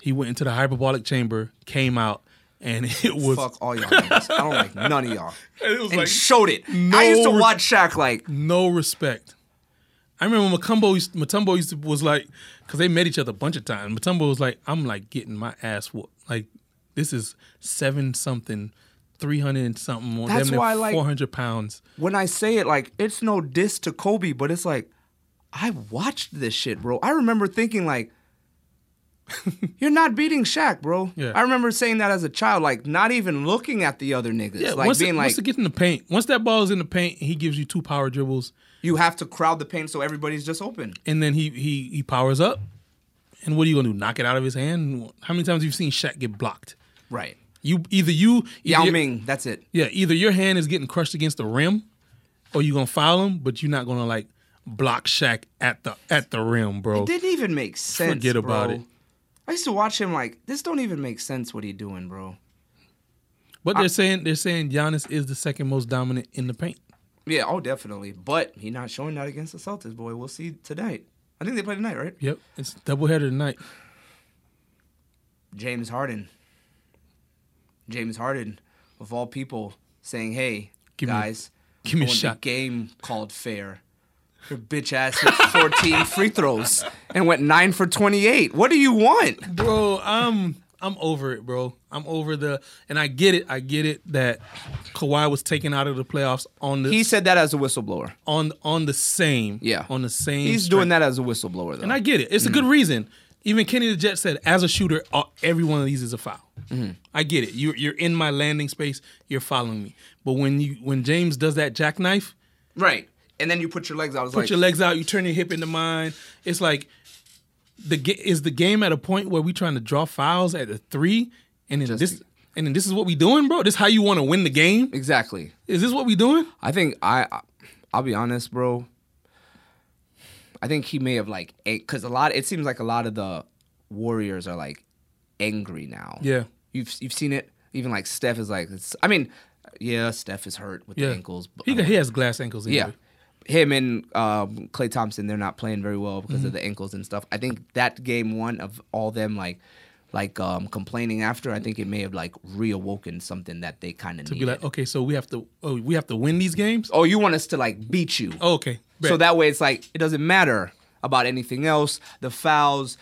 S3: he went into the hyperbolic chamber, came out, and [laughs] it was
S2: Fuck all y'all niggas. I don't like none of y'all.
S3: [laughs] It was
S2: and
S3: like,
S2: showed it.
S3: no
S2: I used to
S3: re-
S2: watch Shaq like
S3: no respect. I remember when Matumbo used, Matumbo used to, was like, because they met each other a bunch of times. Matumbo was like, I'm like getting my ass whooped. Like, this is seven something, 300 and something, more
S2: That's
S3: damn near
S2: why I like-
S3: 400 pounds.
S2: when I say it like it's no diss to Kobe, but it's like I watched this shit, bro. I remember thinking
S3: [laughs]
S2: like you're not beating Shaq, bro.
S3: Yeah.
S2: I remember saying that as a child, like not even looking at the other niggas,
S3: Yeah,
S2: like
S3: once,
S2: being
S3: it,
S2: like
S3: once it gets in the paint, once that ball is in the paint, he gives you two power dribbles,
S2: you have to crowd the paint so everybody's just open.
S3: and then he he he powers up. And what are you gonna do? Knock it out of his hand? How many times have you seen Shaq get blocked?
S2: Right.
S3: You either you
S2: Yao
S3: either-
S2: Ming, that's it.
S3: Yeah, either your hand is getting crushed against the rim, or you're gonna foul him, but you're not gonna like block Shaq at the at the rim, bro.
S2: Didn't even make sense.
S3: Forget
S2: bro.
S3: about it.
S2: I used to watch him like this. Don't even make sense what he doing, bro.
S3: But they're saying they're saying Giannis is the second most dominant in the paint.
S2: Yeah, oh, definitely. But he not showing that against the Celtics, boy. We'll see tonight. I think they play tonight, right?
S3: Yep, it's doubleheader tonight.
S2: James Harden. James Harden, of all people, saying, "Hey,
S3: Give me-
S2: guys,
S3: give me a
S2: I want The
S3: shot."
S2: game called fair. Your bitch ass hit
S3: [laughs]
S2: 14 free throws and went nine for 28. What do you want?
S3: bro i'm i'm over it bro i'm over the and i get it i get it that Kawhi was taken out of the playoffs on the
S2: He said that as a whistleblower.
S3: on on the same
S2: Yeah,
S3: on the same
S2: He's doing that as a whistleblower, though.
S3: and i get it it's a good reason even kenny the jet said as a shooter all- every one of these is a foul i get it you're, you're in my landing space you're following me but when you when james does that jackknife
S2: right. And then you put your legs out. I was
S3: put
S2: like,
S3: your legs out you turn your hip into mine it's like the ga- is the game at a point where we trying to draw fouls at the three and then this and then this is what we doing bro this how you want to win the game
S2: exactly.
S3: is this what we doing
S2: I think I, I- I'll be honest, bro. I think he may have like, because a lot. It seems like a lot of the Warriors are like angry now.
S3: Yeah.
S2: you've you've seen it. Even like Steph is like, it's, I mean, yeah, Steph is hurt with
S3: yeah
S2: the ankles. But,
S3: he, got- he has glass ankles anyway.
S2: yeah, him and um, Clay Thompson, they're not playing very well because of
S3: Mm-hmm.
S2: the ankles and stuff. I think that game one of all them like. Like um, complaining after, I think it may have like reawoken something that they kind of
S3: be
S2: needed.
S3: like okay so we have to oh we have to win these games
S2: oh, you want us to like beat you?
S3: oh, okay bet.
S2: So that way it's like it doesn't matter about anything else. The fouls,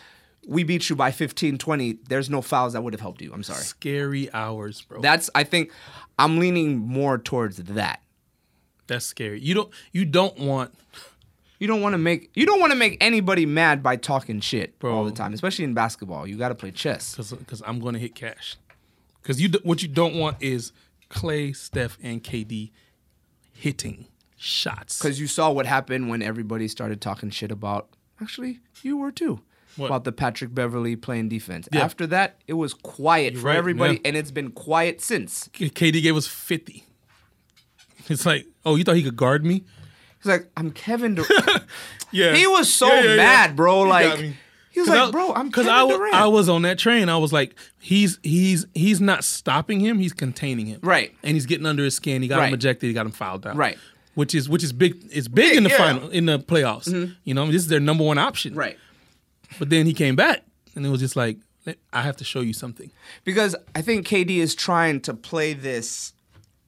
S2: we beat you by 15, 20. There's no fouls that would have helped you. I'm sorry.
S3: Scary hours, bro.
S2: That's I think I'm leaning more towards that.
S3: That's scary. You don't you don't want
S2: You don't want to make you don't want to make anybody mad by talking shit all
S3: Bro.
S2: the time, especially in basketball. You got to play chess.
S3: because because I'm going to hit cash. Because you d- what you don't want is Clay, Steph, and KD hitting shots.
S2: Because you saw what happened when everybody started talking shit about. Actually, you were too.
S3: What?
S2: About the Patrick Beverly playing defense.
S3: Yeah.
S2: After that, it was quiet for
S3: right,
S2: everybody,
S3: yeah.
S2: and it's been quiet since.
S3: K- KD gave us 50. It's like, oh, you thought he could guard me?
S2: He's like, "I'm Kevin." Durant.
S3: Yeah,
S2: he was so
S3: Yeah, yeah, yeah.
S2: mad, bro.
S3: You got
S2: like,
S3: me.
S2: he was
S3: 'Cause
S2: like,
S3: I-
S2: "Bro, I'm
S3: 'cause
S2: Kevin
S3: I wa-
S2: Durant."
S3: I was on that train. I was like, he's he's he's not stopping him. He's containing him.
S2: Right.
S3: And he's getting under his skin. He got
S2: Right.
S3: him ejected. He got him fouled out.
S2: Right.
S3: Which is which is big. It's big in the
S2: yeah. Mm-hmm.
S3: final in the playoffs. You know, I mean, this is their number one option.
S2: right.
S3: But then he came back, and it was just like, I have to show you something.
S2: because I think KD is trying to play this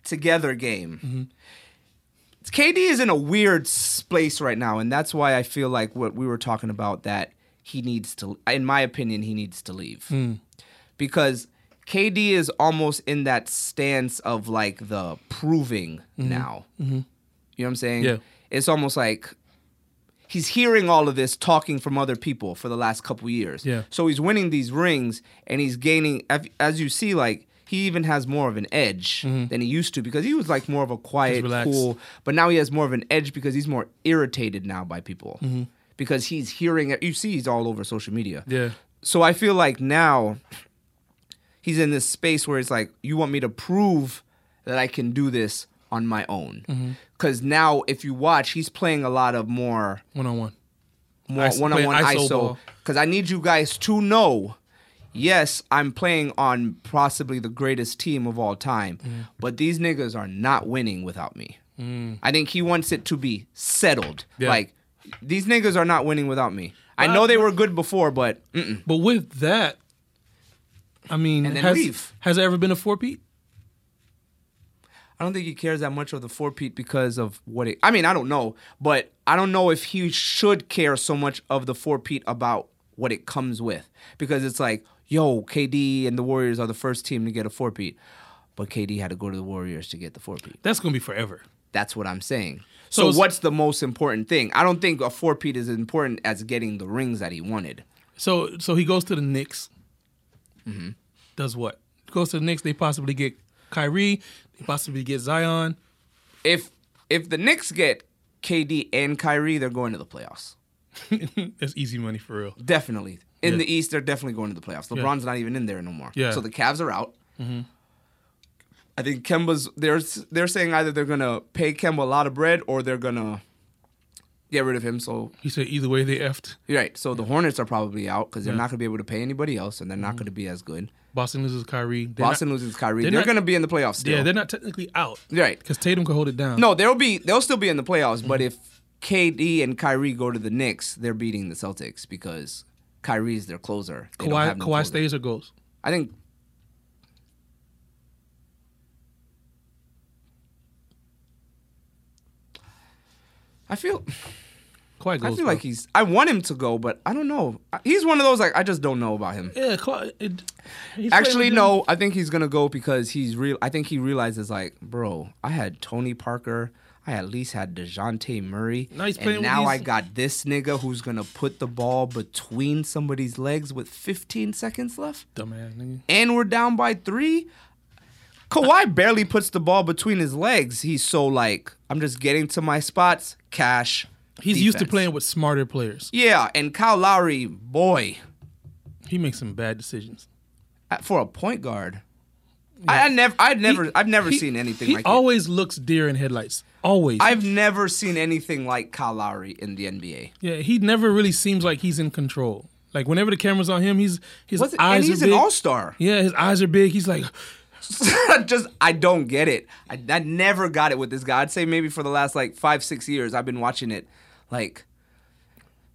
S2: together game.
S3: Mm-hmm.
S2: KD is in a weird s- place right now, and that's why I feel like what we were talking about that he needs to, in my opinion, he needs to leave
S3: Hmm.
S2: because KD is almost in that stance of like the proving now. You know what I'm saying?
S3: Mm-hmm. Yeah.
S2: It's almost like he's hearing all of this talking from other people for the last couple years.
S3: Yeah.
S2: So he's winning these rings and he's gaining, af- as you see, like he even has more of an edge than he used to because he was like more of a quiet,
S3: Mm-hmm. relaxed.
S2: cool. But now he has more of an edge because he's more irritated now by people
S3: Mm-hmm.
S2: because he's hearing it. You see, he's all over social media.
S3: Yeah.
S2: So I feel like now he's in this space where it's like, you want me to prove that I can do this on my
S3: Mm-hmm.
S2: own. Because now, if you watch, he's playing a lot of more
S3: One on one.
S2: more
S3: Iso-
S2: one on one
S3: playing iso
S2: ISO
S3: ball.
S2: because I need you guys to know. Yes, I'm playing on possibly the greatest team of all time,
S3: Mm.
S2: but these niggas are not winning without me. I think he wants it to be settled.
S3: Mm. Yeah.
S2: Like these niggas are not winning without me. I know they were good before, but mm-mm.
S3: But with that, I mean,
S2: And then
S3: has,
S2: leave.
S3: has there ever been a four peat?
S2: I don't think he cares that much of the four peat because of what it. I mean, I don't know, but I don't know if he should care so much of the four peat about what it comes with because it's like, yo, KD and the Warriors are the first team to get a four peat, but KD had to go to the Warriors to get the four peat.
S3: That's gonna be forever.
S2: That's what I'm saying.
S3: So
S2: So,
S3: it's-
S2: what's the most important thing? I don't think a four peat is as important as getting the rings that he wanted.
S3: So so he goes to the Knicks.
S2: Mm-hmm.
S3: Does what? Goes to the Knicks. They possibly get Kyrie. They possibly get Zion. [laughs]
S2: If if the Knicks get KD and Kyrie, they're going to the playoffs.
S3: That's easy money for real.
S2: Definitely. In the East, they're definitely going to the playoffs. LeBron's not even in there no more.
S3: Yeah. Mm-hmm.
S2: So the Cavs are out. I think Kemba's they're they're saying either they're gonna pay Kemba a lot of bread or they're gonna get rid of him. So
S3: He said either way they effed.
S2: you're right. So the Hornets are probably out because they're not gonna be able to pay anybody else and they're not gonna be as good.
S3: Boston loses Kyrie. Mm-hmm. They're
S2: Boston
S3: not-
S2: loses Kyrie. They're,
S3: they're not-
S2: gonna be in the playoffs still.
S3: Yeah, they're not technically out.
S2: You're right.
S3: Because Tatum could hold it down.
S2: No, they'll be they'll still be in the playoffs, but
S3: Mm-hmm.
S2: if KD and Kyrie go to the Knicks, they're beating the Celtics because Kyrie's their closer. They don't
S3: Kawhi
S2: have no
S3: Kawhi
S2: closer.
S3: stays or goes.
S2: I think. I feel
S3: Kawhi
S2: I
S3: goes.
S2: feel
S3: bro.
S2: like he's. I want him to go, but I don't know. I- He's one of those like I just don't know about him.
S3: yeah. Kawhi, it- he's
S2: Actually,
S3: playing with
S2: no. I think he's gonna go because he's real. I think he realizes like, bro, I had Tony Parker. I at least had Dejounte Murray.
S3: Now he's playing
S2: and
S3: with
S2: now
S3: these-
S2: I got this nigga who's gonna put the ball between somebody's legs with 15 seconds left.
S3: them. Dumbass nigga.
S2: and we're down by three. Kawhi barely puts the ball between his legs. He's so like, I'm just getting to my spots. Cash.
S3: He's used to
S2: defense.
S3: playing with smarter players.
S2: Yeah, and Kyle Lowry, boy,
S3: He makes some bad decisions.
S2: at- for a point guard, I, I never, I never, I've never
S3: He-
S2: seen anything
S3: he
S2: like that.
S3: always looks deer in headlights. Always.
S2: I've never seen anything like Kyle Lowry in the NBA.
S3: Yeah, he never really seems like he's in control. Like whenever the camera's on him, he's his
S2: What's it-
S3: eyes
S2: and he's
S3: are
S2: an
S3: big.
S2: all star.
S3: Yeah, his eyes are big. He's like,
S2: [laughs] just I don't get it. I, I never got it with this guy. I'd say maybe for the last like five six years I've been watching it. Like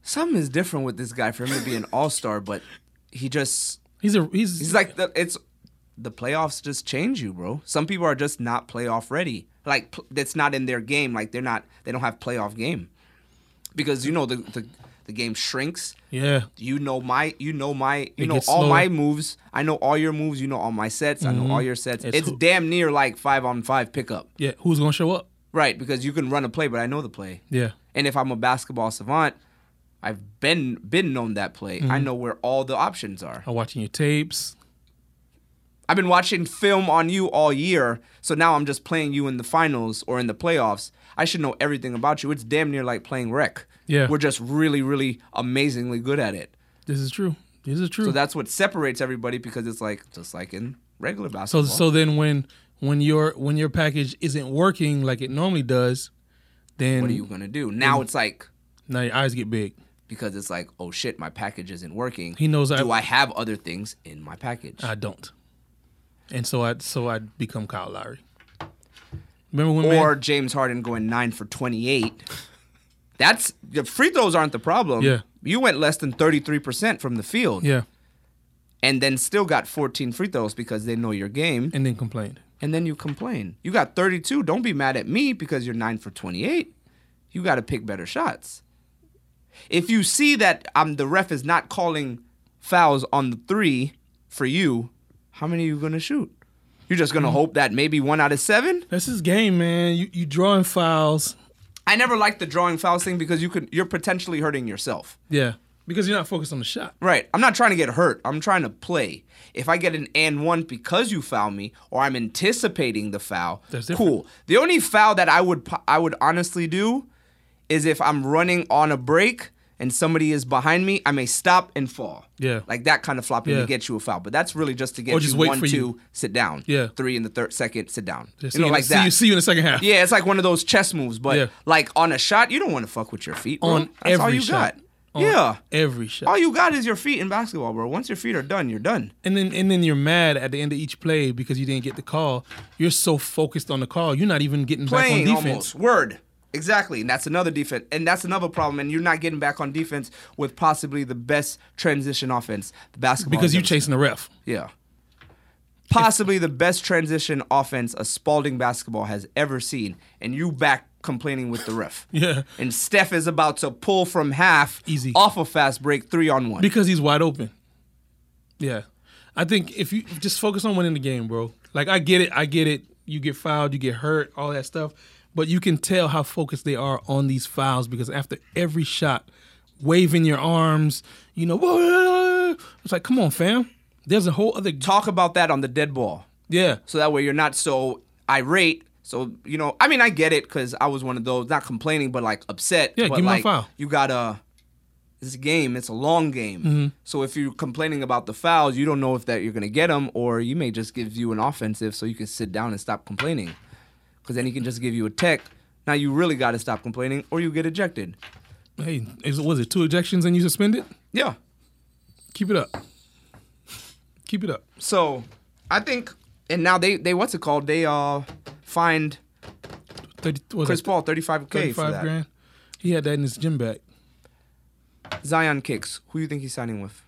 S2: something is different with this guy for him to be an all star, but he just
S3: he's a he's,
S2: he's like the, it's the playoffs just change you, bro. Some people are just not playoff ready. Like pl- that's not in their game. Like they're not they don't have playoff game because you know the the, the the game shrinks.
S3: Yeah.
S2: You know my, you know my, you know all
S3: gets slower. Mm-hmm.
S2: my moves. I know all your moves. You know all my sets. I know all your sets. It's,
S3: It's who-
S2: damn near like five on five pickup,
S3: Yeah. Who's gonna show up?
S2: right? Because you can run a play, but I know the play.
S3: Yeah.
S2: And if I'm a basketball savant, I've been been known that play. I
S3: Mm-hmm.
S2: know where all the options are.
S3: I'm watching your tapes.
S2: I've been watching film on you all year, so now I'm just playing you in the finals or in the playoffs. I should know everything about you. It's damn near like playing rec.
S3: Yeah.
S2: We're just really, really amazingly good at it.
S3: This is true. This is true.
S2: So that's what separates everybody because it's like just like in regular
S3: So
S2: basketball.
S3: so then when when your when your package isn't working like it normally does, then
S2: what are you gonna do? Now it's like
S3: now your eyes get big.
S2: because it's like, oh shit, my package isn't working.
S3: He knows
S2: Do
S3: I-
S2: I have other things in my package?
S3: I don't. And so I so I become Kyle Lowry. Remember when
S2: or
S3: man,
S2: James Harden going nine for 28. That's the free throws aren't the problem.
S3: Yeah.
S2: You went less than 33% from the field
S3: yeah,
S2: and then still got 14 free throws because they know your game.
S3: and then complained.
S2: And then you complain. You got 32. Don't be mad at me because you're nine for 28. You got to pick better shots. If you see that um, the ref is not calling fouls on the three for you, how many are you going to shoot? You're just going to hope that maybe one out of seven?
S3: That's his game, man. You you drawing fouls.
S2: I never liked the drawing fouls thing because you could you're potentially hurting yourself.
S3: Yeah. Because you're not focused on the shot.
S2: Right. I'm not trying to get hurt. I'm trying to play. If I get an and one because you foul me, or I'm anticipating the foul,
S3: That's different.
S2: cool. The only foul that I would po- I would honestly do is if I'm running on a break and somebody is behind me, I may stop and fall.
S3: Yeah.
S2: Like that kind of flopping
S3: Yeah.
S2: to get you a foul. But that's really just to get
S3: Or just
S2: you
S3: wait
S2: one,
S3: for
S2: two,
S3: you.
S2: sit down.
S3: Yeah.
S2: Three in the third second, sit down.
S3: See
S2: you know,
S3: in-
S2: like
S3: see
S2: that.
S3: You, see you in the second half.
S2: Yeah, it's like one of those chess moves, but
S3: Yeah.
S2: like on a shot, you don't want to fuck with your feet. Bro.
S3: On
S2: That's all
S3: every
S2: you
S3: shot.
S2: got.
S3: On
S2: yeah.
S3: Every shot.
S2: all you got is your feet in basketball, bro. Once your feet are done, you're done.
S3: And then and then you're mad at the end of each play because you didn't get the call. You're so focused on the call, you're not even getting
S2: Playing
S3: back on defense.
S2: almost. Word. Exactly. And that's another defense. And that's another problem. And you're not getting back on defense with possibly the best transition offense the basketball. has
S3: Because you're
S2: ever seen.
S3: chasing the ref.
S2: Yeah. Possibly the best transition offense a Spalding basketball has ever seen, and you back complaining with the ref.
S3: [laughs] Yeah.
S2: And Steph is about to pull from half
S3: Easy.
S2: off a fast break three on one.
S3: Because he's wide open. Yeah. I think if you just focus on winning the game, bro. Like I get it, I get it. You get fouled, you get hurt, all that stuff. But you can tell how focused they are on these fouls because after every shot, waving your arms, you know, "Whoa." it's like, come on, fam. There's a whole other
S2: Talk about that on the dead ball.
S3: yeah.
S2: So that way you're not so irate. So, you know, I mean, I get it because I was one of those, not complaining, but like upset.
S3: Yeah,
S2: but
S3: give me my
S2: like,
S3: foul.
S2: You gotta, it's a game, it's a long game.
S3: Mm-hmm.
S2: So if you're complaining about the fouls, you don't know if that you're gonna get them or you may just give you an offensive so you can sit down and stop complaining. Because then he can just give you a tech. Now you really gotta stop complaining or you get ejected.
S3: Hey, is, was it two ejections and you suspended?
S2: Yeah.
S3: Keep it up. Keep it up.
S2: So I think, and now they, they what's it called? They uh fined
S3: 30, what was
S2: Chris
S3: that,
S2: Paul 35K for
S3: 35
S2: that.
S3: grand. He had that in his gym bag.
S2: Zion kicks. Who you think he's signing with?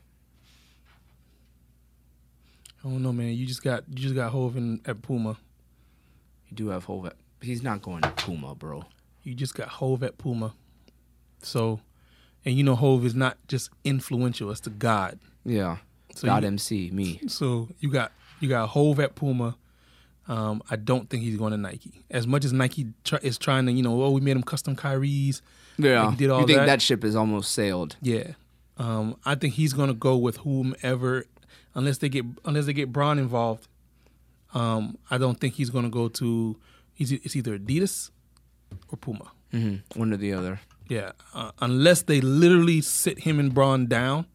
S3: I don't know, man. You just got you just got Hov in at Puma.
S2: You do have Hove. He's not going to Puma, bro.
S3: You just got Hove at Puma. So, and you know Hove is not just influential; it's the god.
S2: Yeah.
S3: So
S2: Dot
S3: you-
S2: MC, me.
S3: So you got you got Hove at Puma. Um, I don't think he's going to Nike. As much as Nike try, is trying to, you know, oh, we made him custom Kyrie's. They did all
S2: you think
S3: that.
S2: that. ship is almost sailed?
S3: Yeah, um, I think he's gonna go with whomever, unless they get unless they get Braun involved. Um, I don't think he's gonna go to. He's, it's either Adidas or Puma. Mm-hmm.
S2: One or the
S3: [laughs]
S2: other. [laughs]
S3: Yeah, uh, unless they literally sit him and Braun down,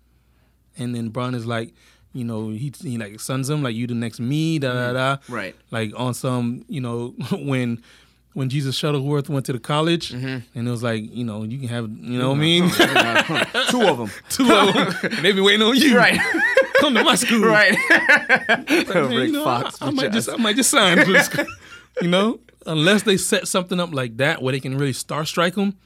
S3: and then Braun is like, you know, he he like sons him like you the next me da da da.
S2: Right.
S3: Like on some, you know, [laughs] when. When Jesus Shuttleworth went to the college, and it was like, you know, you can have, you know what I mean?
S2: Two of them.
S3: two of [laughs] them. and they've been waiting on you.
S2: Right.
S3: [laughs] Come to my
S2: [laughs]
S3: school.
S2: right.
S3: [laughs] Man, you
S2: Rick
S3: know,
S2: Fox.
S3: I, I might just I might just
S2: [laughs]
S3: sign for this school. You know? Unless they set something up like that where they can really star strike them,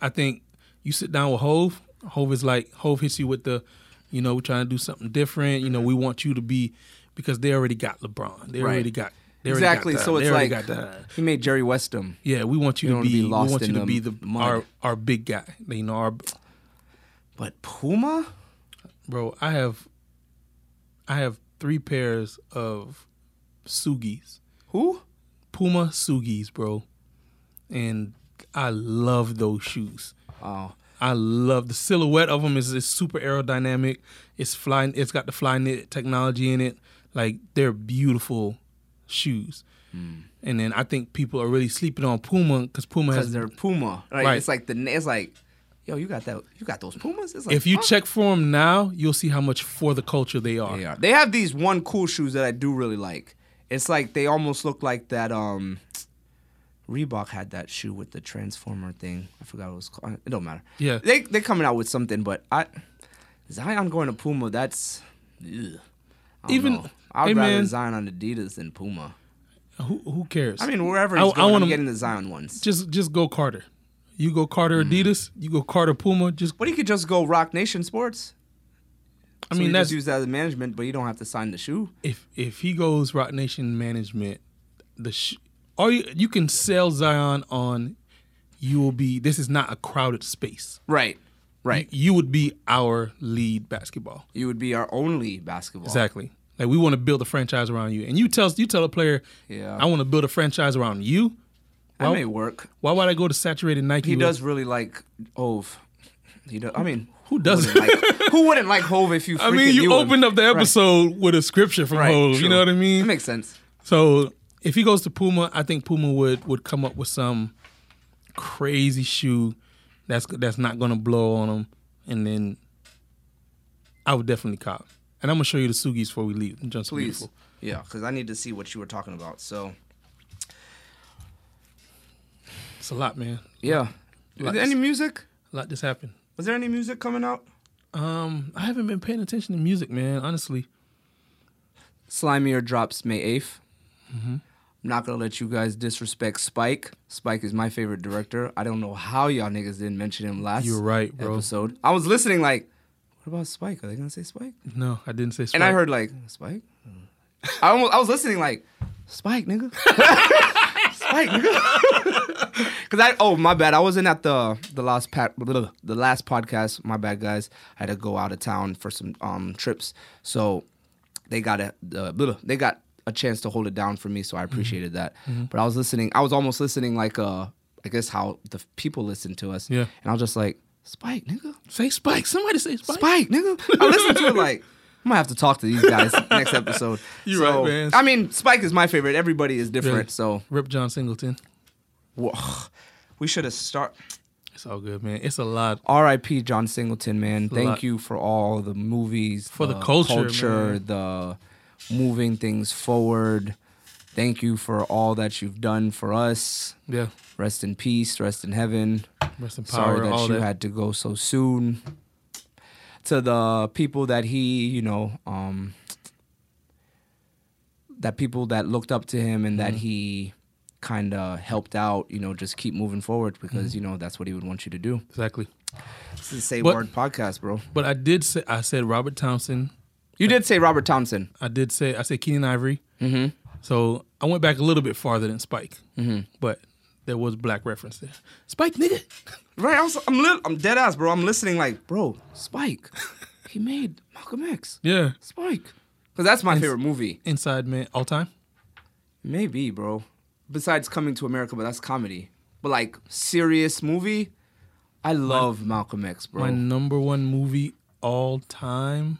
S3: I think you sit down with Hove. Hove is like Hove hits you with the, you know, we're trying to do something different. You know, we want you to be because they already got LeBron. They
S2: Right.
S3: already got they already got
S2: exactly.
S3: that.
S2: So
S3: They
S2: it's
S3: already
S2: like
S3: got that.
S2: he made Jerry Westham.
S3: Yeah, we want you,
S2: You
S3: to
S2: don't
S3: be
S2: wanna be
S3: we
S2: lost
S3: want
S2: in
S3: you to
S2: the
S3: be the
S2: mud.
S3: our our big guy. You know, our
S2: But Puma?
S3: bro. I have, I have three pairs of Sugis,
S2: Who?
S3: Puma Sugis, bro, and I love those shoes.
S2: Oh.
S3: I love the silhouette of them is, is super aerodynamic. It's flying. It's got the fly knit technology in it. Like they're beautiful shoes.
S2: Hmm.
S3: And then I think people are really sleeping on Puma because Puma
S2: Because
S3: has.
S2: they're Puma. Like,
S3: Right.
S2: It's like the na- it's like, yo, you got that you got those Pumas? It's like
S3: If you
S2: huh?
S3: check for them now, you'll see how much for the culture they are.
S2: They are. They have these one cool shoes that I do really like. It's like they almost look like that. Um, Reebok had that shoe with the transformer thing. I forgot what it was called. Uh, It don't matter.
S3: Yeah.
S2: they they coming out with something, but I Zion going to Puma. That's ugh, I
S3: Even-
S2: even. I'd
S3: hey,
S2: rather
S3: man.
S2: Zion on Adidas than Puma.
S3: Who, who cares?
S2: I mean, wherever
S3: I-
S2: he's
S3: I
S2: going, I
S3: want
S2: am
S3: him-
S2: getting the Zion ones.
S3: just just go Carter. You go Carter
S2: Mm-hmm.
S3: Adidas. You go Carter Puma. Just
S2: But he could just go Rock Nation Sports.
S3: I
S2: so
S3: mean
S2: you
S3: that's
S2: just use that as management, but you don't have to sign the shoe.
S3: if if he goes Rock Nation management, the sh- or you, you can sell Zion on. You will be. This is not a crowded space.
S2: Right, right.
S3: You would be our lead basketball.
S2: You would be our only basketball.
S3: Exactly. Like we want to build a franchise around you, and you tell you tell a player,
S2: Yeah.
S3: I want to build a franchise around you.
S2: That
S3: Well-
S2: may work.
S3: Why would I go to saturated Nike?
S2: He
S3: with-
S2: does really like Hove. He does. I mean, who
S3: doesn't?
S2: wouldn't like, who wouldn't like Hove if [laughs] you?
S3: I mean,
S2: freaking
S3: you
S2: knew him?
S3: opened up the
S2: Right,
S3: episode with a scripture from
S2: right,
S3: Hov.
S2: true.
S3: You know what I mean?
S2: That makes sense.
S3: So if he goes to Puma, I think Puma would would come up with some crazy shoe that's that's not gonna blow on him, and then I would definitely cop. And I'm gonna show you the Sugis before we leave. Just
S2: Please,
S3: beautiful.
S2: yeah, because I need to see what you were talking about. So
S3: It's a lot, man.
S2: yeah, Is there any music?
S3: A lot just happened.
S2: Was there any music coming out?
S3: Um, I haven't been paying attention to music, man. Honestly,
S2: Slimier drops May 8th. Mm-hmm. I'm not gonna let you guys disrespect Spike. Spike is my favorite director. I don't know how y'all niggas didn't mention him last
S3: You're right, bro.
S2: episode. I was listening like, what about Spike? Are they gonna say Spike?
S3: no, I didn't say. Spike.
S2: And I heard like Spike. I almost I was listening like Spike, nigga. [laughs] Spike, nigga. [laughs] Cause I oh my bad I wasn't at the the last pat the last podcast my bad guys I had to go out of town for some um trips so they got a the they got a chance to hold it down for me so I
S3: Mm-hmm.
S2: appreciated that but I was listening I was almost listening like uh I guess how the people listen to us
S3: Yeah.
S2: and I was just like Spike nigga
S3: say Spike. Somebody say Spike.
S2: Spike, nigga. I listened to it like I'm gonna have to talk to these
S3: [laughs]
S2: guys next episode.
S3: You
S2: So,
S3: right, man.
S2: I mean, Spike is my favorite. Everybody is different,
S3: Really.
S2: so
S3: Rip John Singleton.
S2: whoa, we should have start.
S3: It's all good, man. It's a lot.
S2: R.I.P. John Singleton, man. Thank
S3: lot.
S2: you for all the movies, for
S3: the culture, man.
S2: the moving things forward. Thank you for all that you've done for us.
S3: Yeah.
S2: Rest in peace. Rest in heaven.
S3: Rest in power.
S2: Sorry that
S3: all
S2: you
S3: that.
S2: had to go so soon. To the people that he, you know, um, that people that looked up to him and that
S3: Mm-hmm.
S2: he kind of helped out, you know, just keep moving forward because
S3: Mm-hmm.
S2: you know that's what he would want you to do.
S3: exactly.
S2: This is Say
S3: But-
S2: Word podcast, bro.
S3: But I did say I said Robert Townsend.
S2: You did say Robert Thompson.
S3: I did say I said Keenan Ivory. Mm-hmm. So I went back a little bit farther than Spike, mm-hmm. but there was black reference there. Spike nigga,
S2: Right, I was, I'm li- I'm dead ass, bro. I'm listening like, bro, [laughs] Spike. he made Malcolm X.
S3: yeah.
S2: Spike. Cuz that's my favorite movie.
S3: Inside man, all time.
S2: Maybe, bro. Besides coming to America, but that's comedy. But like serious movie, I love Malcolm X, bro.
S3: My number one movie all time.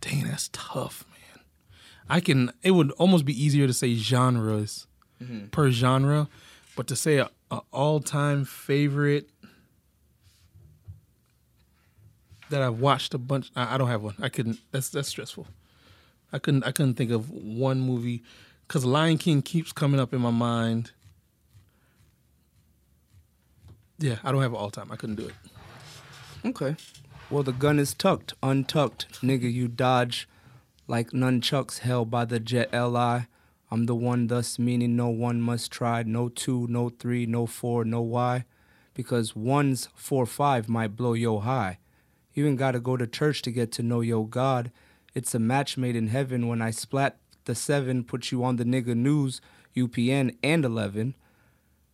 S3: Dang, that's tough, man. I can. It would almost be easier to say genres per genre, but to say a, a all time favorite that I've watched a bunch. I, I don't have one. I couldn't. That's that's stressful. I couldn't. I couldn't think of one movie because Lion King keeps coming up in my mind. Yeah, I don't have all time. I couldn't do it.
S2: okay. Well, the gun is tucked, untucked, nigga. You dodge like nunchucks held by the jet li. I'm the one, thus meaning no one must try. No two, no three, no four, no why, because ones four five might blow yo high. You ain't gotta go to church to get to know yo God. It's a match made in heaven when I splat the seven, put you on the nigga news, UPN and eleven.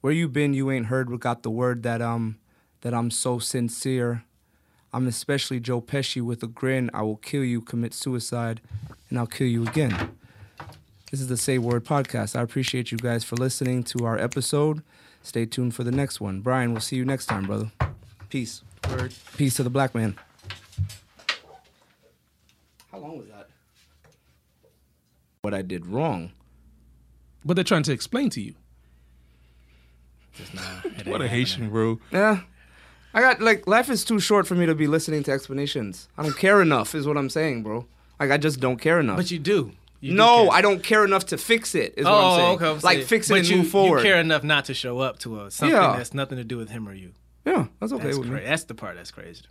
S2: Where you been? You ain't heard. We got the word that um that I'm so sincere. I'm especially Joe Pesci with a grin. I will kill you, commit suicide, and I'll kill you again. This is the Say Word podcast. I appreciate you guys for listening to our episode. Stay tuned for the next one. Brian, we'll see you next time, brother. Peace.
S3: Word.
S2: Peace to the black man. How long was that? What I did wrong.
S3: But they're trying to explain to you.
S4: Just nah, it ain't
S3: What a
S4: happening.
S3: Haitian, bro.
S2: Yeah. I got like life is too short for me to be listening to explanations. I don't care enough is what I'm saying, bro. Like I just don't care enough.
S4: But you do. You do
S2: no,
S4: care.
S2: I don't care enough to fix it is
S4: Oh,
S2: what I'm saying.
S4: okay. I'm
S2: like
S4: saying-
S2: fix it
S4: but
S2: and
S4: you,
S2: move forward.
S4: You care enough not to show up to a something
S2: Yeah.
S4: that's nothing to do with him or you.
S2: Yeah, that's okay
S4: That's
S2: with
S4: cra-
S2: me.
S4: That's the part that's crazy to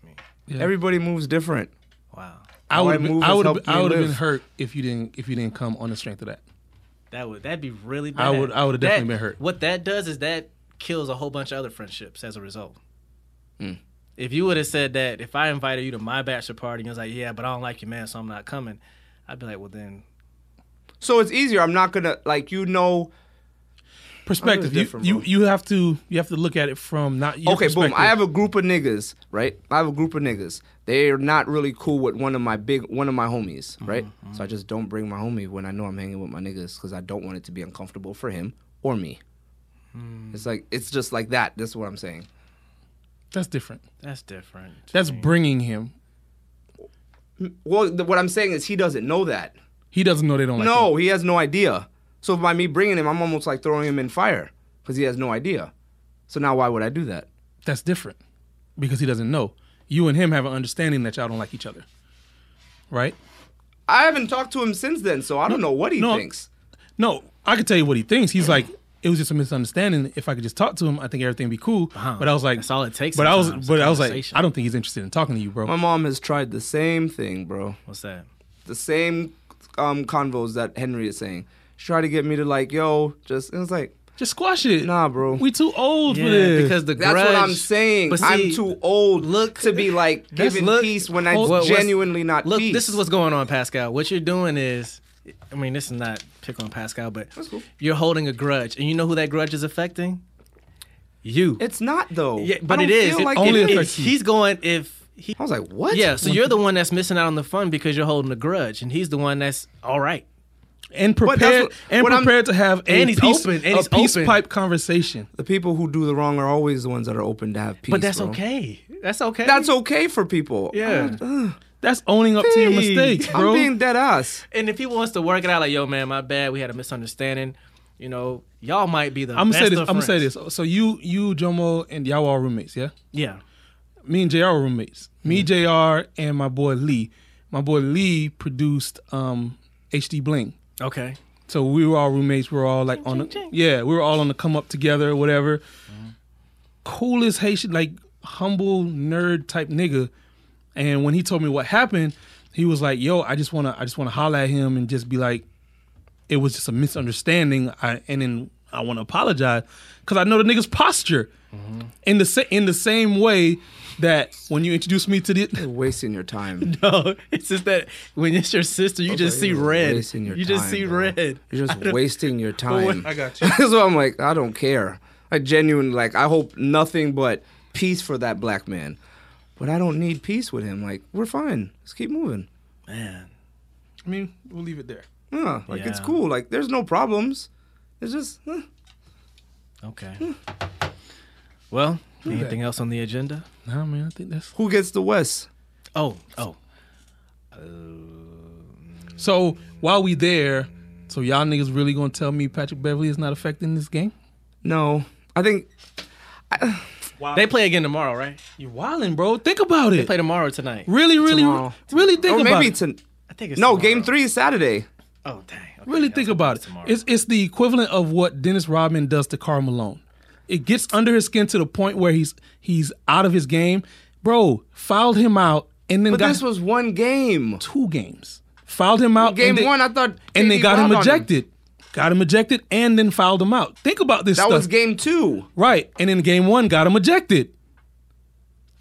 S4: me.
S2: Everybody moves different.
S4: Wow,
S3: I
S2: How I
S3: would have
S2: move
S3: been, I
S2: has
S3: would have
S2: helped
S3: I
S2: me
S3: would have been
S2: live.
S3: hurt if you didn't if you didn't come on the strength of that.
S4: that would that'd be really bad.
S3: I would- I would've
S4: That-
S3: definitely been hurt.
S4: What that does is that kills a whole bunch of other friendships as a result.
S2: Hmm.
S4: If you would have said that, if I invited you to my bachelor party and you was like, "Yeah, but I don't like your man, so I'm not coming," I'd be like, "Well, then
S2: So it's easier. I'm not gonna like you know
S3: Perspective. You,
S2: different,
S3: you
S2: bro.
S3: you have to you have to look at it from not your
S2: okay, boom.
S3: perspective.
S2: I have a group of niggas, right? I have a group of niggas. They're not really cool with one of my big one of my homies,
S3: Mm-hmm,
S2: right? So I just don't bring my homie when I know I'm hanging with my niggas because I don't want it to be uncomfortable for him or me.
S3: Hmm.
S2: It's like it's just like that. That's what I'm saying.
S3: That's different.
S4: that's different."
S3: That's bringing him.
S2: Well, th- what I'm saying is he doesn't know that.
S3: He doesn't know they don't like him.
S2: No, he has no idea. So by me bringing him, I'm almost like throwing him in fire because he has no idea. So now why would I do that?
S3: That's different because he doesn't know. You and him have an understanding that y'all don't like each other, right?
S2: I haven't talked to him since then, so I don't know what he
S3: no.
S2: thinks.
S3: No, I could tell you what he thinks. He's like, it was just a misunderstanding. If I could just talk to him, I think everything would be cool. But I was like,
S4: Uh-huh. That's all it takes
S3: But I was,
S4: sometimes,
S3: but
S4: a
S3: I was like,
S4: conversation. Um,
S3: I don't think he's interested in talking to you, bro.
S2: My mom has tried the same thing, bro.
S4: What's that?
S2: the same um convos that Henry is saying. She tried to get me to like, yo, just it was like,
S3: Just squash it.
S2: nah, bro.
S3: we too old for
S4: Yeah,
S3: this.
S4: because the
S2: That's what I'm
S4: grudge-
S2: saying.
S4: But
S2: I'm
S4: see,
S2: too old
S4: look-
S2: to be
S4: [laughs]
S2: like
S4: That's-
S2: giving
S4: look-
S2: peace when I'm
S4: hold- what- what's-
S2: genuinely not
S4: Look,
S2: peace.
S4: this is what's going on, Pascal. What you're doing is, I mean, this is not pick on Pascal, but
S2: cool.
S4: you're holding a grudge, and you know who that grudge is affecting? You.
S2: it's not though.
S4: yeah,
S2: I
S4: but
S2: don't
S4: it is.
S2: feel
S4: It
S2: like
S3: only
S2: it is.
S3: affects you.
S4: He's going if he.
S2: I was like, what?
S4: Yeah, so you're the one that's missing out on the fun because you're holding a grudge, and he's the one that's all right.
S3: and
S2: that's
S3: prepared
S2: what-
S3: and
S2: what I'm-
S3: prepared to have a
S4: And he's
S3: peace,
S4: open, and
S3: a
S4: he's
S3: peace
S4: open.
S3: pipe conversation.
S2: The people who do the wrong are always the ones that are open to have peace.
S4: But that's
S2: bro.
S4: okay. That's okay.
S2: That's uh, okay for people.
S4: Yeah.
S3: That's owning up to your
S4: Hey,
S3: mistakes,
S2: I'm
S3: bro.
S2: being dead ass.
S4: And if he wants to work it out, like, yo, man, my bad, we had a misunderstanding. You know, y'all might be the.
S3: I'm gonna say
S4: best
S3: this. I'm
S4: of
S3: gonna say
S4: friends.
S3: this. So you, you, Jomo, and y'all are roommates, yeah.
S4: Yeah.
S3: me and JR were roommates. Me,
S4: Mm.
S3: JR, and my boy Lee. My boy Lee produced um HD Bling.
S4: Okay.
S3: So we were all roommates. We were all like on,
S4: ching,
S3: the,
S4: ching.
S3: yeah, we were all on the come up together, or whatever. Coolest Haitian, like humble nerd type nigga. And when he told me what happened, he was like, "Yo, I just wanna, I just wanna holler at him and just be like, it was just a misunderstanding. I and then I wanna apologize because I know the nigga's posture in the sa- in the same way that when you introduced me to the." [laughs]
S2: You're wasting your time.
S4: [laughs] No, it's just that when it's your sister, you just see
S2: You're
S4: red.
S2: wasting your
S4: you just
S2: time,
S4: see
S2: bro.
S4: red.
S2: You're
S4: [laughs]
S2: just wasting your
S3: wait,
S2: time. [laughs]
S3: I got you.
S2: That's why I'm like, I don't care. I genuinely like. I hope nothing but peace for that black man. But I don't need peace with him. Like we're fine. Let's keep moving.
S4: Man,
S3: I mean, we'll leave it there.
S2: Yeah, like it's
S4: Yeah.
S2: cool. Like there's no problems. It's just huh. Hmm.
S4: okay. well, anything else on the agenda?
S3: Nah, man, I think that's
S2: who gets the West.
S4: Oh, oh,
S3: So while we there, so y'all niggas really gonna tell me Patrick Beverly is not affecting this game?
S2: No, I think
S4: they play again tomorrow, right?
S3: You wildin', bro. Think about it.
S4: They play tomorrow or tonight.
S3: Really, really,
S2: Tomorrow.
S3: really think
S2: or
S3: about
S2: maybe
S3: it.
S2: to
S4: I think it's
S2: no
S4: tomorrow.
S2: game three is Saturday.
S4: Oh, dang. Okay,
S3: really
S4: yeah,
S3: think
S4: so
S3: about it.
S4: tomorrow.
S3: It's it's the equivalent of what Dennis Rodman does to Karl Malone. It gets under his skin to the point where he's he's out of his game, bro. Fouled him out and then
S2: But
S3: got
S2: this was one game.
S3: two games. Fouled him out.
S2: Game
S3: and then-
S2: one, I thought
S3: and they
S2: KD
S3: got him
S2: fouled on
S3: ejected. Got him ejected and then fouled him out. Think about this
S2: That
S3: stuff.
S2: was game two.
S3: Right. And in game one, got him ejected.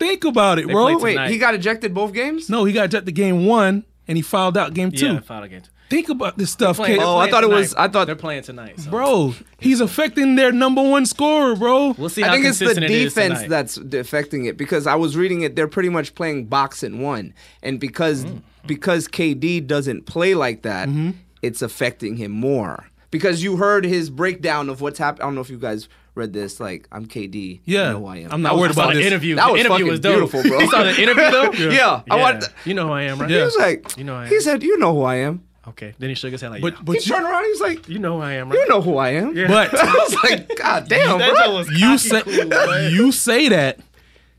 S3: Think about it, bro.
S4: played
S2: Wait,
S4: Tonight.
S2: he got ejected both games.
S3: No, he got ejected game one and he fouled out game two.
S4: yeah, final game.
S3: Think about this stuff,
S4: Playing-
S3: Kate.
S4: they're
S2: Oh, I
S4: playing
S2: thought it
S4: tonight.
S2: was- I thought-
S4: they're playing tonight. So.
S3: bro. He's affecting their number one scorer, bro.
S4: we'll see. How
S2: I think it's the
S4: consistent it is
S2: defense
S4: tonight.
S2: that's affecting it because I was reading it. They're pretty much playing box and one, and because
S4: Mm.
S2: because KD doesn't play like that,
S4: Mm-hmm.
S2: it's affecting him more. Because you heard his breakdown of what's happened. I don't know if you guys read this. Like I'm KD.
S3: Yeah.
S2: I know who I am.
S3: I'm not
S2: That was
S3: worried
S4: I saw
S3: about
S4: the
S3: this.
S4: interview.
S2: That
S4: The
S2: was
S4: interview
S2: fucking
S4: was dope.
S2: beautiful, bro.
S4: you saw the interview though.
S2: [laughs] Yeah, I wanted. to-
S4: You know who I am, right?
S2: He was like,
S4: You know I
S2: he
S4: am.
S2: said, "You know who I am."
S4: okay. Then he shook his head like,
S3: But
S4: yeah.
S2: He
S3: but you,
S2: turned around. He was like,
S4: you know who I am, right?
S2: "You know who I am." [laughs]
S3: but
S2: I was
S4: [laughs]
S2: like, "God damn,
S4: That
S2: bro."
S4: joke was
S3: you
S4: cocky
S3: say
S2: [laughs]
S4: cool, but-
S3: you say that.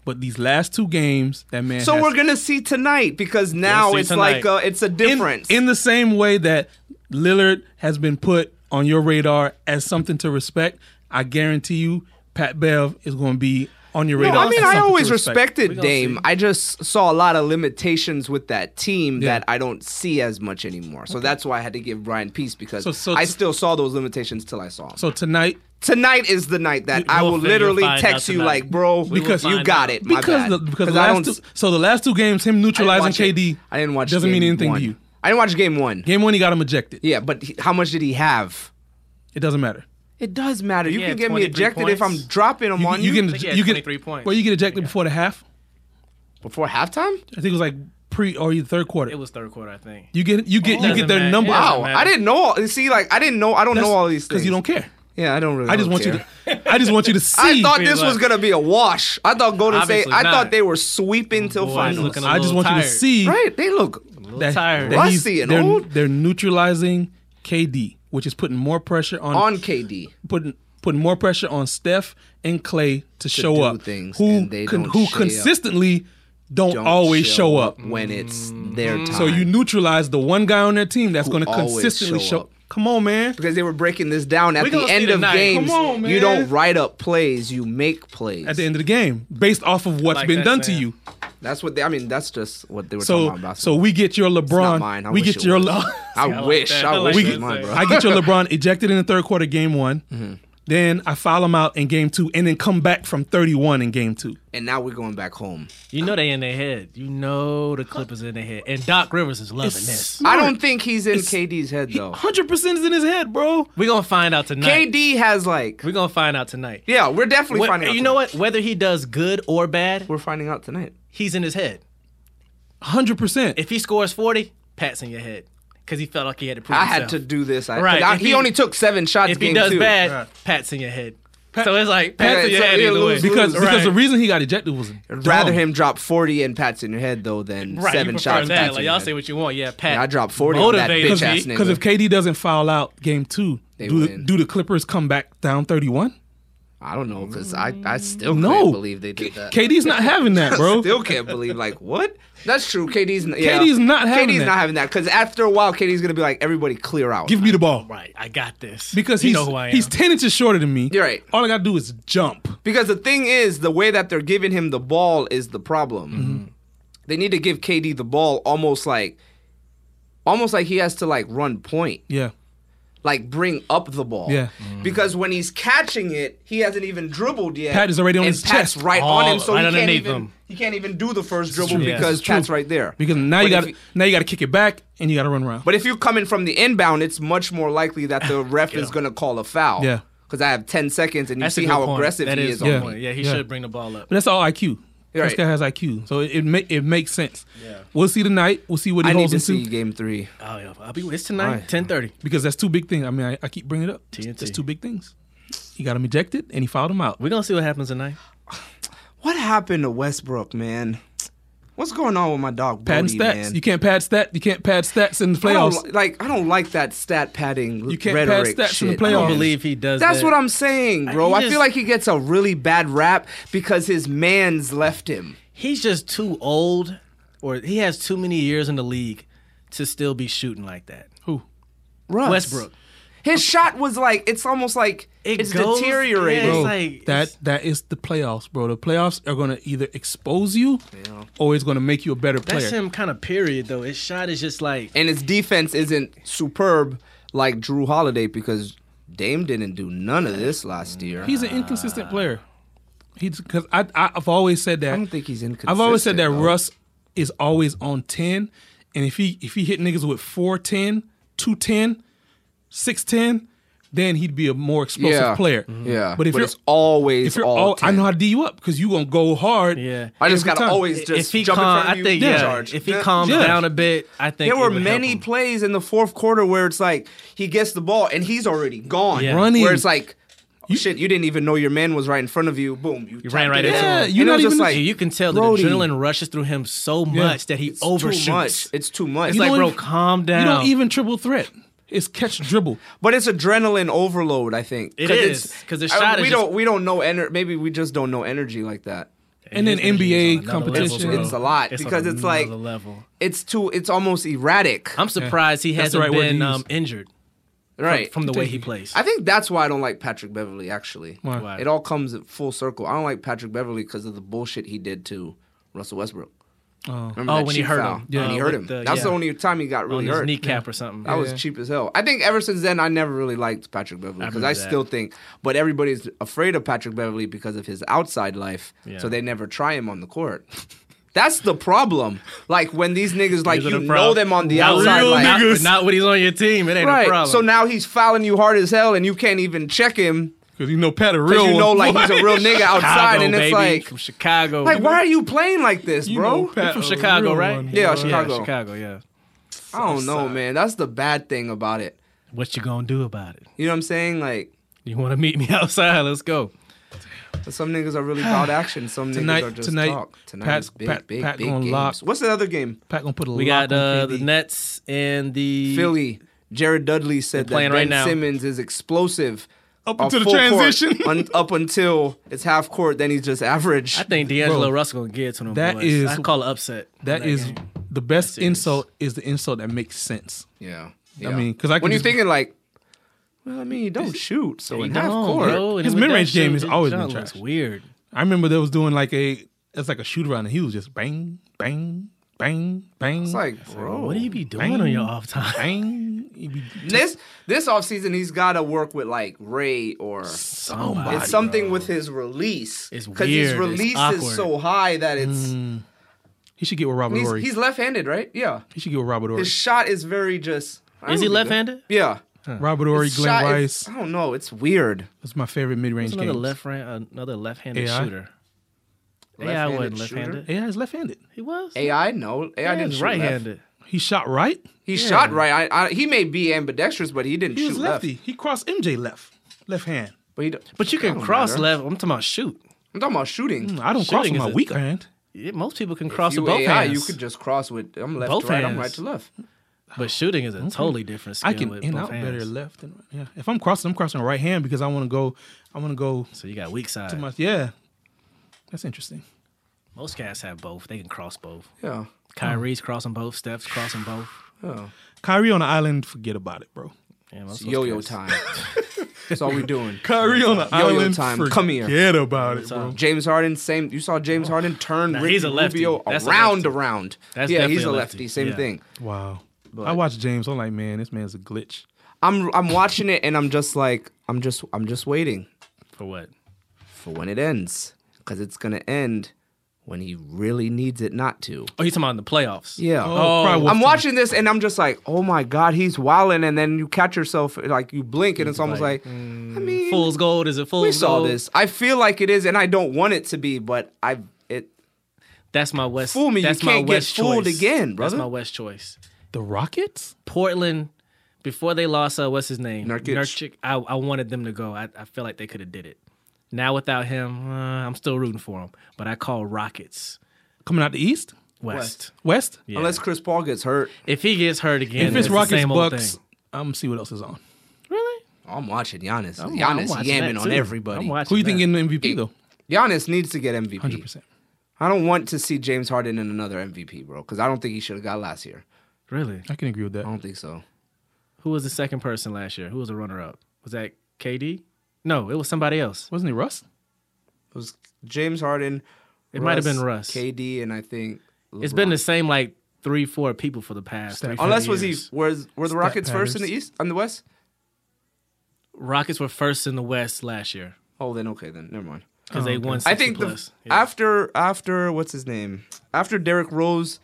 S3: But these last two games, that man.
S2: So
S3: has-
S2: we're gonna see tonight because now
S4: see
S2: it's like
S4: tonight.
S2: uh, it's a
S3: in-
S2: difference.
S3: In, the same way that Lillard has been put on your radar as something to respect, I guarantee you, Pat Bev is going to be on your
S2: No,
S3: radar.
S2: I mean, I
S3: as something to
S2: always
S3: respect.
S2: respected
S4: gonna
S2: Dame.
S4: see.
S2: I just saw a lot of limitations with that team
S3: Yeah.
S2: that I don't see as much anymore. So that's why I had to give Brian peace because
S3: So- so-
S2: I
S3: so-
S2: still saw those limitations till I saw them.
S3: So tonight,
S2: tonight is the night that I
S4: we'll
S2: will
S4: figure-
S2: literally
S4: find out
S2: text you
S4: tonight.
S2: like, bro,
S4: will
S2: because you
S4: find
S2: got
S4: out.
S2: it. My
S3: because
S2: bad.
S3: the, because the
S2: 'Cause I
S3: last
S2: don't.
S3: two, so the last two games,
S2: I
S3: him
S2: didn't
S3: neutralizing
S2: watch it.
S3: KD.
S2: I didn't watch.
S3: Doesn't mean
S2: game
S3: anything
S2: one.
S3: to you.
S2: I didn't watch game one.
S3: Game one, he got him ejected.
S2: Yeah, but he- how much did he have?
S3: It doesn't matter.
S2: It does matter. You
S4: he
S2: can
S4: had
S2: get me
S4: 23
S2: ejected if I'm
S4: points.
S2: dropping him
S3: You,
S2: on
S3: you
S2: you,
S3: get
S4: he had
S3: you get
S4: 23 points.
S3: Well, you get ejected before the half.
S2: before halftime.
S3: I think it was like pre or the third quarter.
S4: It was third quarter, I think.
S3: you get you get you
S4: Doesn't
S3: get their
S4: matter.
S3: number.
S4: It doesn't
S2: Wow,
S4: matter.
S2: I didn't know. all- See, like I didn't know. I don't know all these things
S3: because you don't care.
S2: Yeah, I don't really.
S3: I just
S2: don't
S3: want
S2: care.
S3: you to. I just want you to
S2: [laughs]
S3: see.
S2: I thought this
S4: Pretty
S2: was
S4: much.
S2: gonna be a wash. I thought Golden State.
S4: Obviously
S2: I thought
S4: not.
S2: they were sweeping till
S4: Boy,
S2: finals.
S4: looking a
S3: I just
S4: little
S3: want you to
S4: tired.
S3: see.
S2: right? They look.
S4: little tired.
S3: he's-
S2: Rusty and
S3: they're,
S2: old.
S3: they're neutralizing KD, which is putting more pressure on,
S2: On KD,
S3: putting putting more pressure on Steph and Clay to, show
S2: do
S3: up.
S2: things,
S3: who
S2: and they don't
S3: who
S2: show up.
S3: consistently don't,
S2: Don't
S3: always show up. Mm-hmm.
S2: when it's their time.
S3: So you neutralize the one guy on their team that's going to
S2: always
S3: consistently
S2: show
S3: show.
S2: up.
S3: Come on, man.
S2: because they were breaking this down at
S4: We
S2: the
S4: gonna see
S2: end of
S4: tonight.
S2: games.
S3: Come on,
S2: You don't
S3: man.
S2: write up plays. You make plays.
S3: At the end of the game, based off of what's
S4: like
S3: been
S4: that,
S3: done to
S4: Sam.
S3: you.
S2: That's what they. I mean, that's just what they were talking
S3: So
S2: about.
S3: so we get your LeBron.
S2: mine. I
S3: we
S2: wish
S3: get
S2: it
S3: your.
S2: was.
S3: Le-
S2: [laughs]
S3: [laughs]
S2: I
S4: like
S2: wish.
S4: that.
S2: I
S4: I like
S2: wish it was
S4: that.
S2: mine, bro.
S3: I get your
S4: [laughs]
S3: LeBron ejected in the third quarter, game one.
S2: Mm-hmm.
S3: Then I file him out in game two, and then come back from 31 in game two.
S2: and now we're going back home.
S4: You know they in their head. You know the Clippers in their head. And Doc Rivers is loving this.
S2: I don't think he's in KD's head though.
S3: 100 percent is in his head, bro.
S4: We're gonna find out tonight.
S2: KD has like.
S4: We're gonna find out tonight.
S2: Yeah, we're definitely
S4: What-
S2: finding out.
S4: you know what? Whether he does good or bad,
S2: We're finding out tonight.
S4: he's in his head.
S3: 100 percent.
S4: If he scores forty, Pat's in your head because he felt like he had to prove.
S2: I had
S4: himself.
S2: to do this. I,
S4: Right,
S2: right. I,
S4: if
S2: he,
S4: he-
S2: only took seven shots.
S4: If
S2: game
S4: he does
S2: two.
S4: bad,
S3: Right.
S4: Pat's in your head. so it's like Pat's
S2: Okay,
S4: in your
S2: so
S4: head
S2: he'll
S4: either way.
S2: lose-
S3: Because
S2: lose.
S3: because the
S4: Right.
S3: reason he got ejected was
S2: I'd rather
S3: dumb.
S2: him drop forty and Pat's in your head though than
S4: Right,
S2: seven
S4: you prefer
S2: shots.
S4: That.
S2: Pat's in
S4: Like
S2: your
S4: y'all
S2: head.
S4: say what you want. Yeah, Pat.
S2: Yeah, I dropped 40 on that
S4: motivated
S2: bitch ass
S4: me.
S2: nigga.
S3: Because if KD doesn't foul out game two,
S2: They
S3: do the,
S2: win.
S3: do the Clippers come back down 31?
S2: I don't know because I, I still
S3: No.
S2: can't believe they did that.
S3: KD's not having that,
S2: [laughs]
S3: bro.
S2: Still can't believe like what? That's true. KD's n- yeah.
S3: KD's not having
S2: KD's
S3: that.
S2: not having that because after a while, KD's gonna be like everybody clear out.
S3: Give me the ball.
S4: Right, I got this.
S3: Because
S4: you
S3: he's
S4: know who I am.
S3: he's 10 inches shorter than me.
S2: You're right.
S3: All I got to do is jump.
S2: Because the thing is, the way that they're giving him the ball is the problem.
S4: Mm-hmm.
S2: They need to give KD the ball almost like, almost like he has to like run point.
S3: Yeah.
S2: like bring up the ball.
S3: Yeah.
S4: Mm-hmm.
S2: Because when he's catching it, he hasn't even dribbled yet.
S3: Pat is already on
S2: and
S3: his
S2: Pat's
S3: chest.
S2: right
S4: All
S2: on him, so
S4: Oh, right
S2: he can't
S4: underneath
S2: even
S4: him.
S2: he can't even do the first dribble
S4: true. Yeah,
S2: because
S3: it's true.
S2: Pat's right there.
S3: Because now you
S2: But if
S3: got
S2: he-
S3: to now you got to kick it back and you got to run around.
S2: but if you're coming from the inbound, it's much more likely that
S4: [laughs]
S2: the ref is going to call a foul.
S3: Yeah.
S2: Because I have 10 seconds and you
S4: That's a
S2: see
S4: good
S2: how
S4: point.
S2: aggressive
S4: That
S2: he
S4: is
S2: is
S4: a good
S2: on
S3: Yeah.
S4: point.
S2: me.
S4: Yeah, he
S3: Yeah.
S4: should bring the ball up.
S3: But that's all IQ.
S2: Right.
S3: This guy has IQ, so it it, ma- it makes sense. We'll see tonight. We'll see what he
S2: I need
S3: holds
S2: to
S3: into
S2: see game three.
S4: Oh, yeah. I'll be. It's tonight, ten thirty.
S3: because that's two big things. I mean, I, I keep bringing it up.
S4: TNT.
S3: That's two big things. He got him ejected and he fouled him out.
S4: We're gonna see what happens tonight.
S2: What happened to Westbrook, man? What's going on with my dog,
S3: Padding
S2: Brody,
S3: stats.
S2: man?
S3: You can't pad stat. You can't pad stats in the
S2: I don't
S3: playoffs.
S2: li- like I don't like that stat padding.
S3: You can't pad
S2: rhetoric
S3: stats in the
S2: shit,
S3: playoffs.
S4: I don't
S2: man.
S4: believe he does.
S2: That's
S4: that.
S2: what I'm saying, bro.
S4: he
S2: I
S4: just-
S2: feel like he gets a really bad rap because his man's left him.
S4: He's just too old, or he has too many years in the league to still be shooting like that.
S3: Who?
S2: Russ.
S4: Westbrook.
S2: His shot was like it's almost like
S4: It
S2: it's
S4: goes-
S2: deteriorating.
S4: yeah,
S3: Bro,
S4: It's like-
S3: that that is the playoffs, bro. The playoffs are gonna either expose you, or it's gonna make you a better player.
S4: That's him kind of period though. His shot is just like
S2: And his defense isn't superb like Drew Holiday because Dame didn't do none of this last year.
S3: He's an inconsistent player. He's because I, I I've always said that.
S2: I don't think he's inconsistent.
S3: I've always said that
S2: though.
S3: Russ is always on ten, and if he if he hit niggas with four ten, 210, 6'10, then he'd be a more explosive
S2: Yeah.
S3: player.
S4: Mm-hmm.
S2: Yeah.
S3: But if you're
S2: it's always
S3: if you're
S2: all,
S3: all, I
S2: 10.
S3: know how to D you up because you gonna go hard.
S4: Yeah.
S2: I just gotta
S3: time.
S2: always just
S4: if he
S2: jump in
S4: calm,
S2: front of
S4: I
S2: you.
S4: think
S2: and
S4: yeah.
S2: charge.
S4: If he
S2: Yeah.
S4: calms
S3: Yeah.
S4: down a bit, I think
S2: There
S4: it
S2: were
S4: would help
S2: many
S4: him.
S2: plays in the fourth quarter where it's like he gets the ball and he's already gone.
S4: Yeah.
S3: Running.
S2: Where it's like, shit, you didn't even know your man was right in front of you. Boom. You,
S4: ran
S2: tapped
S4: right
S2: it
S4: into
S2: in.
S4: him.
S3: Yeah,
S2: And
S3: you're
S2: it
S3: not
S2: was
S3: even
S2: just
S3: a-
S2: like
S4: Yeah, you can tell the
S2: Brody,
S4: adrenaline rushes through him so much that he
S2: it's
S4: overshoots.
S2: Too much. It's too much.
S4: It's
S3: You
S4: like,
S3: don't
S4: bro,
S3: even-
S4: calm
S3: You
S4: down.
S3: don't even triple threat. It's catch
S2: [laughs]
S3: dribble.
S2: But it's adrenaline overload, I think.
S4: It
S2: 'Cause
S4: is,
S2: it's-
S4: 'cause the
S2: I-
S4: shot is
S2: we
S4: just-
S2: don't we don't know ener- maybe we just don't know energy like that.
S3: And then
S4: His energy
S3: NBA
S4: is on another
S3: competition.
S4: bro.
S2: It's a lot
S4: on
S2: because it's like-
S4: another level.
S2: It's too it's almost erratic.
S4: I'm surprised he
S3: That's the
S4: hasn't
S3: right word to
S4: been
S3: use.
S4: um, injured
S2: right.
S4: from the way he
S3: Continue.
S4: plays.
S2: I think that's why I don't like Patrick Beverly actually.
S3: Why?
S4: Why?
S2: It all comes at full circle. I don't like Patrick Beverly because of the bullshit he did to Russell Westbrook.
S3: Oh.
S2: Remember
S4: Oh,
S2: that
S4: when he
S2: cheap
S4: hurt
S2: foul?
S4: him.
S2: Yeah,
S4: Uh,
S2: when he hurt
S4: with
S2: him.
S4: the-
S2: that's the
S4: yeah.
S2: only time he got
S4: on
S2: really
S4: his
S2: hurt.
S4: kneecap or something.
S2: That was
S3: Yeah.
S2: cheap as hell. I think ever since then I never really liked Patrick Beverly because
S4: remember
S2: I,
S4: that.
S2: still think, but everybody's afraid of Patrick Beverly because of his outside life,
S4: Yeah.
S2: so they never try him on the court. [laughs] That's the problem. Like when these niggas, like
S4: Is it
S2: you
S4: a
S2: know
S4: problem?
S2: them on the
S4: Not
S2: outside,
S4: real
S2: like,
S4: Not, not when he's on your team. It ain't a
S2: right.
S4: problem.
S2: So now he's fouling you hard as hell, and you can't even check him
S3: Because you know Pat a real
S2: because you
S3: one.
S2: know like [laughs] he's a real
S3: [laughs]
S2: nigga outside,
S4: Chicago,
S2: and it's
S4: baby,
S2: like,
S4: from Chicago.
S2: like why are you playing like this,
S3: You
S2: bro?
S3: know Pat
S4: from
S3: a
S4: Chicago,
S3: real
S4: right?
S3: one,
S2: Yeah,
S3: boy.
S2: Chicago.
S4: Yeah, Chicago, yeah.
S2: I don't know, man. That's the bad thing about it.
S4: What you gonna do about it?
S2: You know what I'm saying? Like.
S4: You wanna meet me [laughs] outside? Let's go.
S2: Some niggas are really about action. Some
S3: Tonight-
S2: niggas are just
S3: tonight,
S2: talk. Tonight
S3: Pat's-
S2: is big,
S3: Pat-
S2: big,
S3: Pat
S2: big
S3: gonna
S2: games.
S3: lock.
S2: What's the other game?
S3: Pat gonna put a
S4: We
S3: lock
S4: got
S3: on
S4: uh,
S3: KD.
S4: the Nets and the
S2: Philly. Jared Dudley said
S4: They're playing
S2: that Ben
S4: right now.
S2: Simmons is explosive.
S3: Up
S2: off
S3: until the
S2: full court,
S3: transition.
S2: un- up until it's half court, then he's just average.
S4: I think D'Angelo
S3: Bro,
S4: Russell gonna get to them.
S3: that
S4: boys.
S3: is-
S4: I call it upset.
S3: That is
S4: game.
S3: the best insult. Is the insult that makes sense.
S2: yeah.
S3: I
S2: Yeah.
S3: mean, 'cause I can
S2: when you're
S3: just-
S2: thinking like, well, I mean, you don't shoot, so in
S4: No,
S2: half court,
S4: bro, and
S3: His
S4: with that
S3: mid-range game
S4: shit,
S3: has
S4: his
S3: always been
S4: jump looks
S3: trash.
S4: Weird.
S3: I remember they was doing like a it's like a shoot around, and he was just bang, bang, bang, bang.
S2: it's like, bro,
S4: What do you be doing
S3: Bang.
S4: on your off time?
S3: bang. He be-
S2: this this offseason he's got to work with like Ray or
S3: somebody.
S2: It's something with his release.
S4: It's
S2: his
S4: weird. It's
S2: release
S4: awkward.
S2: is so high that it's.
S3: He should get with Robert
S2: He's,
S3: Ory.
S2: he's left-handed, right? Yeah.
S3: He should get with Robert Ory.
S2: His shot is very just. I
S4: Is he
S2: don't know.
S4: left-handed?
S2: Yeah.
S3: Robert Ory,
S2: His
S3: Glenn
S2: shot
S3: Rice.
S2: Is, I don't know. It's weird.
S3: That's my favorite mid-range
S4: Another
S3: game.
S4: left hand, another left-handed
S3: AI?
S4: shooter. AI
S2: Left-handed
S4: wasn't
S2: shooter?
S4: left-handed.
S3: Yeah, he's left-handed.
S4: He was.
S2: AI no. AI
S4: Yeah,
S2: didn't
S4: he's
S2: shoot left.
S4: right-handed.
S3: He shot right.
S2: He shot right. I, I, he may be ambidextrous, but he didn't
S3: He
S2: shoot
S3: was
S2: left.
S3: lefty. He crossed MJ left, left hand.
S2: But, he, don't-
S4: But you
S2: that
S4: can
S2: don't
S4: cross
S2: matter.
S4: left. I'm talking about shoot.
S2: I'm talking about shooting.
S3: I don't cross
S4: Shooting
S3: with
S4: is
S3: my
S4: a-
S3: weak hand.
S4: Yeah, most people can cross
S2: you
S4: with Oh, both
S2: AI,
S4: hands.
S2: you could just cross with. I'm left
S4: Both
S2: to right. I'm
S4: hands.
S2: right to left.
S4: but shooting is a totally different skill.
S3: I can
S4: with
S3: in
S4: both
S3: out
S4: hands.
S3: better left than right. Yeah. If I'm crossing, I'm crossing right hand because I want to go. I want to go
S4: So you got weak side.
S3: to my yeah. That's interesting.
S4: Most guys have both. They can cross both.
S2: Yeah.
S4: Kyrie's crossing both. Steph's crossing both.
S3: Kyrie on the island, forget about it, bro.
S4: Yeah,
S2: It's
S4: most of us
S2: yo-yo
S4: guys-
S2: time. [laughs] That's all we
S4: [laughs]
S2: doing.
S3: Kyrie on the
S2: Yo-yo
S3: island,
S2: time,
S3: forget
S2: come here.
S3: about it, bro.
S4: Time.
S2: James Harden, same. You saw James Harden turn
S4: Nah,
S2: Ricky
S4: he's a lefty.
S2: Rubio
S4: That's a
S2: around,
S4: lefty.
S2: around.
S4: That's
S2: yeah, he's
S4: definitely
S2: a
S4: a
S2: lefty.
S4: lefty,
S2: Same
S4: yeah.
S2: thing.
S3: Wow. I watched James. I'm like, man, this man's a glitch.
S2: I'm I'm watching it and I'm just like I'm just I'm just waiting
S4: For what?
S2: for when it ends because it's gonna end when he really needs it not to.
S4: Oh, he's talking about in the playoffs.
S2: Yeah.
S3: Oh, probably Wolf
S2: I'm
S3: time.
S2: watching this and I'm just like, oh my god, he's wilding, and then you catch yourself like you blink and it's almost like,
S4: mm,
S2: I mean,
S4: Fool's gold is it fool's
S2: we saw
S4: gold?
S2: this. I feel like it is, and I don't want it to be, but I it
S4: That's my West.
S2: Fool me, you
S4: That's my
S2: can't get
S4: West
S2: fooled
S4: choice.
S2: again, brother.
S4: That's my West choice.
S3: The Rockets?
S4: Portland, before they lost, uh, what's his name?
S2: Nurkic.
S4: I, I wanted them to go. I, I feel like they could have did it. Now without him, uh, I'm still rooting for him. But I call Rockets
S3: Coming out the East?
S4: West.
S3: West?
S4: Yeah.
S2: unless Chris Paul gets hurt,
S4: if he gets hurt again,
S3: if it's
S4: the
S3: Rockets
S4: same old
S3: Bucks,
S4: thing.
S3: I'm gonna see what else is on.
S4: really?
S2: I'm watching Giannis.
S4: I'm- I'm
S2: Giannis
S4: watching
S2: yamming
S4: that
S2: on
S4: too.
S2: everybody.
S4: I'm watching
S3: Who you think
S4: that.
S3: in the MVP though?
S2: Giannis needs to get MVP.
S3: Hundred percent.
S2: I don't want to see James Harden in another MVP, bro, because I don't think he should have got last year.
S4: Really?
S3: I can agree with
S2: I
S3: that.
S2: don't think so.
S4: Who was the second person last year? Who was the runner up? Was that KD? No, it was somebody else.
S3: Wasn't it Russ?
S2: It was James Harden.
S4: It might have been Russ.
S2: KD, and I think
S4: It's been
S2: LeBron.
S4: the same like three, four people for the past.
S3: Steph.
S4: Three, four
S2: Unless was he
S4: years.
S2: was were the Rockets first in the
S3: Patterson.
S2: East on the West?
S4: Rockets were first in the West last year
S2: Oh, then okay, then never mind.
S4: because they won. 60
S2: Oh, I think the
S4: plus. Yeah.
S2: after after what's his name after Derrick Rose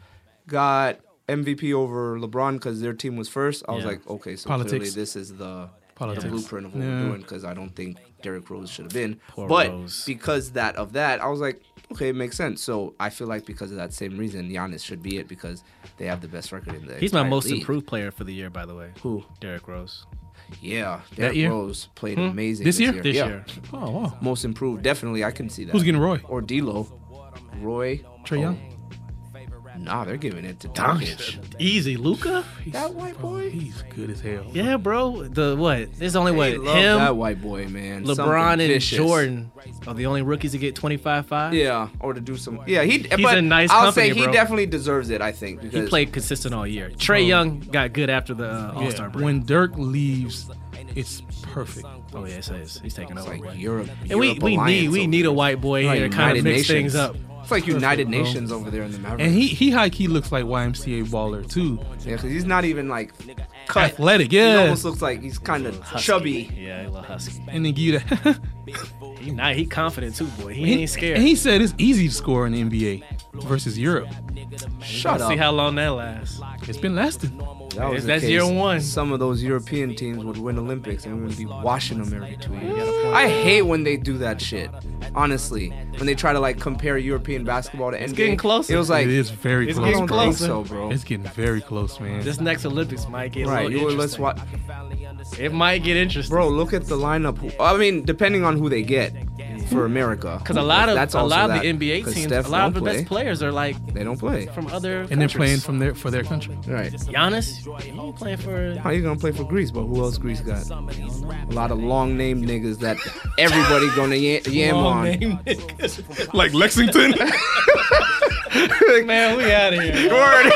S2: got MVP over LeBron because their team was first, I was
S4: Yeah.
S2: like, okay, so clearly
S3: Politics.
S2: this is the, the
S3: Politics.
S2: blueprint of what
S3: Yeah.
S2: we're doing because I don't think Derrick Rose should have been.
S4: Poor
S2: but
S4: Rose.
S2: because that of that, I was like, okay, it makes sense. So I feel like because of that same reason, Giannis should be it because they have the best record in the.
S4: He's my
S2: entire
S4: most
S2: league.
S4: improved player for the year, by the way.
S2: Who?
S4: Derrick Rose.
S2: Yeah, Derrick
S4: year? Hmm?
S2: Rose played amazing
S3: This year?
S4: This
S2: Yeah.
S4: year.
S3: Oh wow.
S2: most improved. Definitely, I can see that.
S3: Who's getting Roy?
S2: Or D'Lo, Roy,
S3: Trey Young.
S2: Nah, they're giving it to Doncic.
S4: Doncic. Easy, Luca.
S2: That white boy.
S3: He's good as hell.
S4: Yeah, bro. The what? There's only what
S2: They
S4: him,
S2: love that white boy, man.
S4: LeBron,
S2: Something
S4: and
S2: vicious.
S4: Jordan are the only rookies that get 25-5.
S2: Yeah, or to do some. Yeah, he. He's
S4: a nice
S2: I'll
S4: company,
S2: say he
S4: bro.
S2: definitely deserves it. I think because
S4: He played consistent all year. Trey Young got good after the uh, All Star break.
S3: When Dirk leaves, it's perfect.
S4: oh yeah, it says he's taking over.
S2: like Europe.
S4: and we,
S2: Europe
S4: we need
S2: Alliance
S4: we
S2: over
S4: need a
S2: there.
S4: white boy
S2: Like
S4: here to kind of
S2: United
S4: mix
S2: Nations.
S4: things up.
S2: It's like United
S3: bro.
S2: Nations over there in the Mavericks.
S3: And he he high key looks like YMCA baller too.
S2: yeah, because he's not even like cut.
S3: Athletic,
S2: He
S3: yeah.
S2: almost looks like he's kind of chubby.
S4: Yeah, a little husky.
S3: And then give you that. [laughs]
S4: He, nah, he confident too, boy. He, ain't scared.
S3: And he said it's easy to score in the NBA versus Europe.
S2: Shut
S4: Let's
S2: up.
S4: see how long that lasts.
S3: It's been lasting.
S2: That was
S4: If
S2: the
S4: that's
S2: case,
S4: year one.
S2: Some of those European teams would win Olympics and we would be washing them every two years. I hate when they do that shit. Honestly, when they try to like compare European basketball to NBA,
S4: getting closer.
S2: It was like
S3: it is very
S4: It's
S3: close.
S2: I don't
S4: getting
S3: bro.
S2: think
S4: closer.
S2: so, bro.
S3: It's getting very close, man.
S4: This next Olympics might get
S2: Right,
S4: A
S2: you
S4: little
S2: let's
S4: interesting.
S2: watch,
S4: It might get interesting.
S2: bro. Look at the lineup. I mean, depending on who they get for America,
S4: Because a lot of
S2: that's
S4: a
S2: also
S4: lot
S2: that,
S4: of the NBA
S2: 'cause
S4: teams,
S2: Steph
S4: a lot of the
S2: don't
S4: best
S2: play.
S4: players are like
S2: They don't play.
S4: from other.
S3: and they're
S4: countries.
S3: playing from their for their country.
S2: Right.
S4: Giannis, he ain't playing for.
S2: How you gonna play for Greece? But who else Greece got? A lot of long name niggas that everybody gonna yam, yam on. [laughs]
S3: Like Lexington.
S4: Man, we out of here. [laughs]
S2: Word.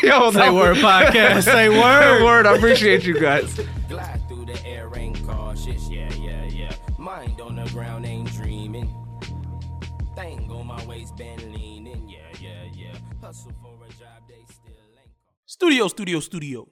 S2: [laughs] Yo,
S4: Say
S2: that
S4: word
S2: word. [laughs]
S4: podcast. Say word.
S2: Word. I appreciate you guys.
S5: Glide through the air, ain't cautious. Yeah, yeah, yeah. Mind on the ground, ain't dreaming. Thing on my waistband leaning. Yeah, yeah, yeah. Hustle for a job, they still ain't.
S6: Studio, studio, studio.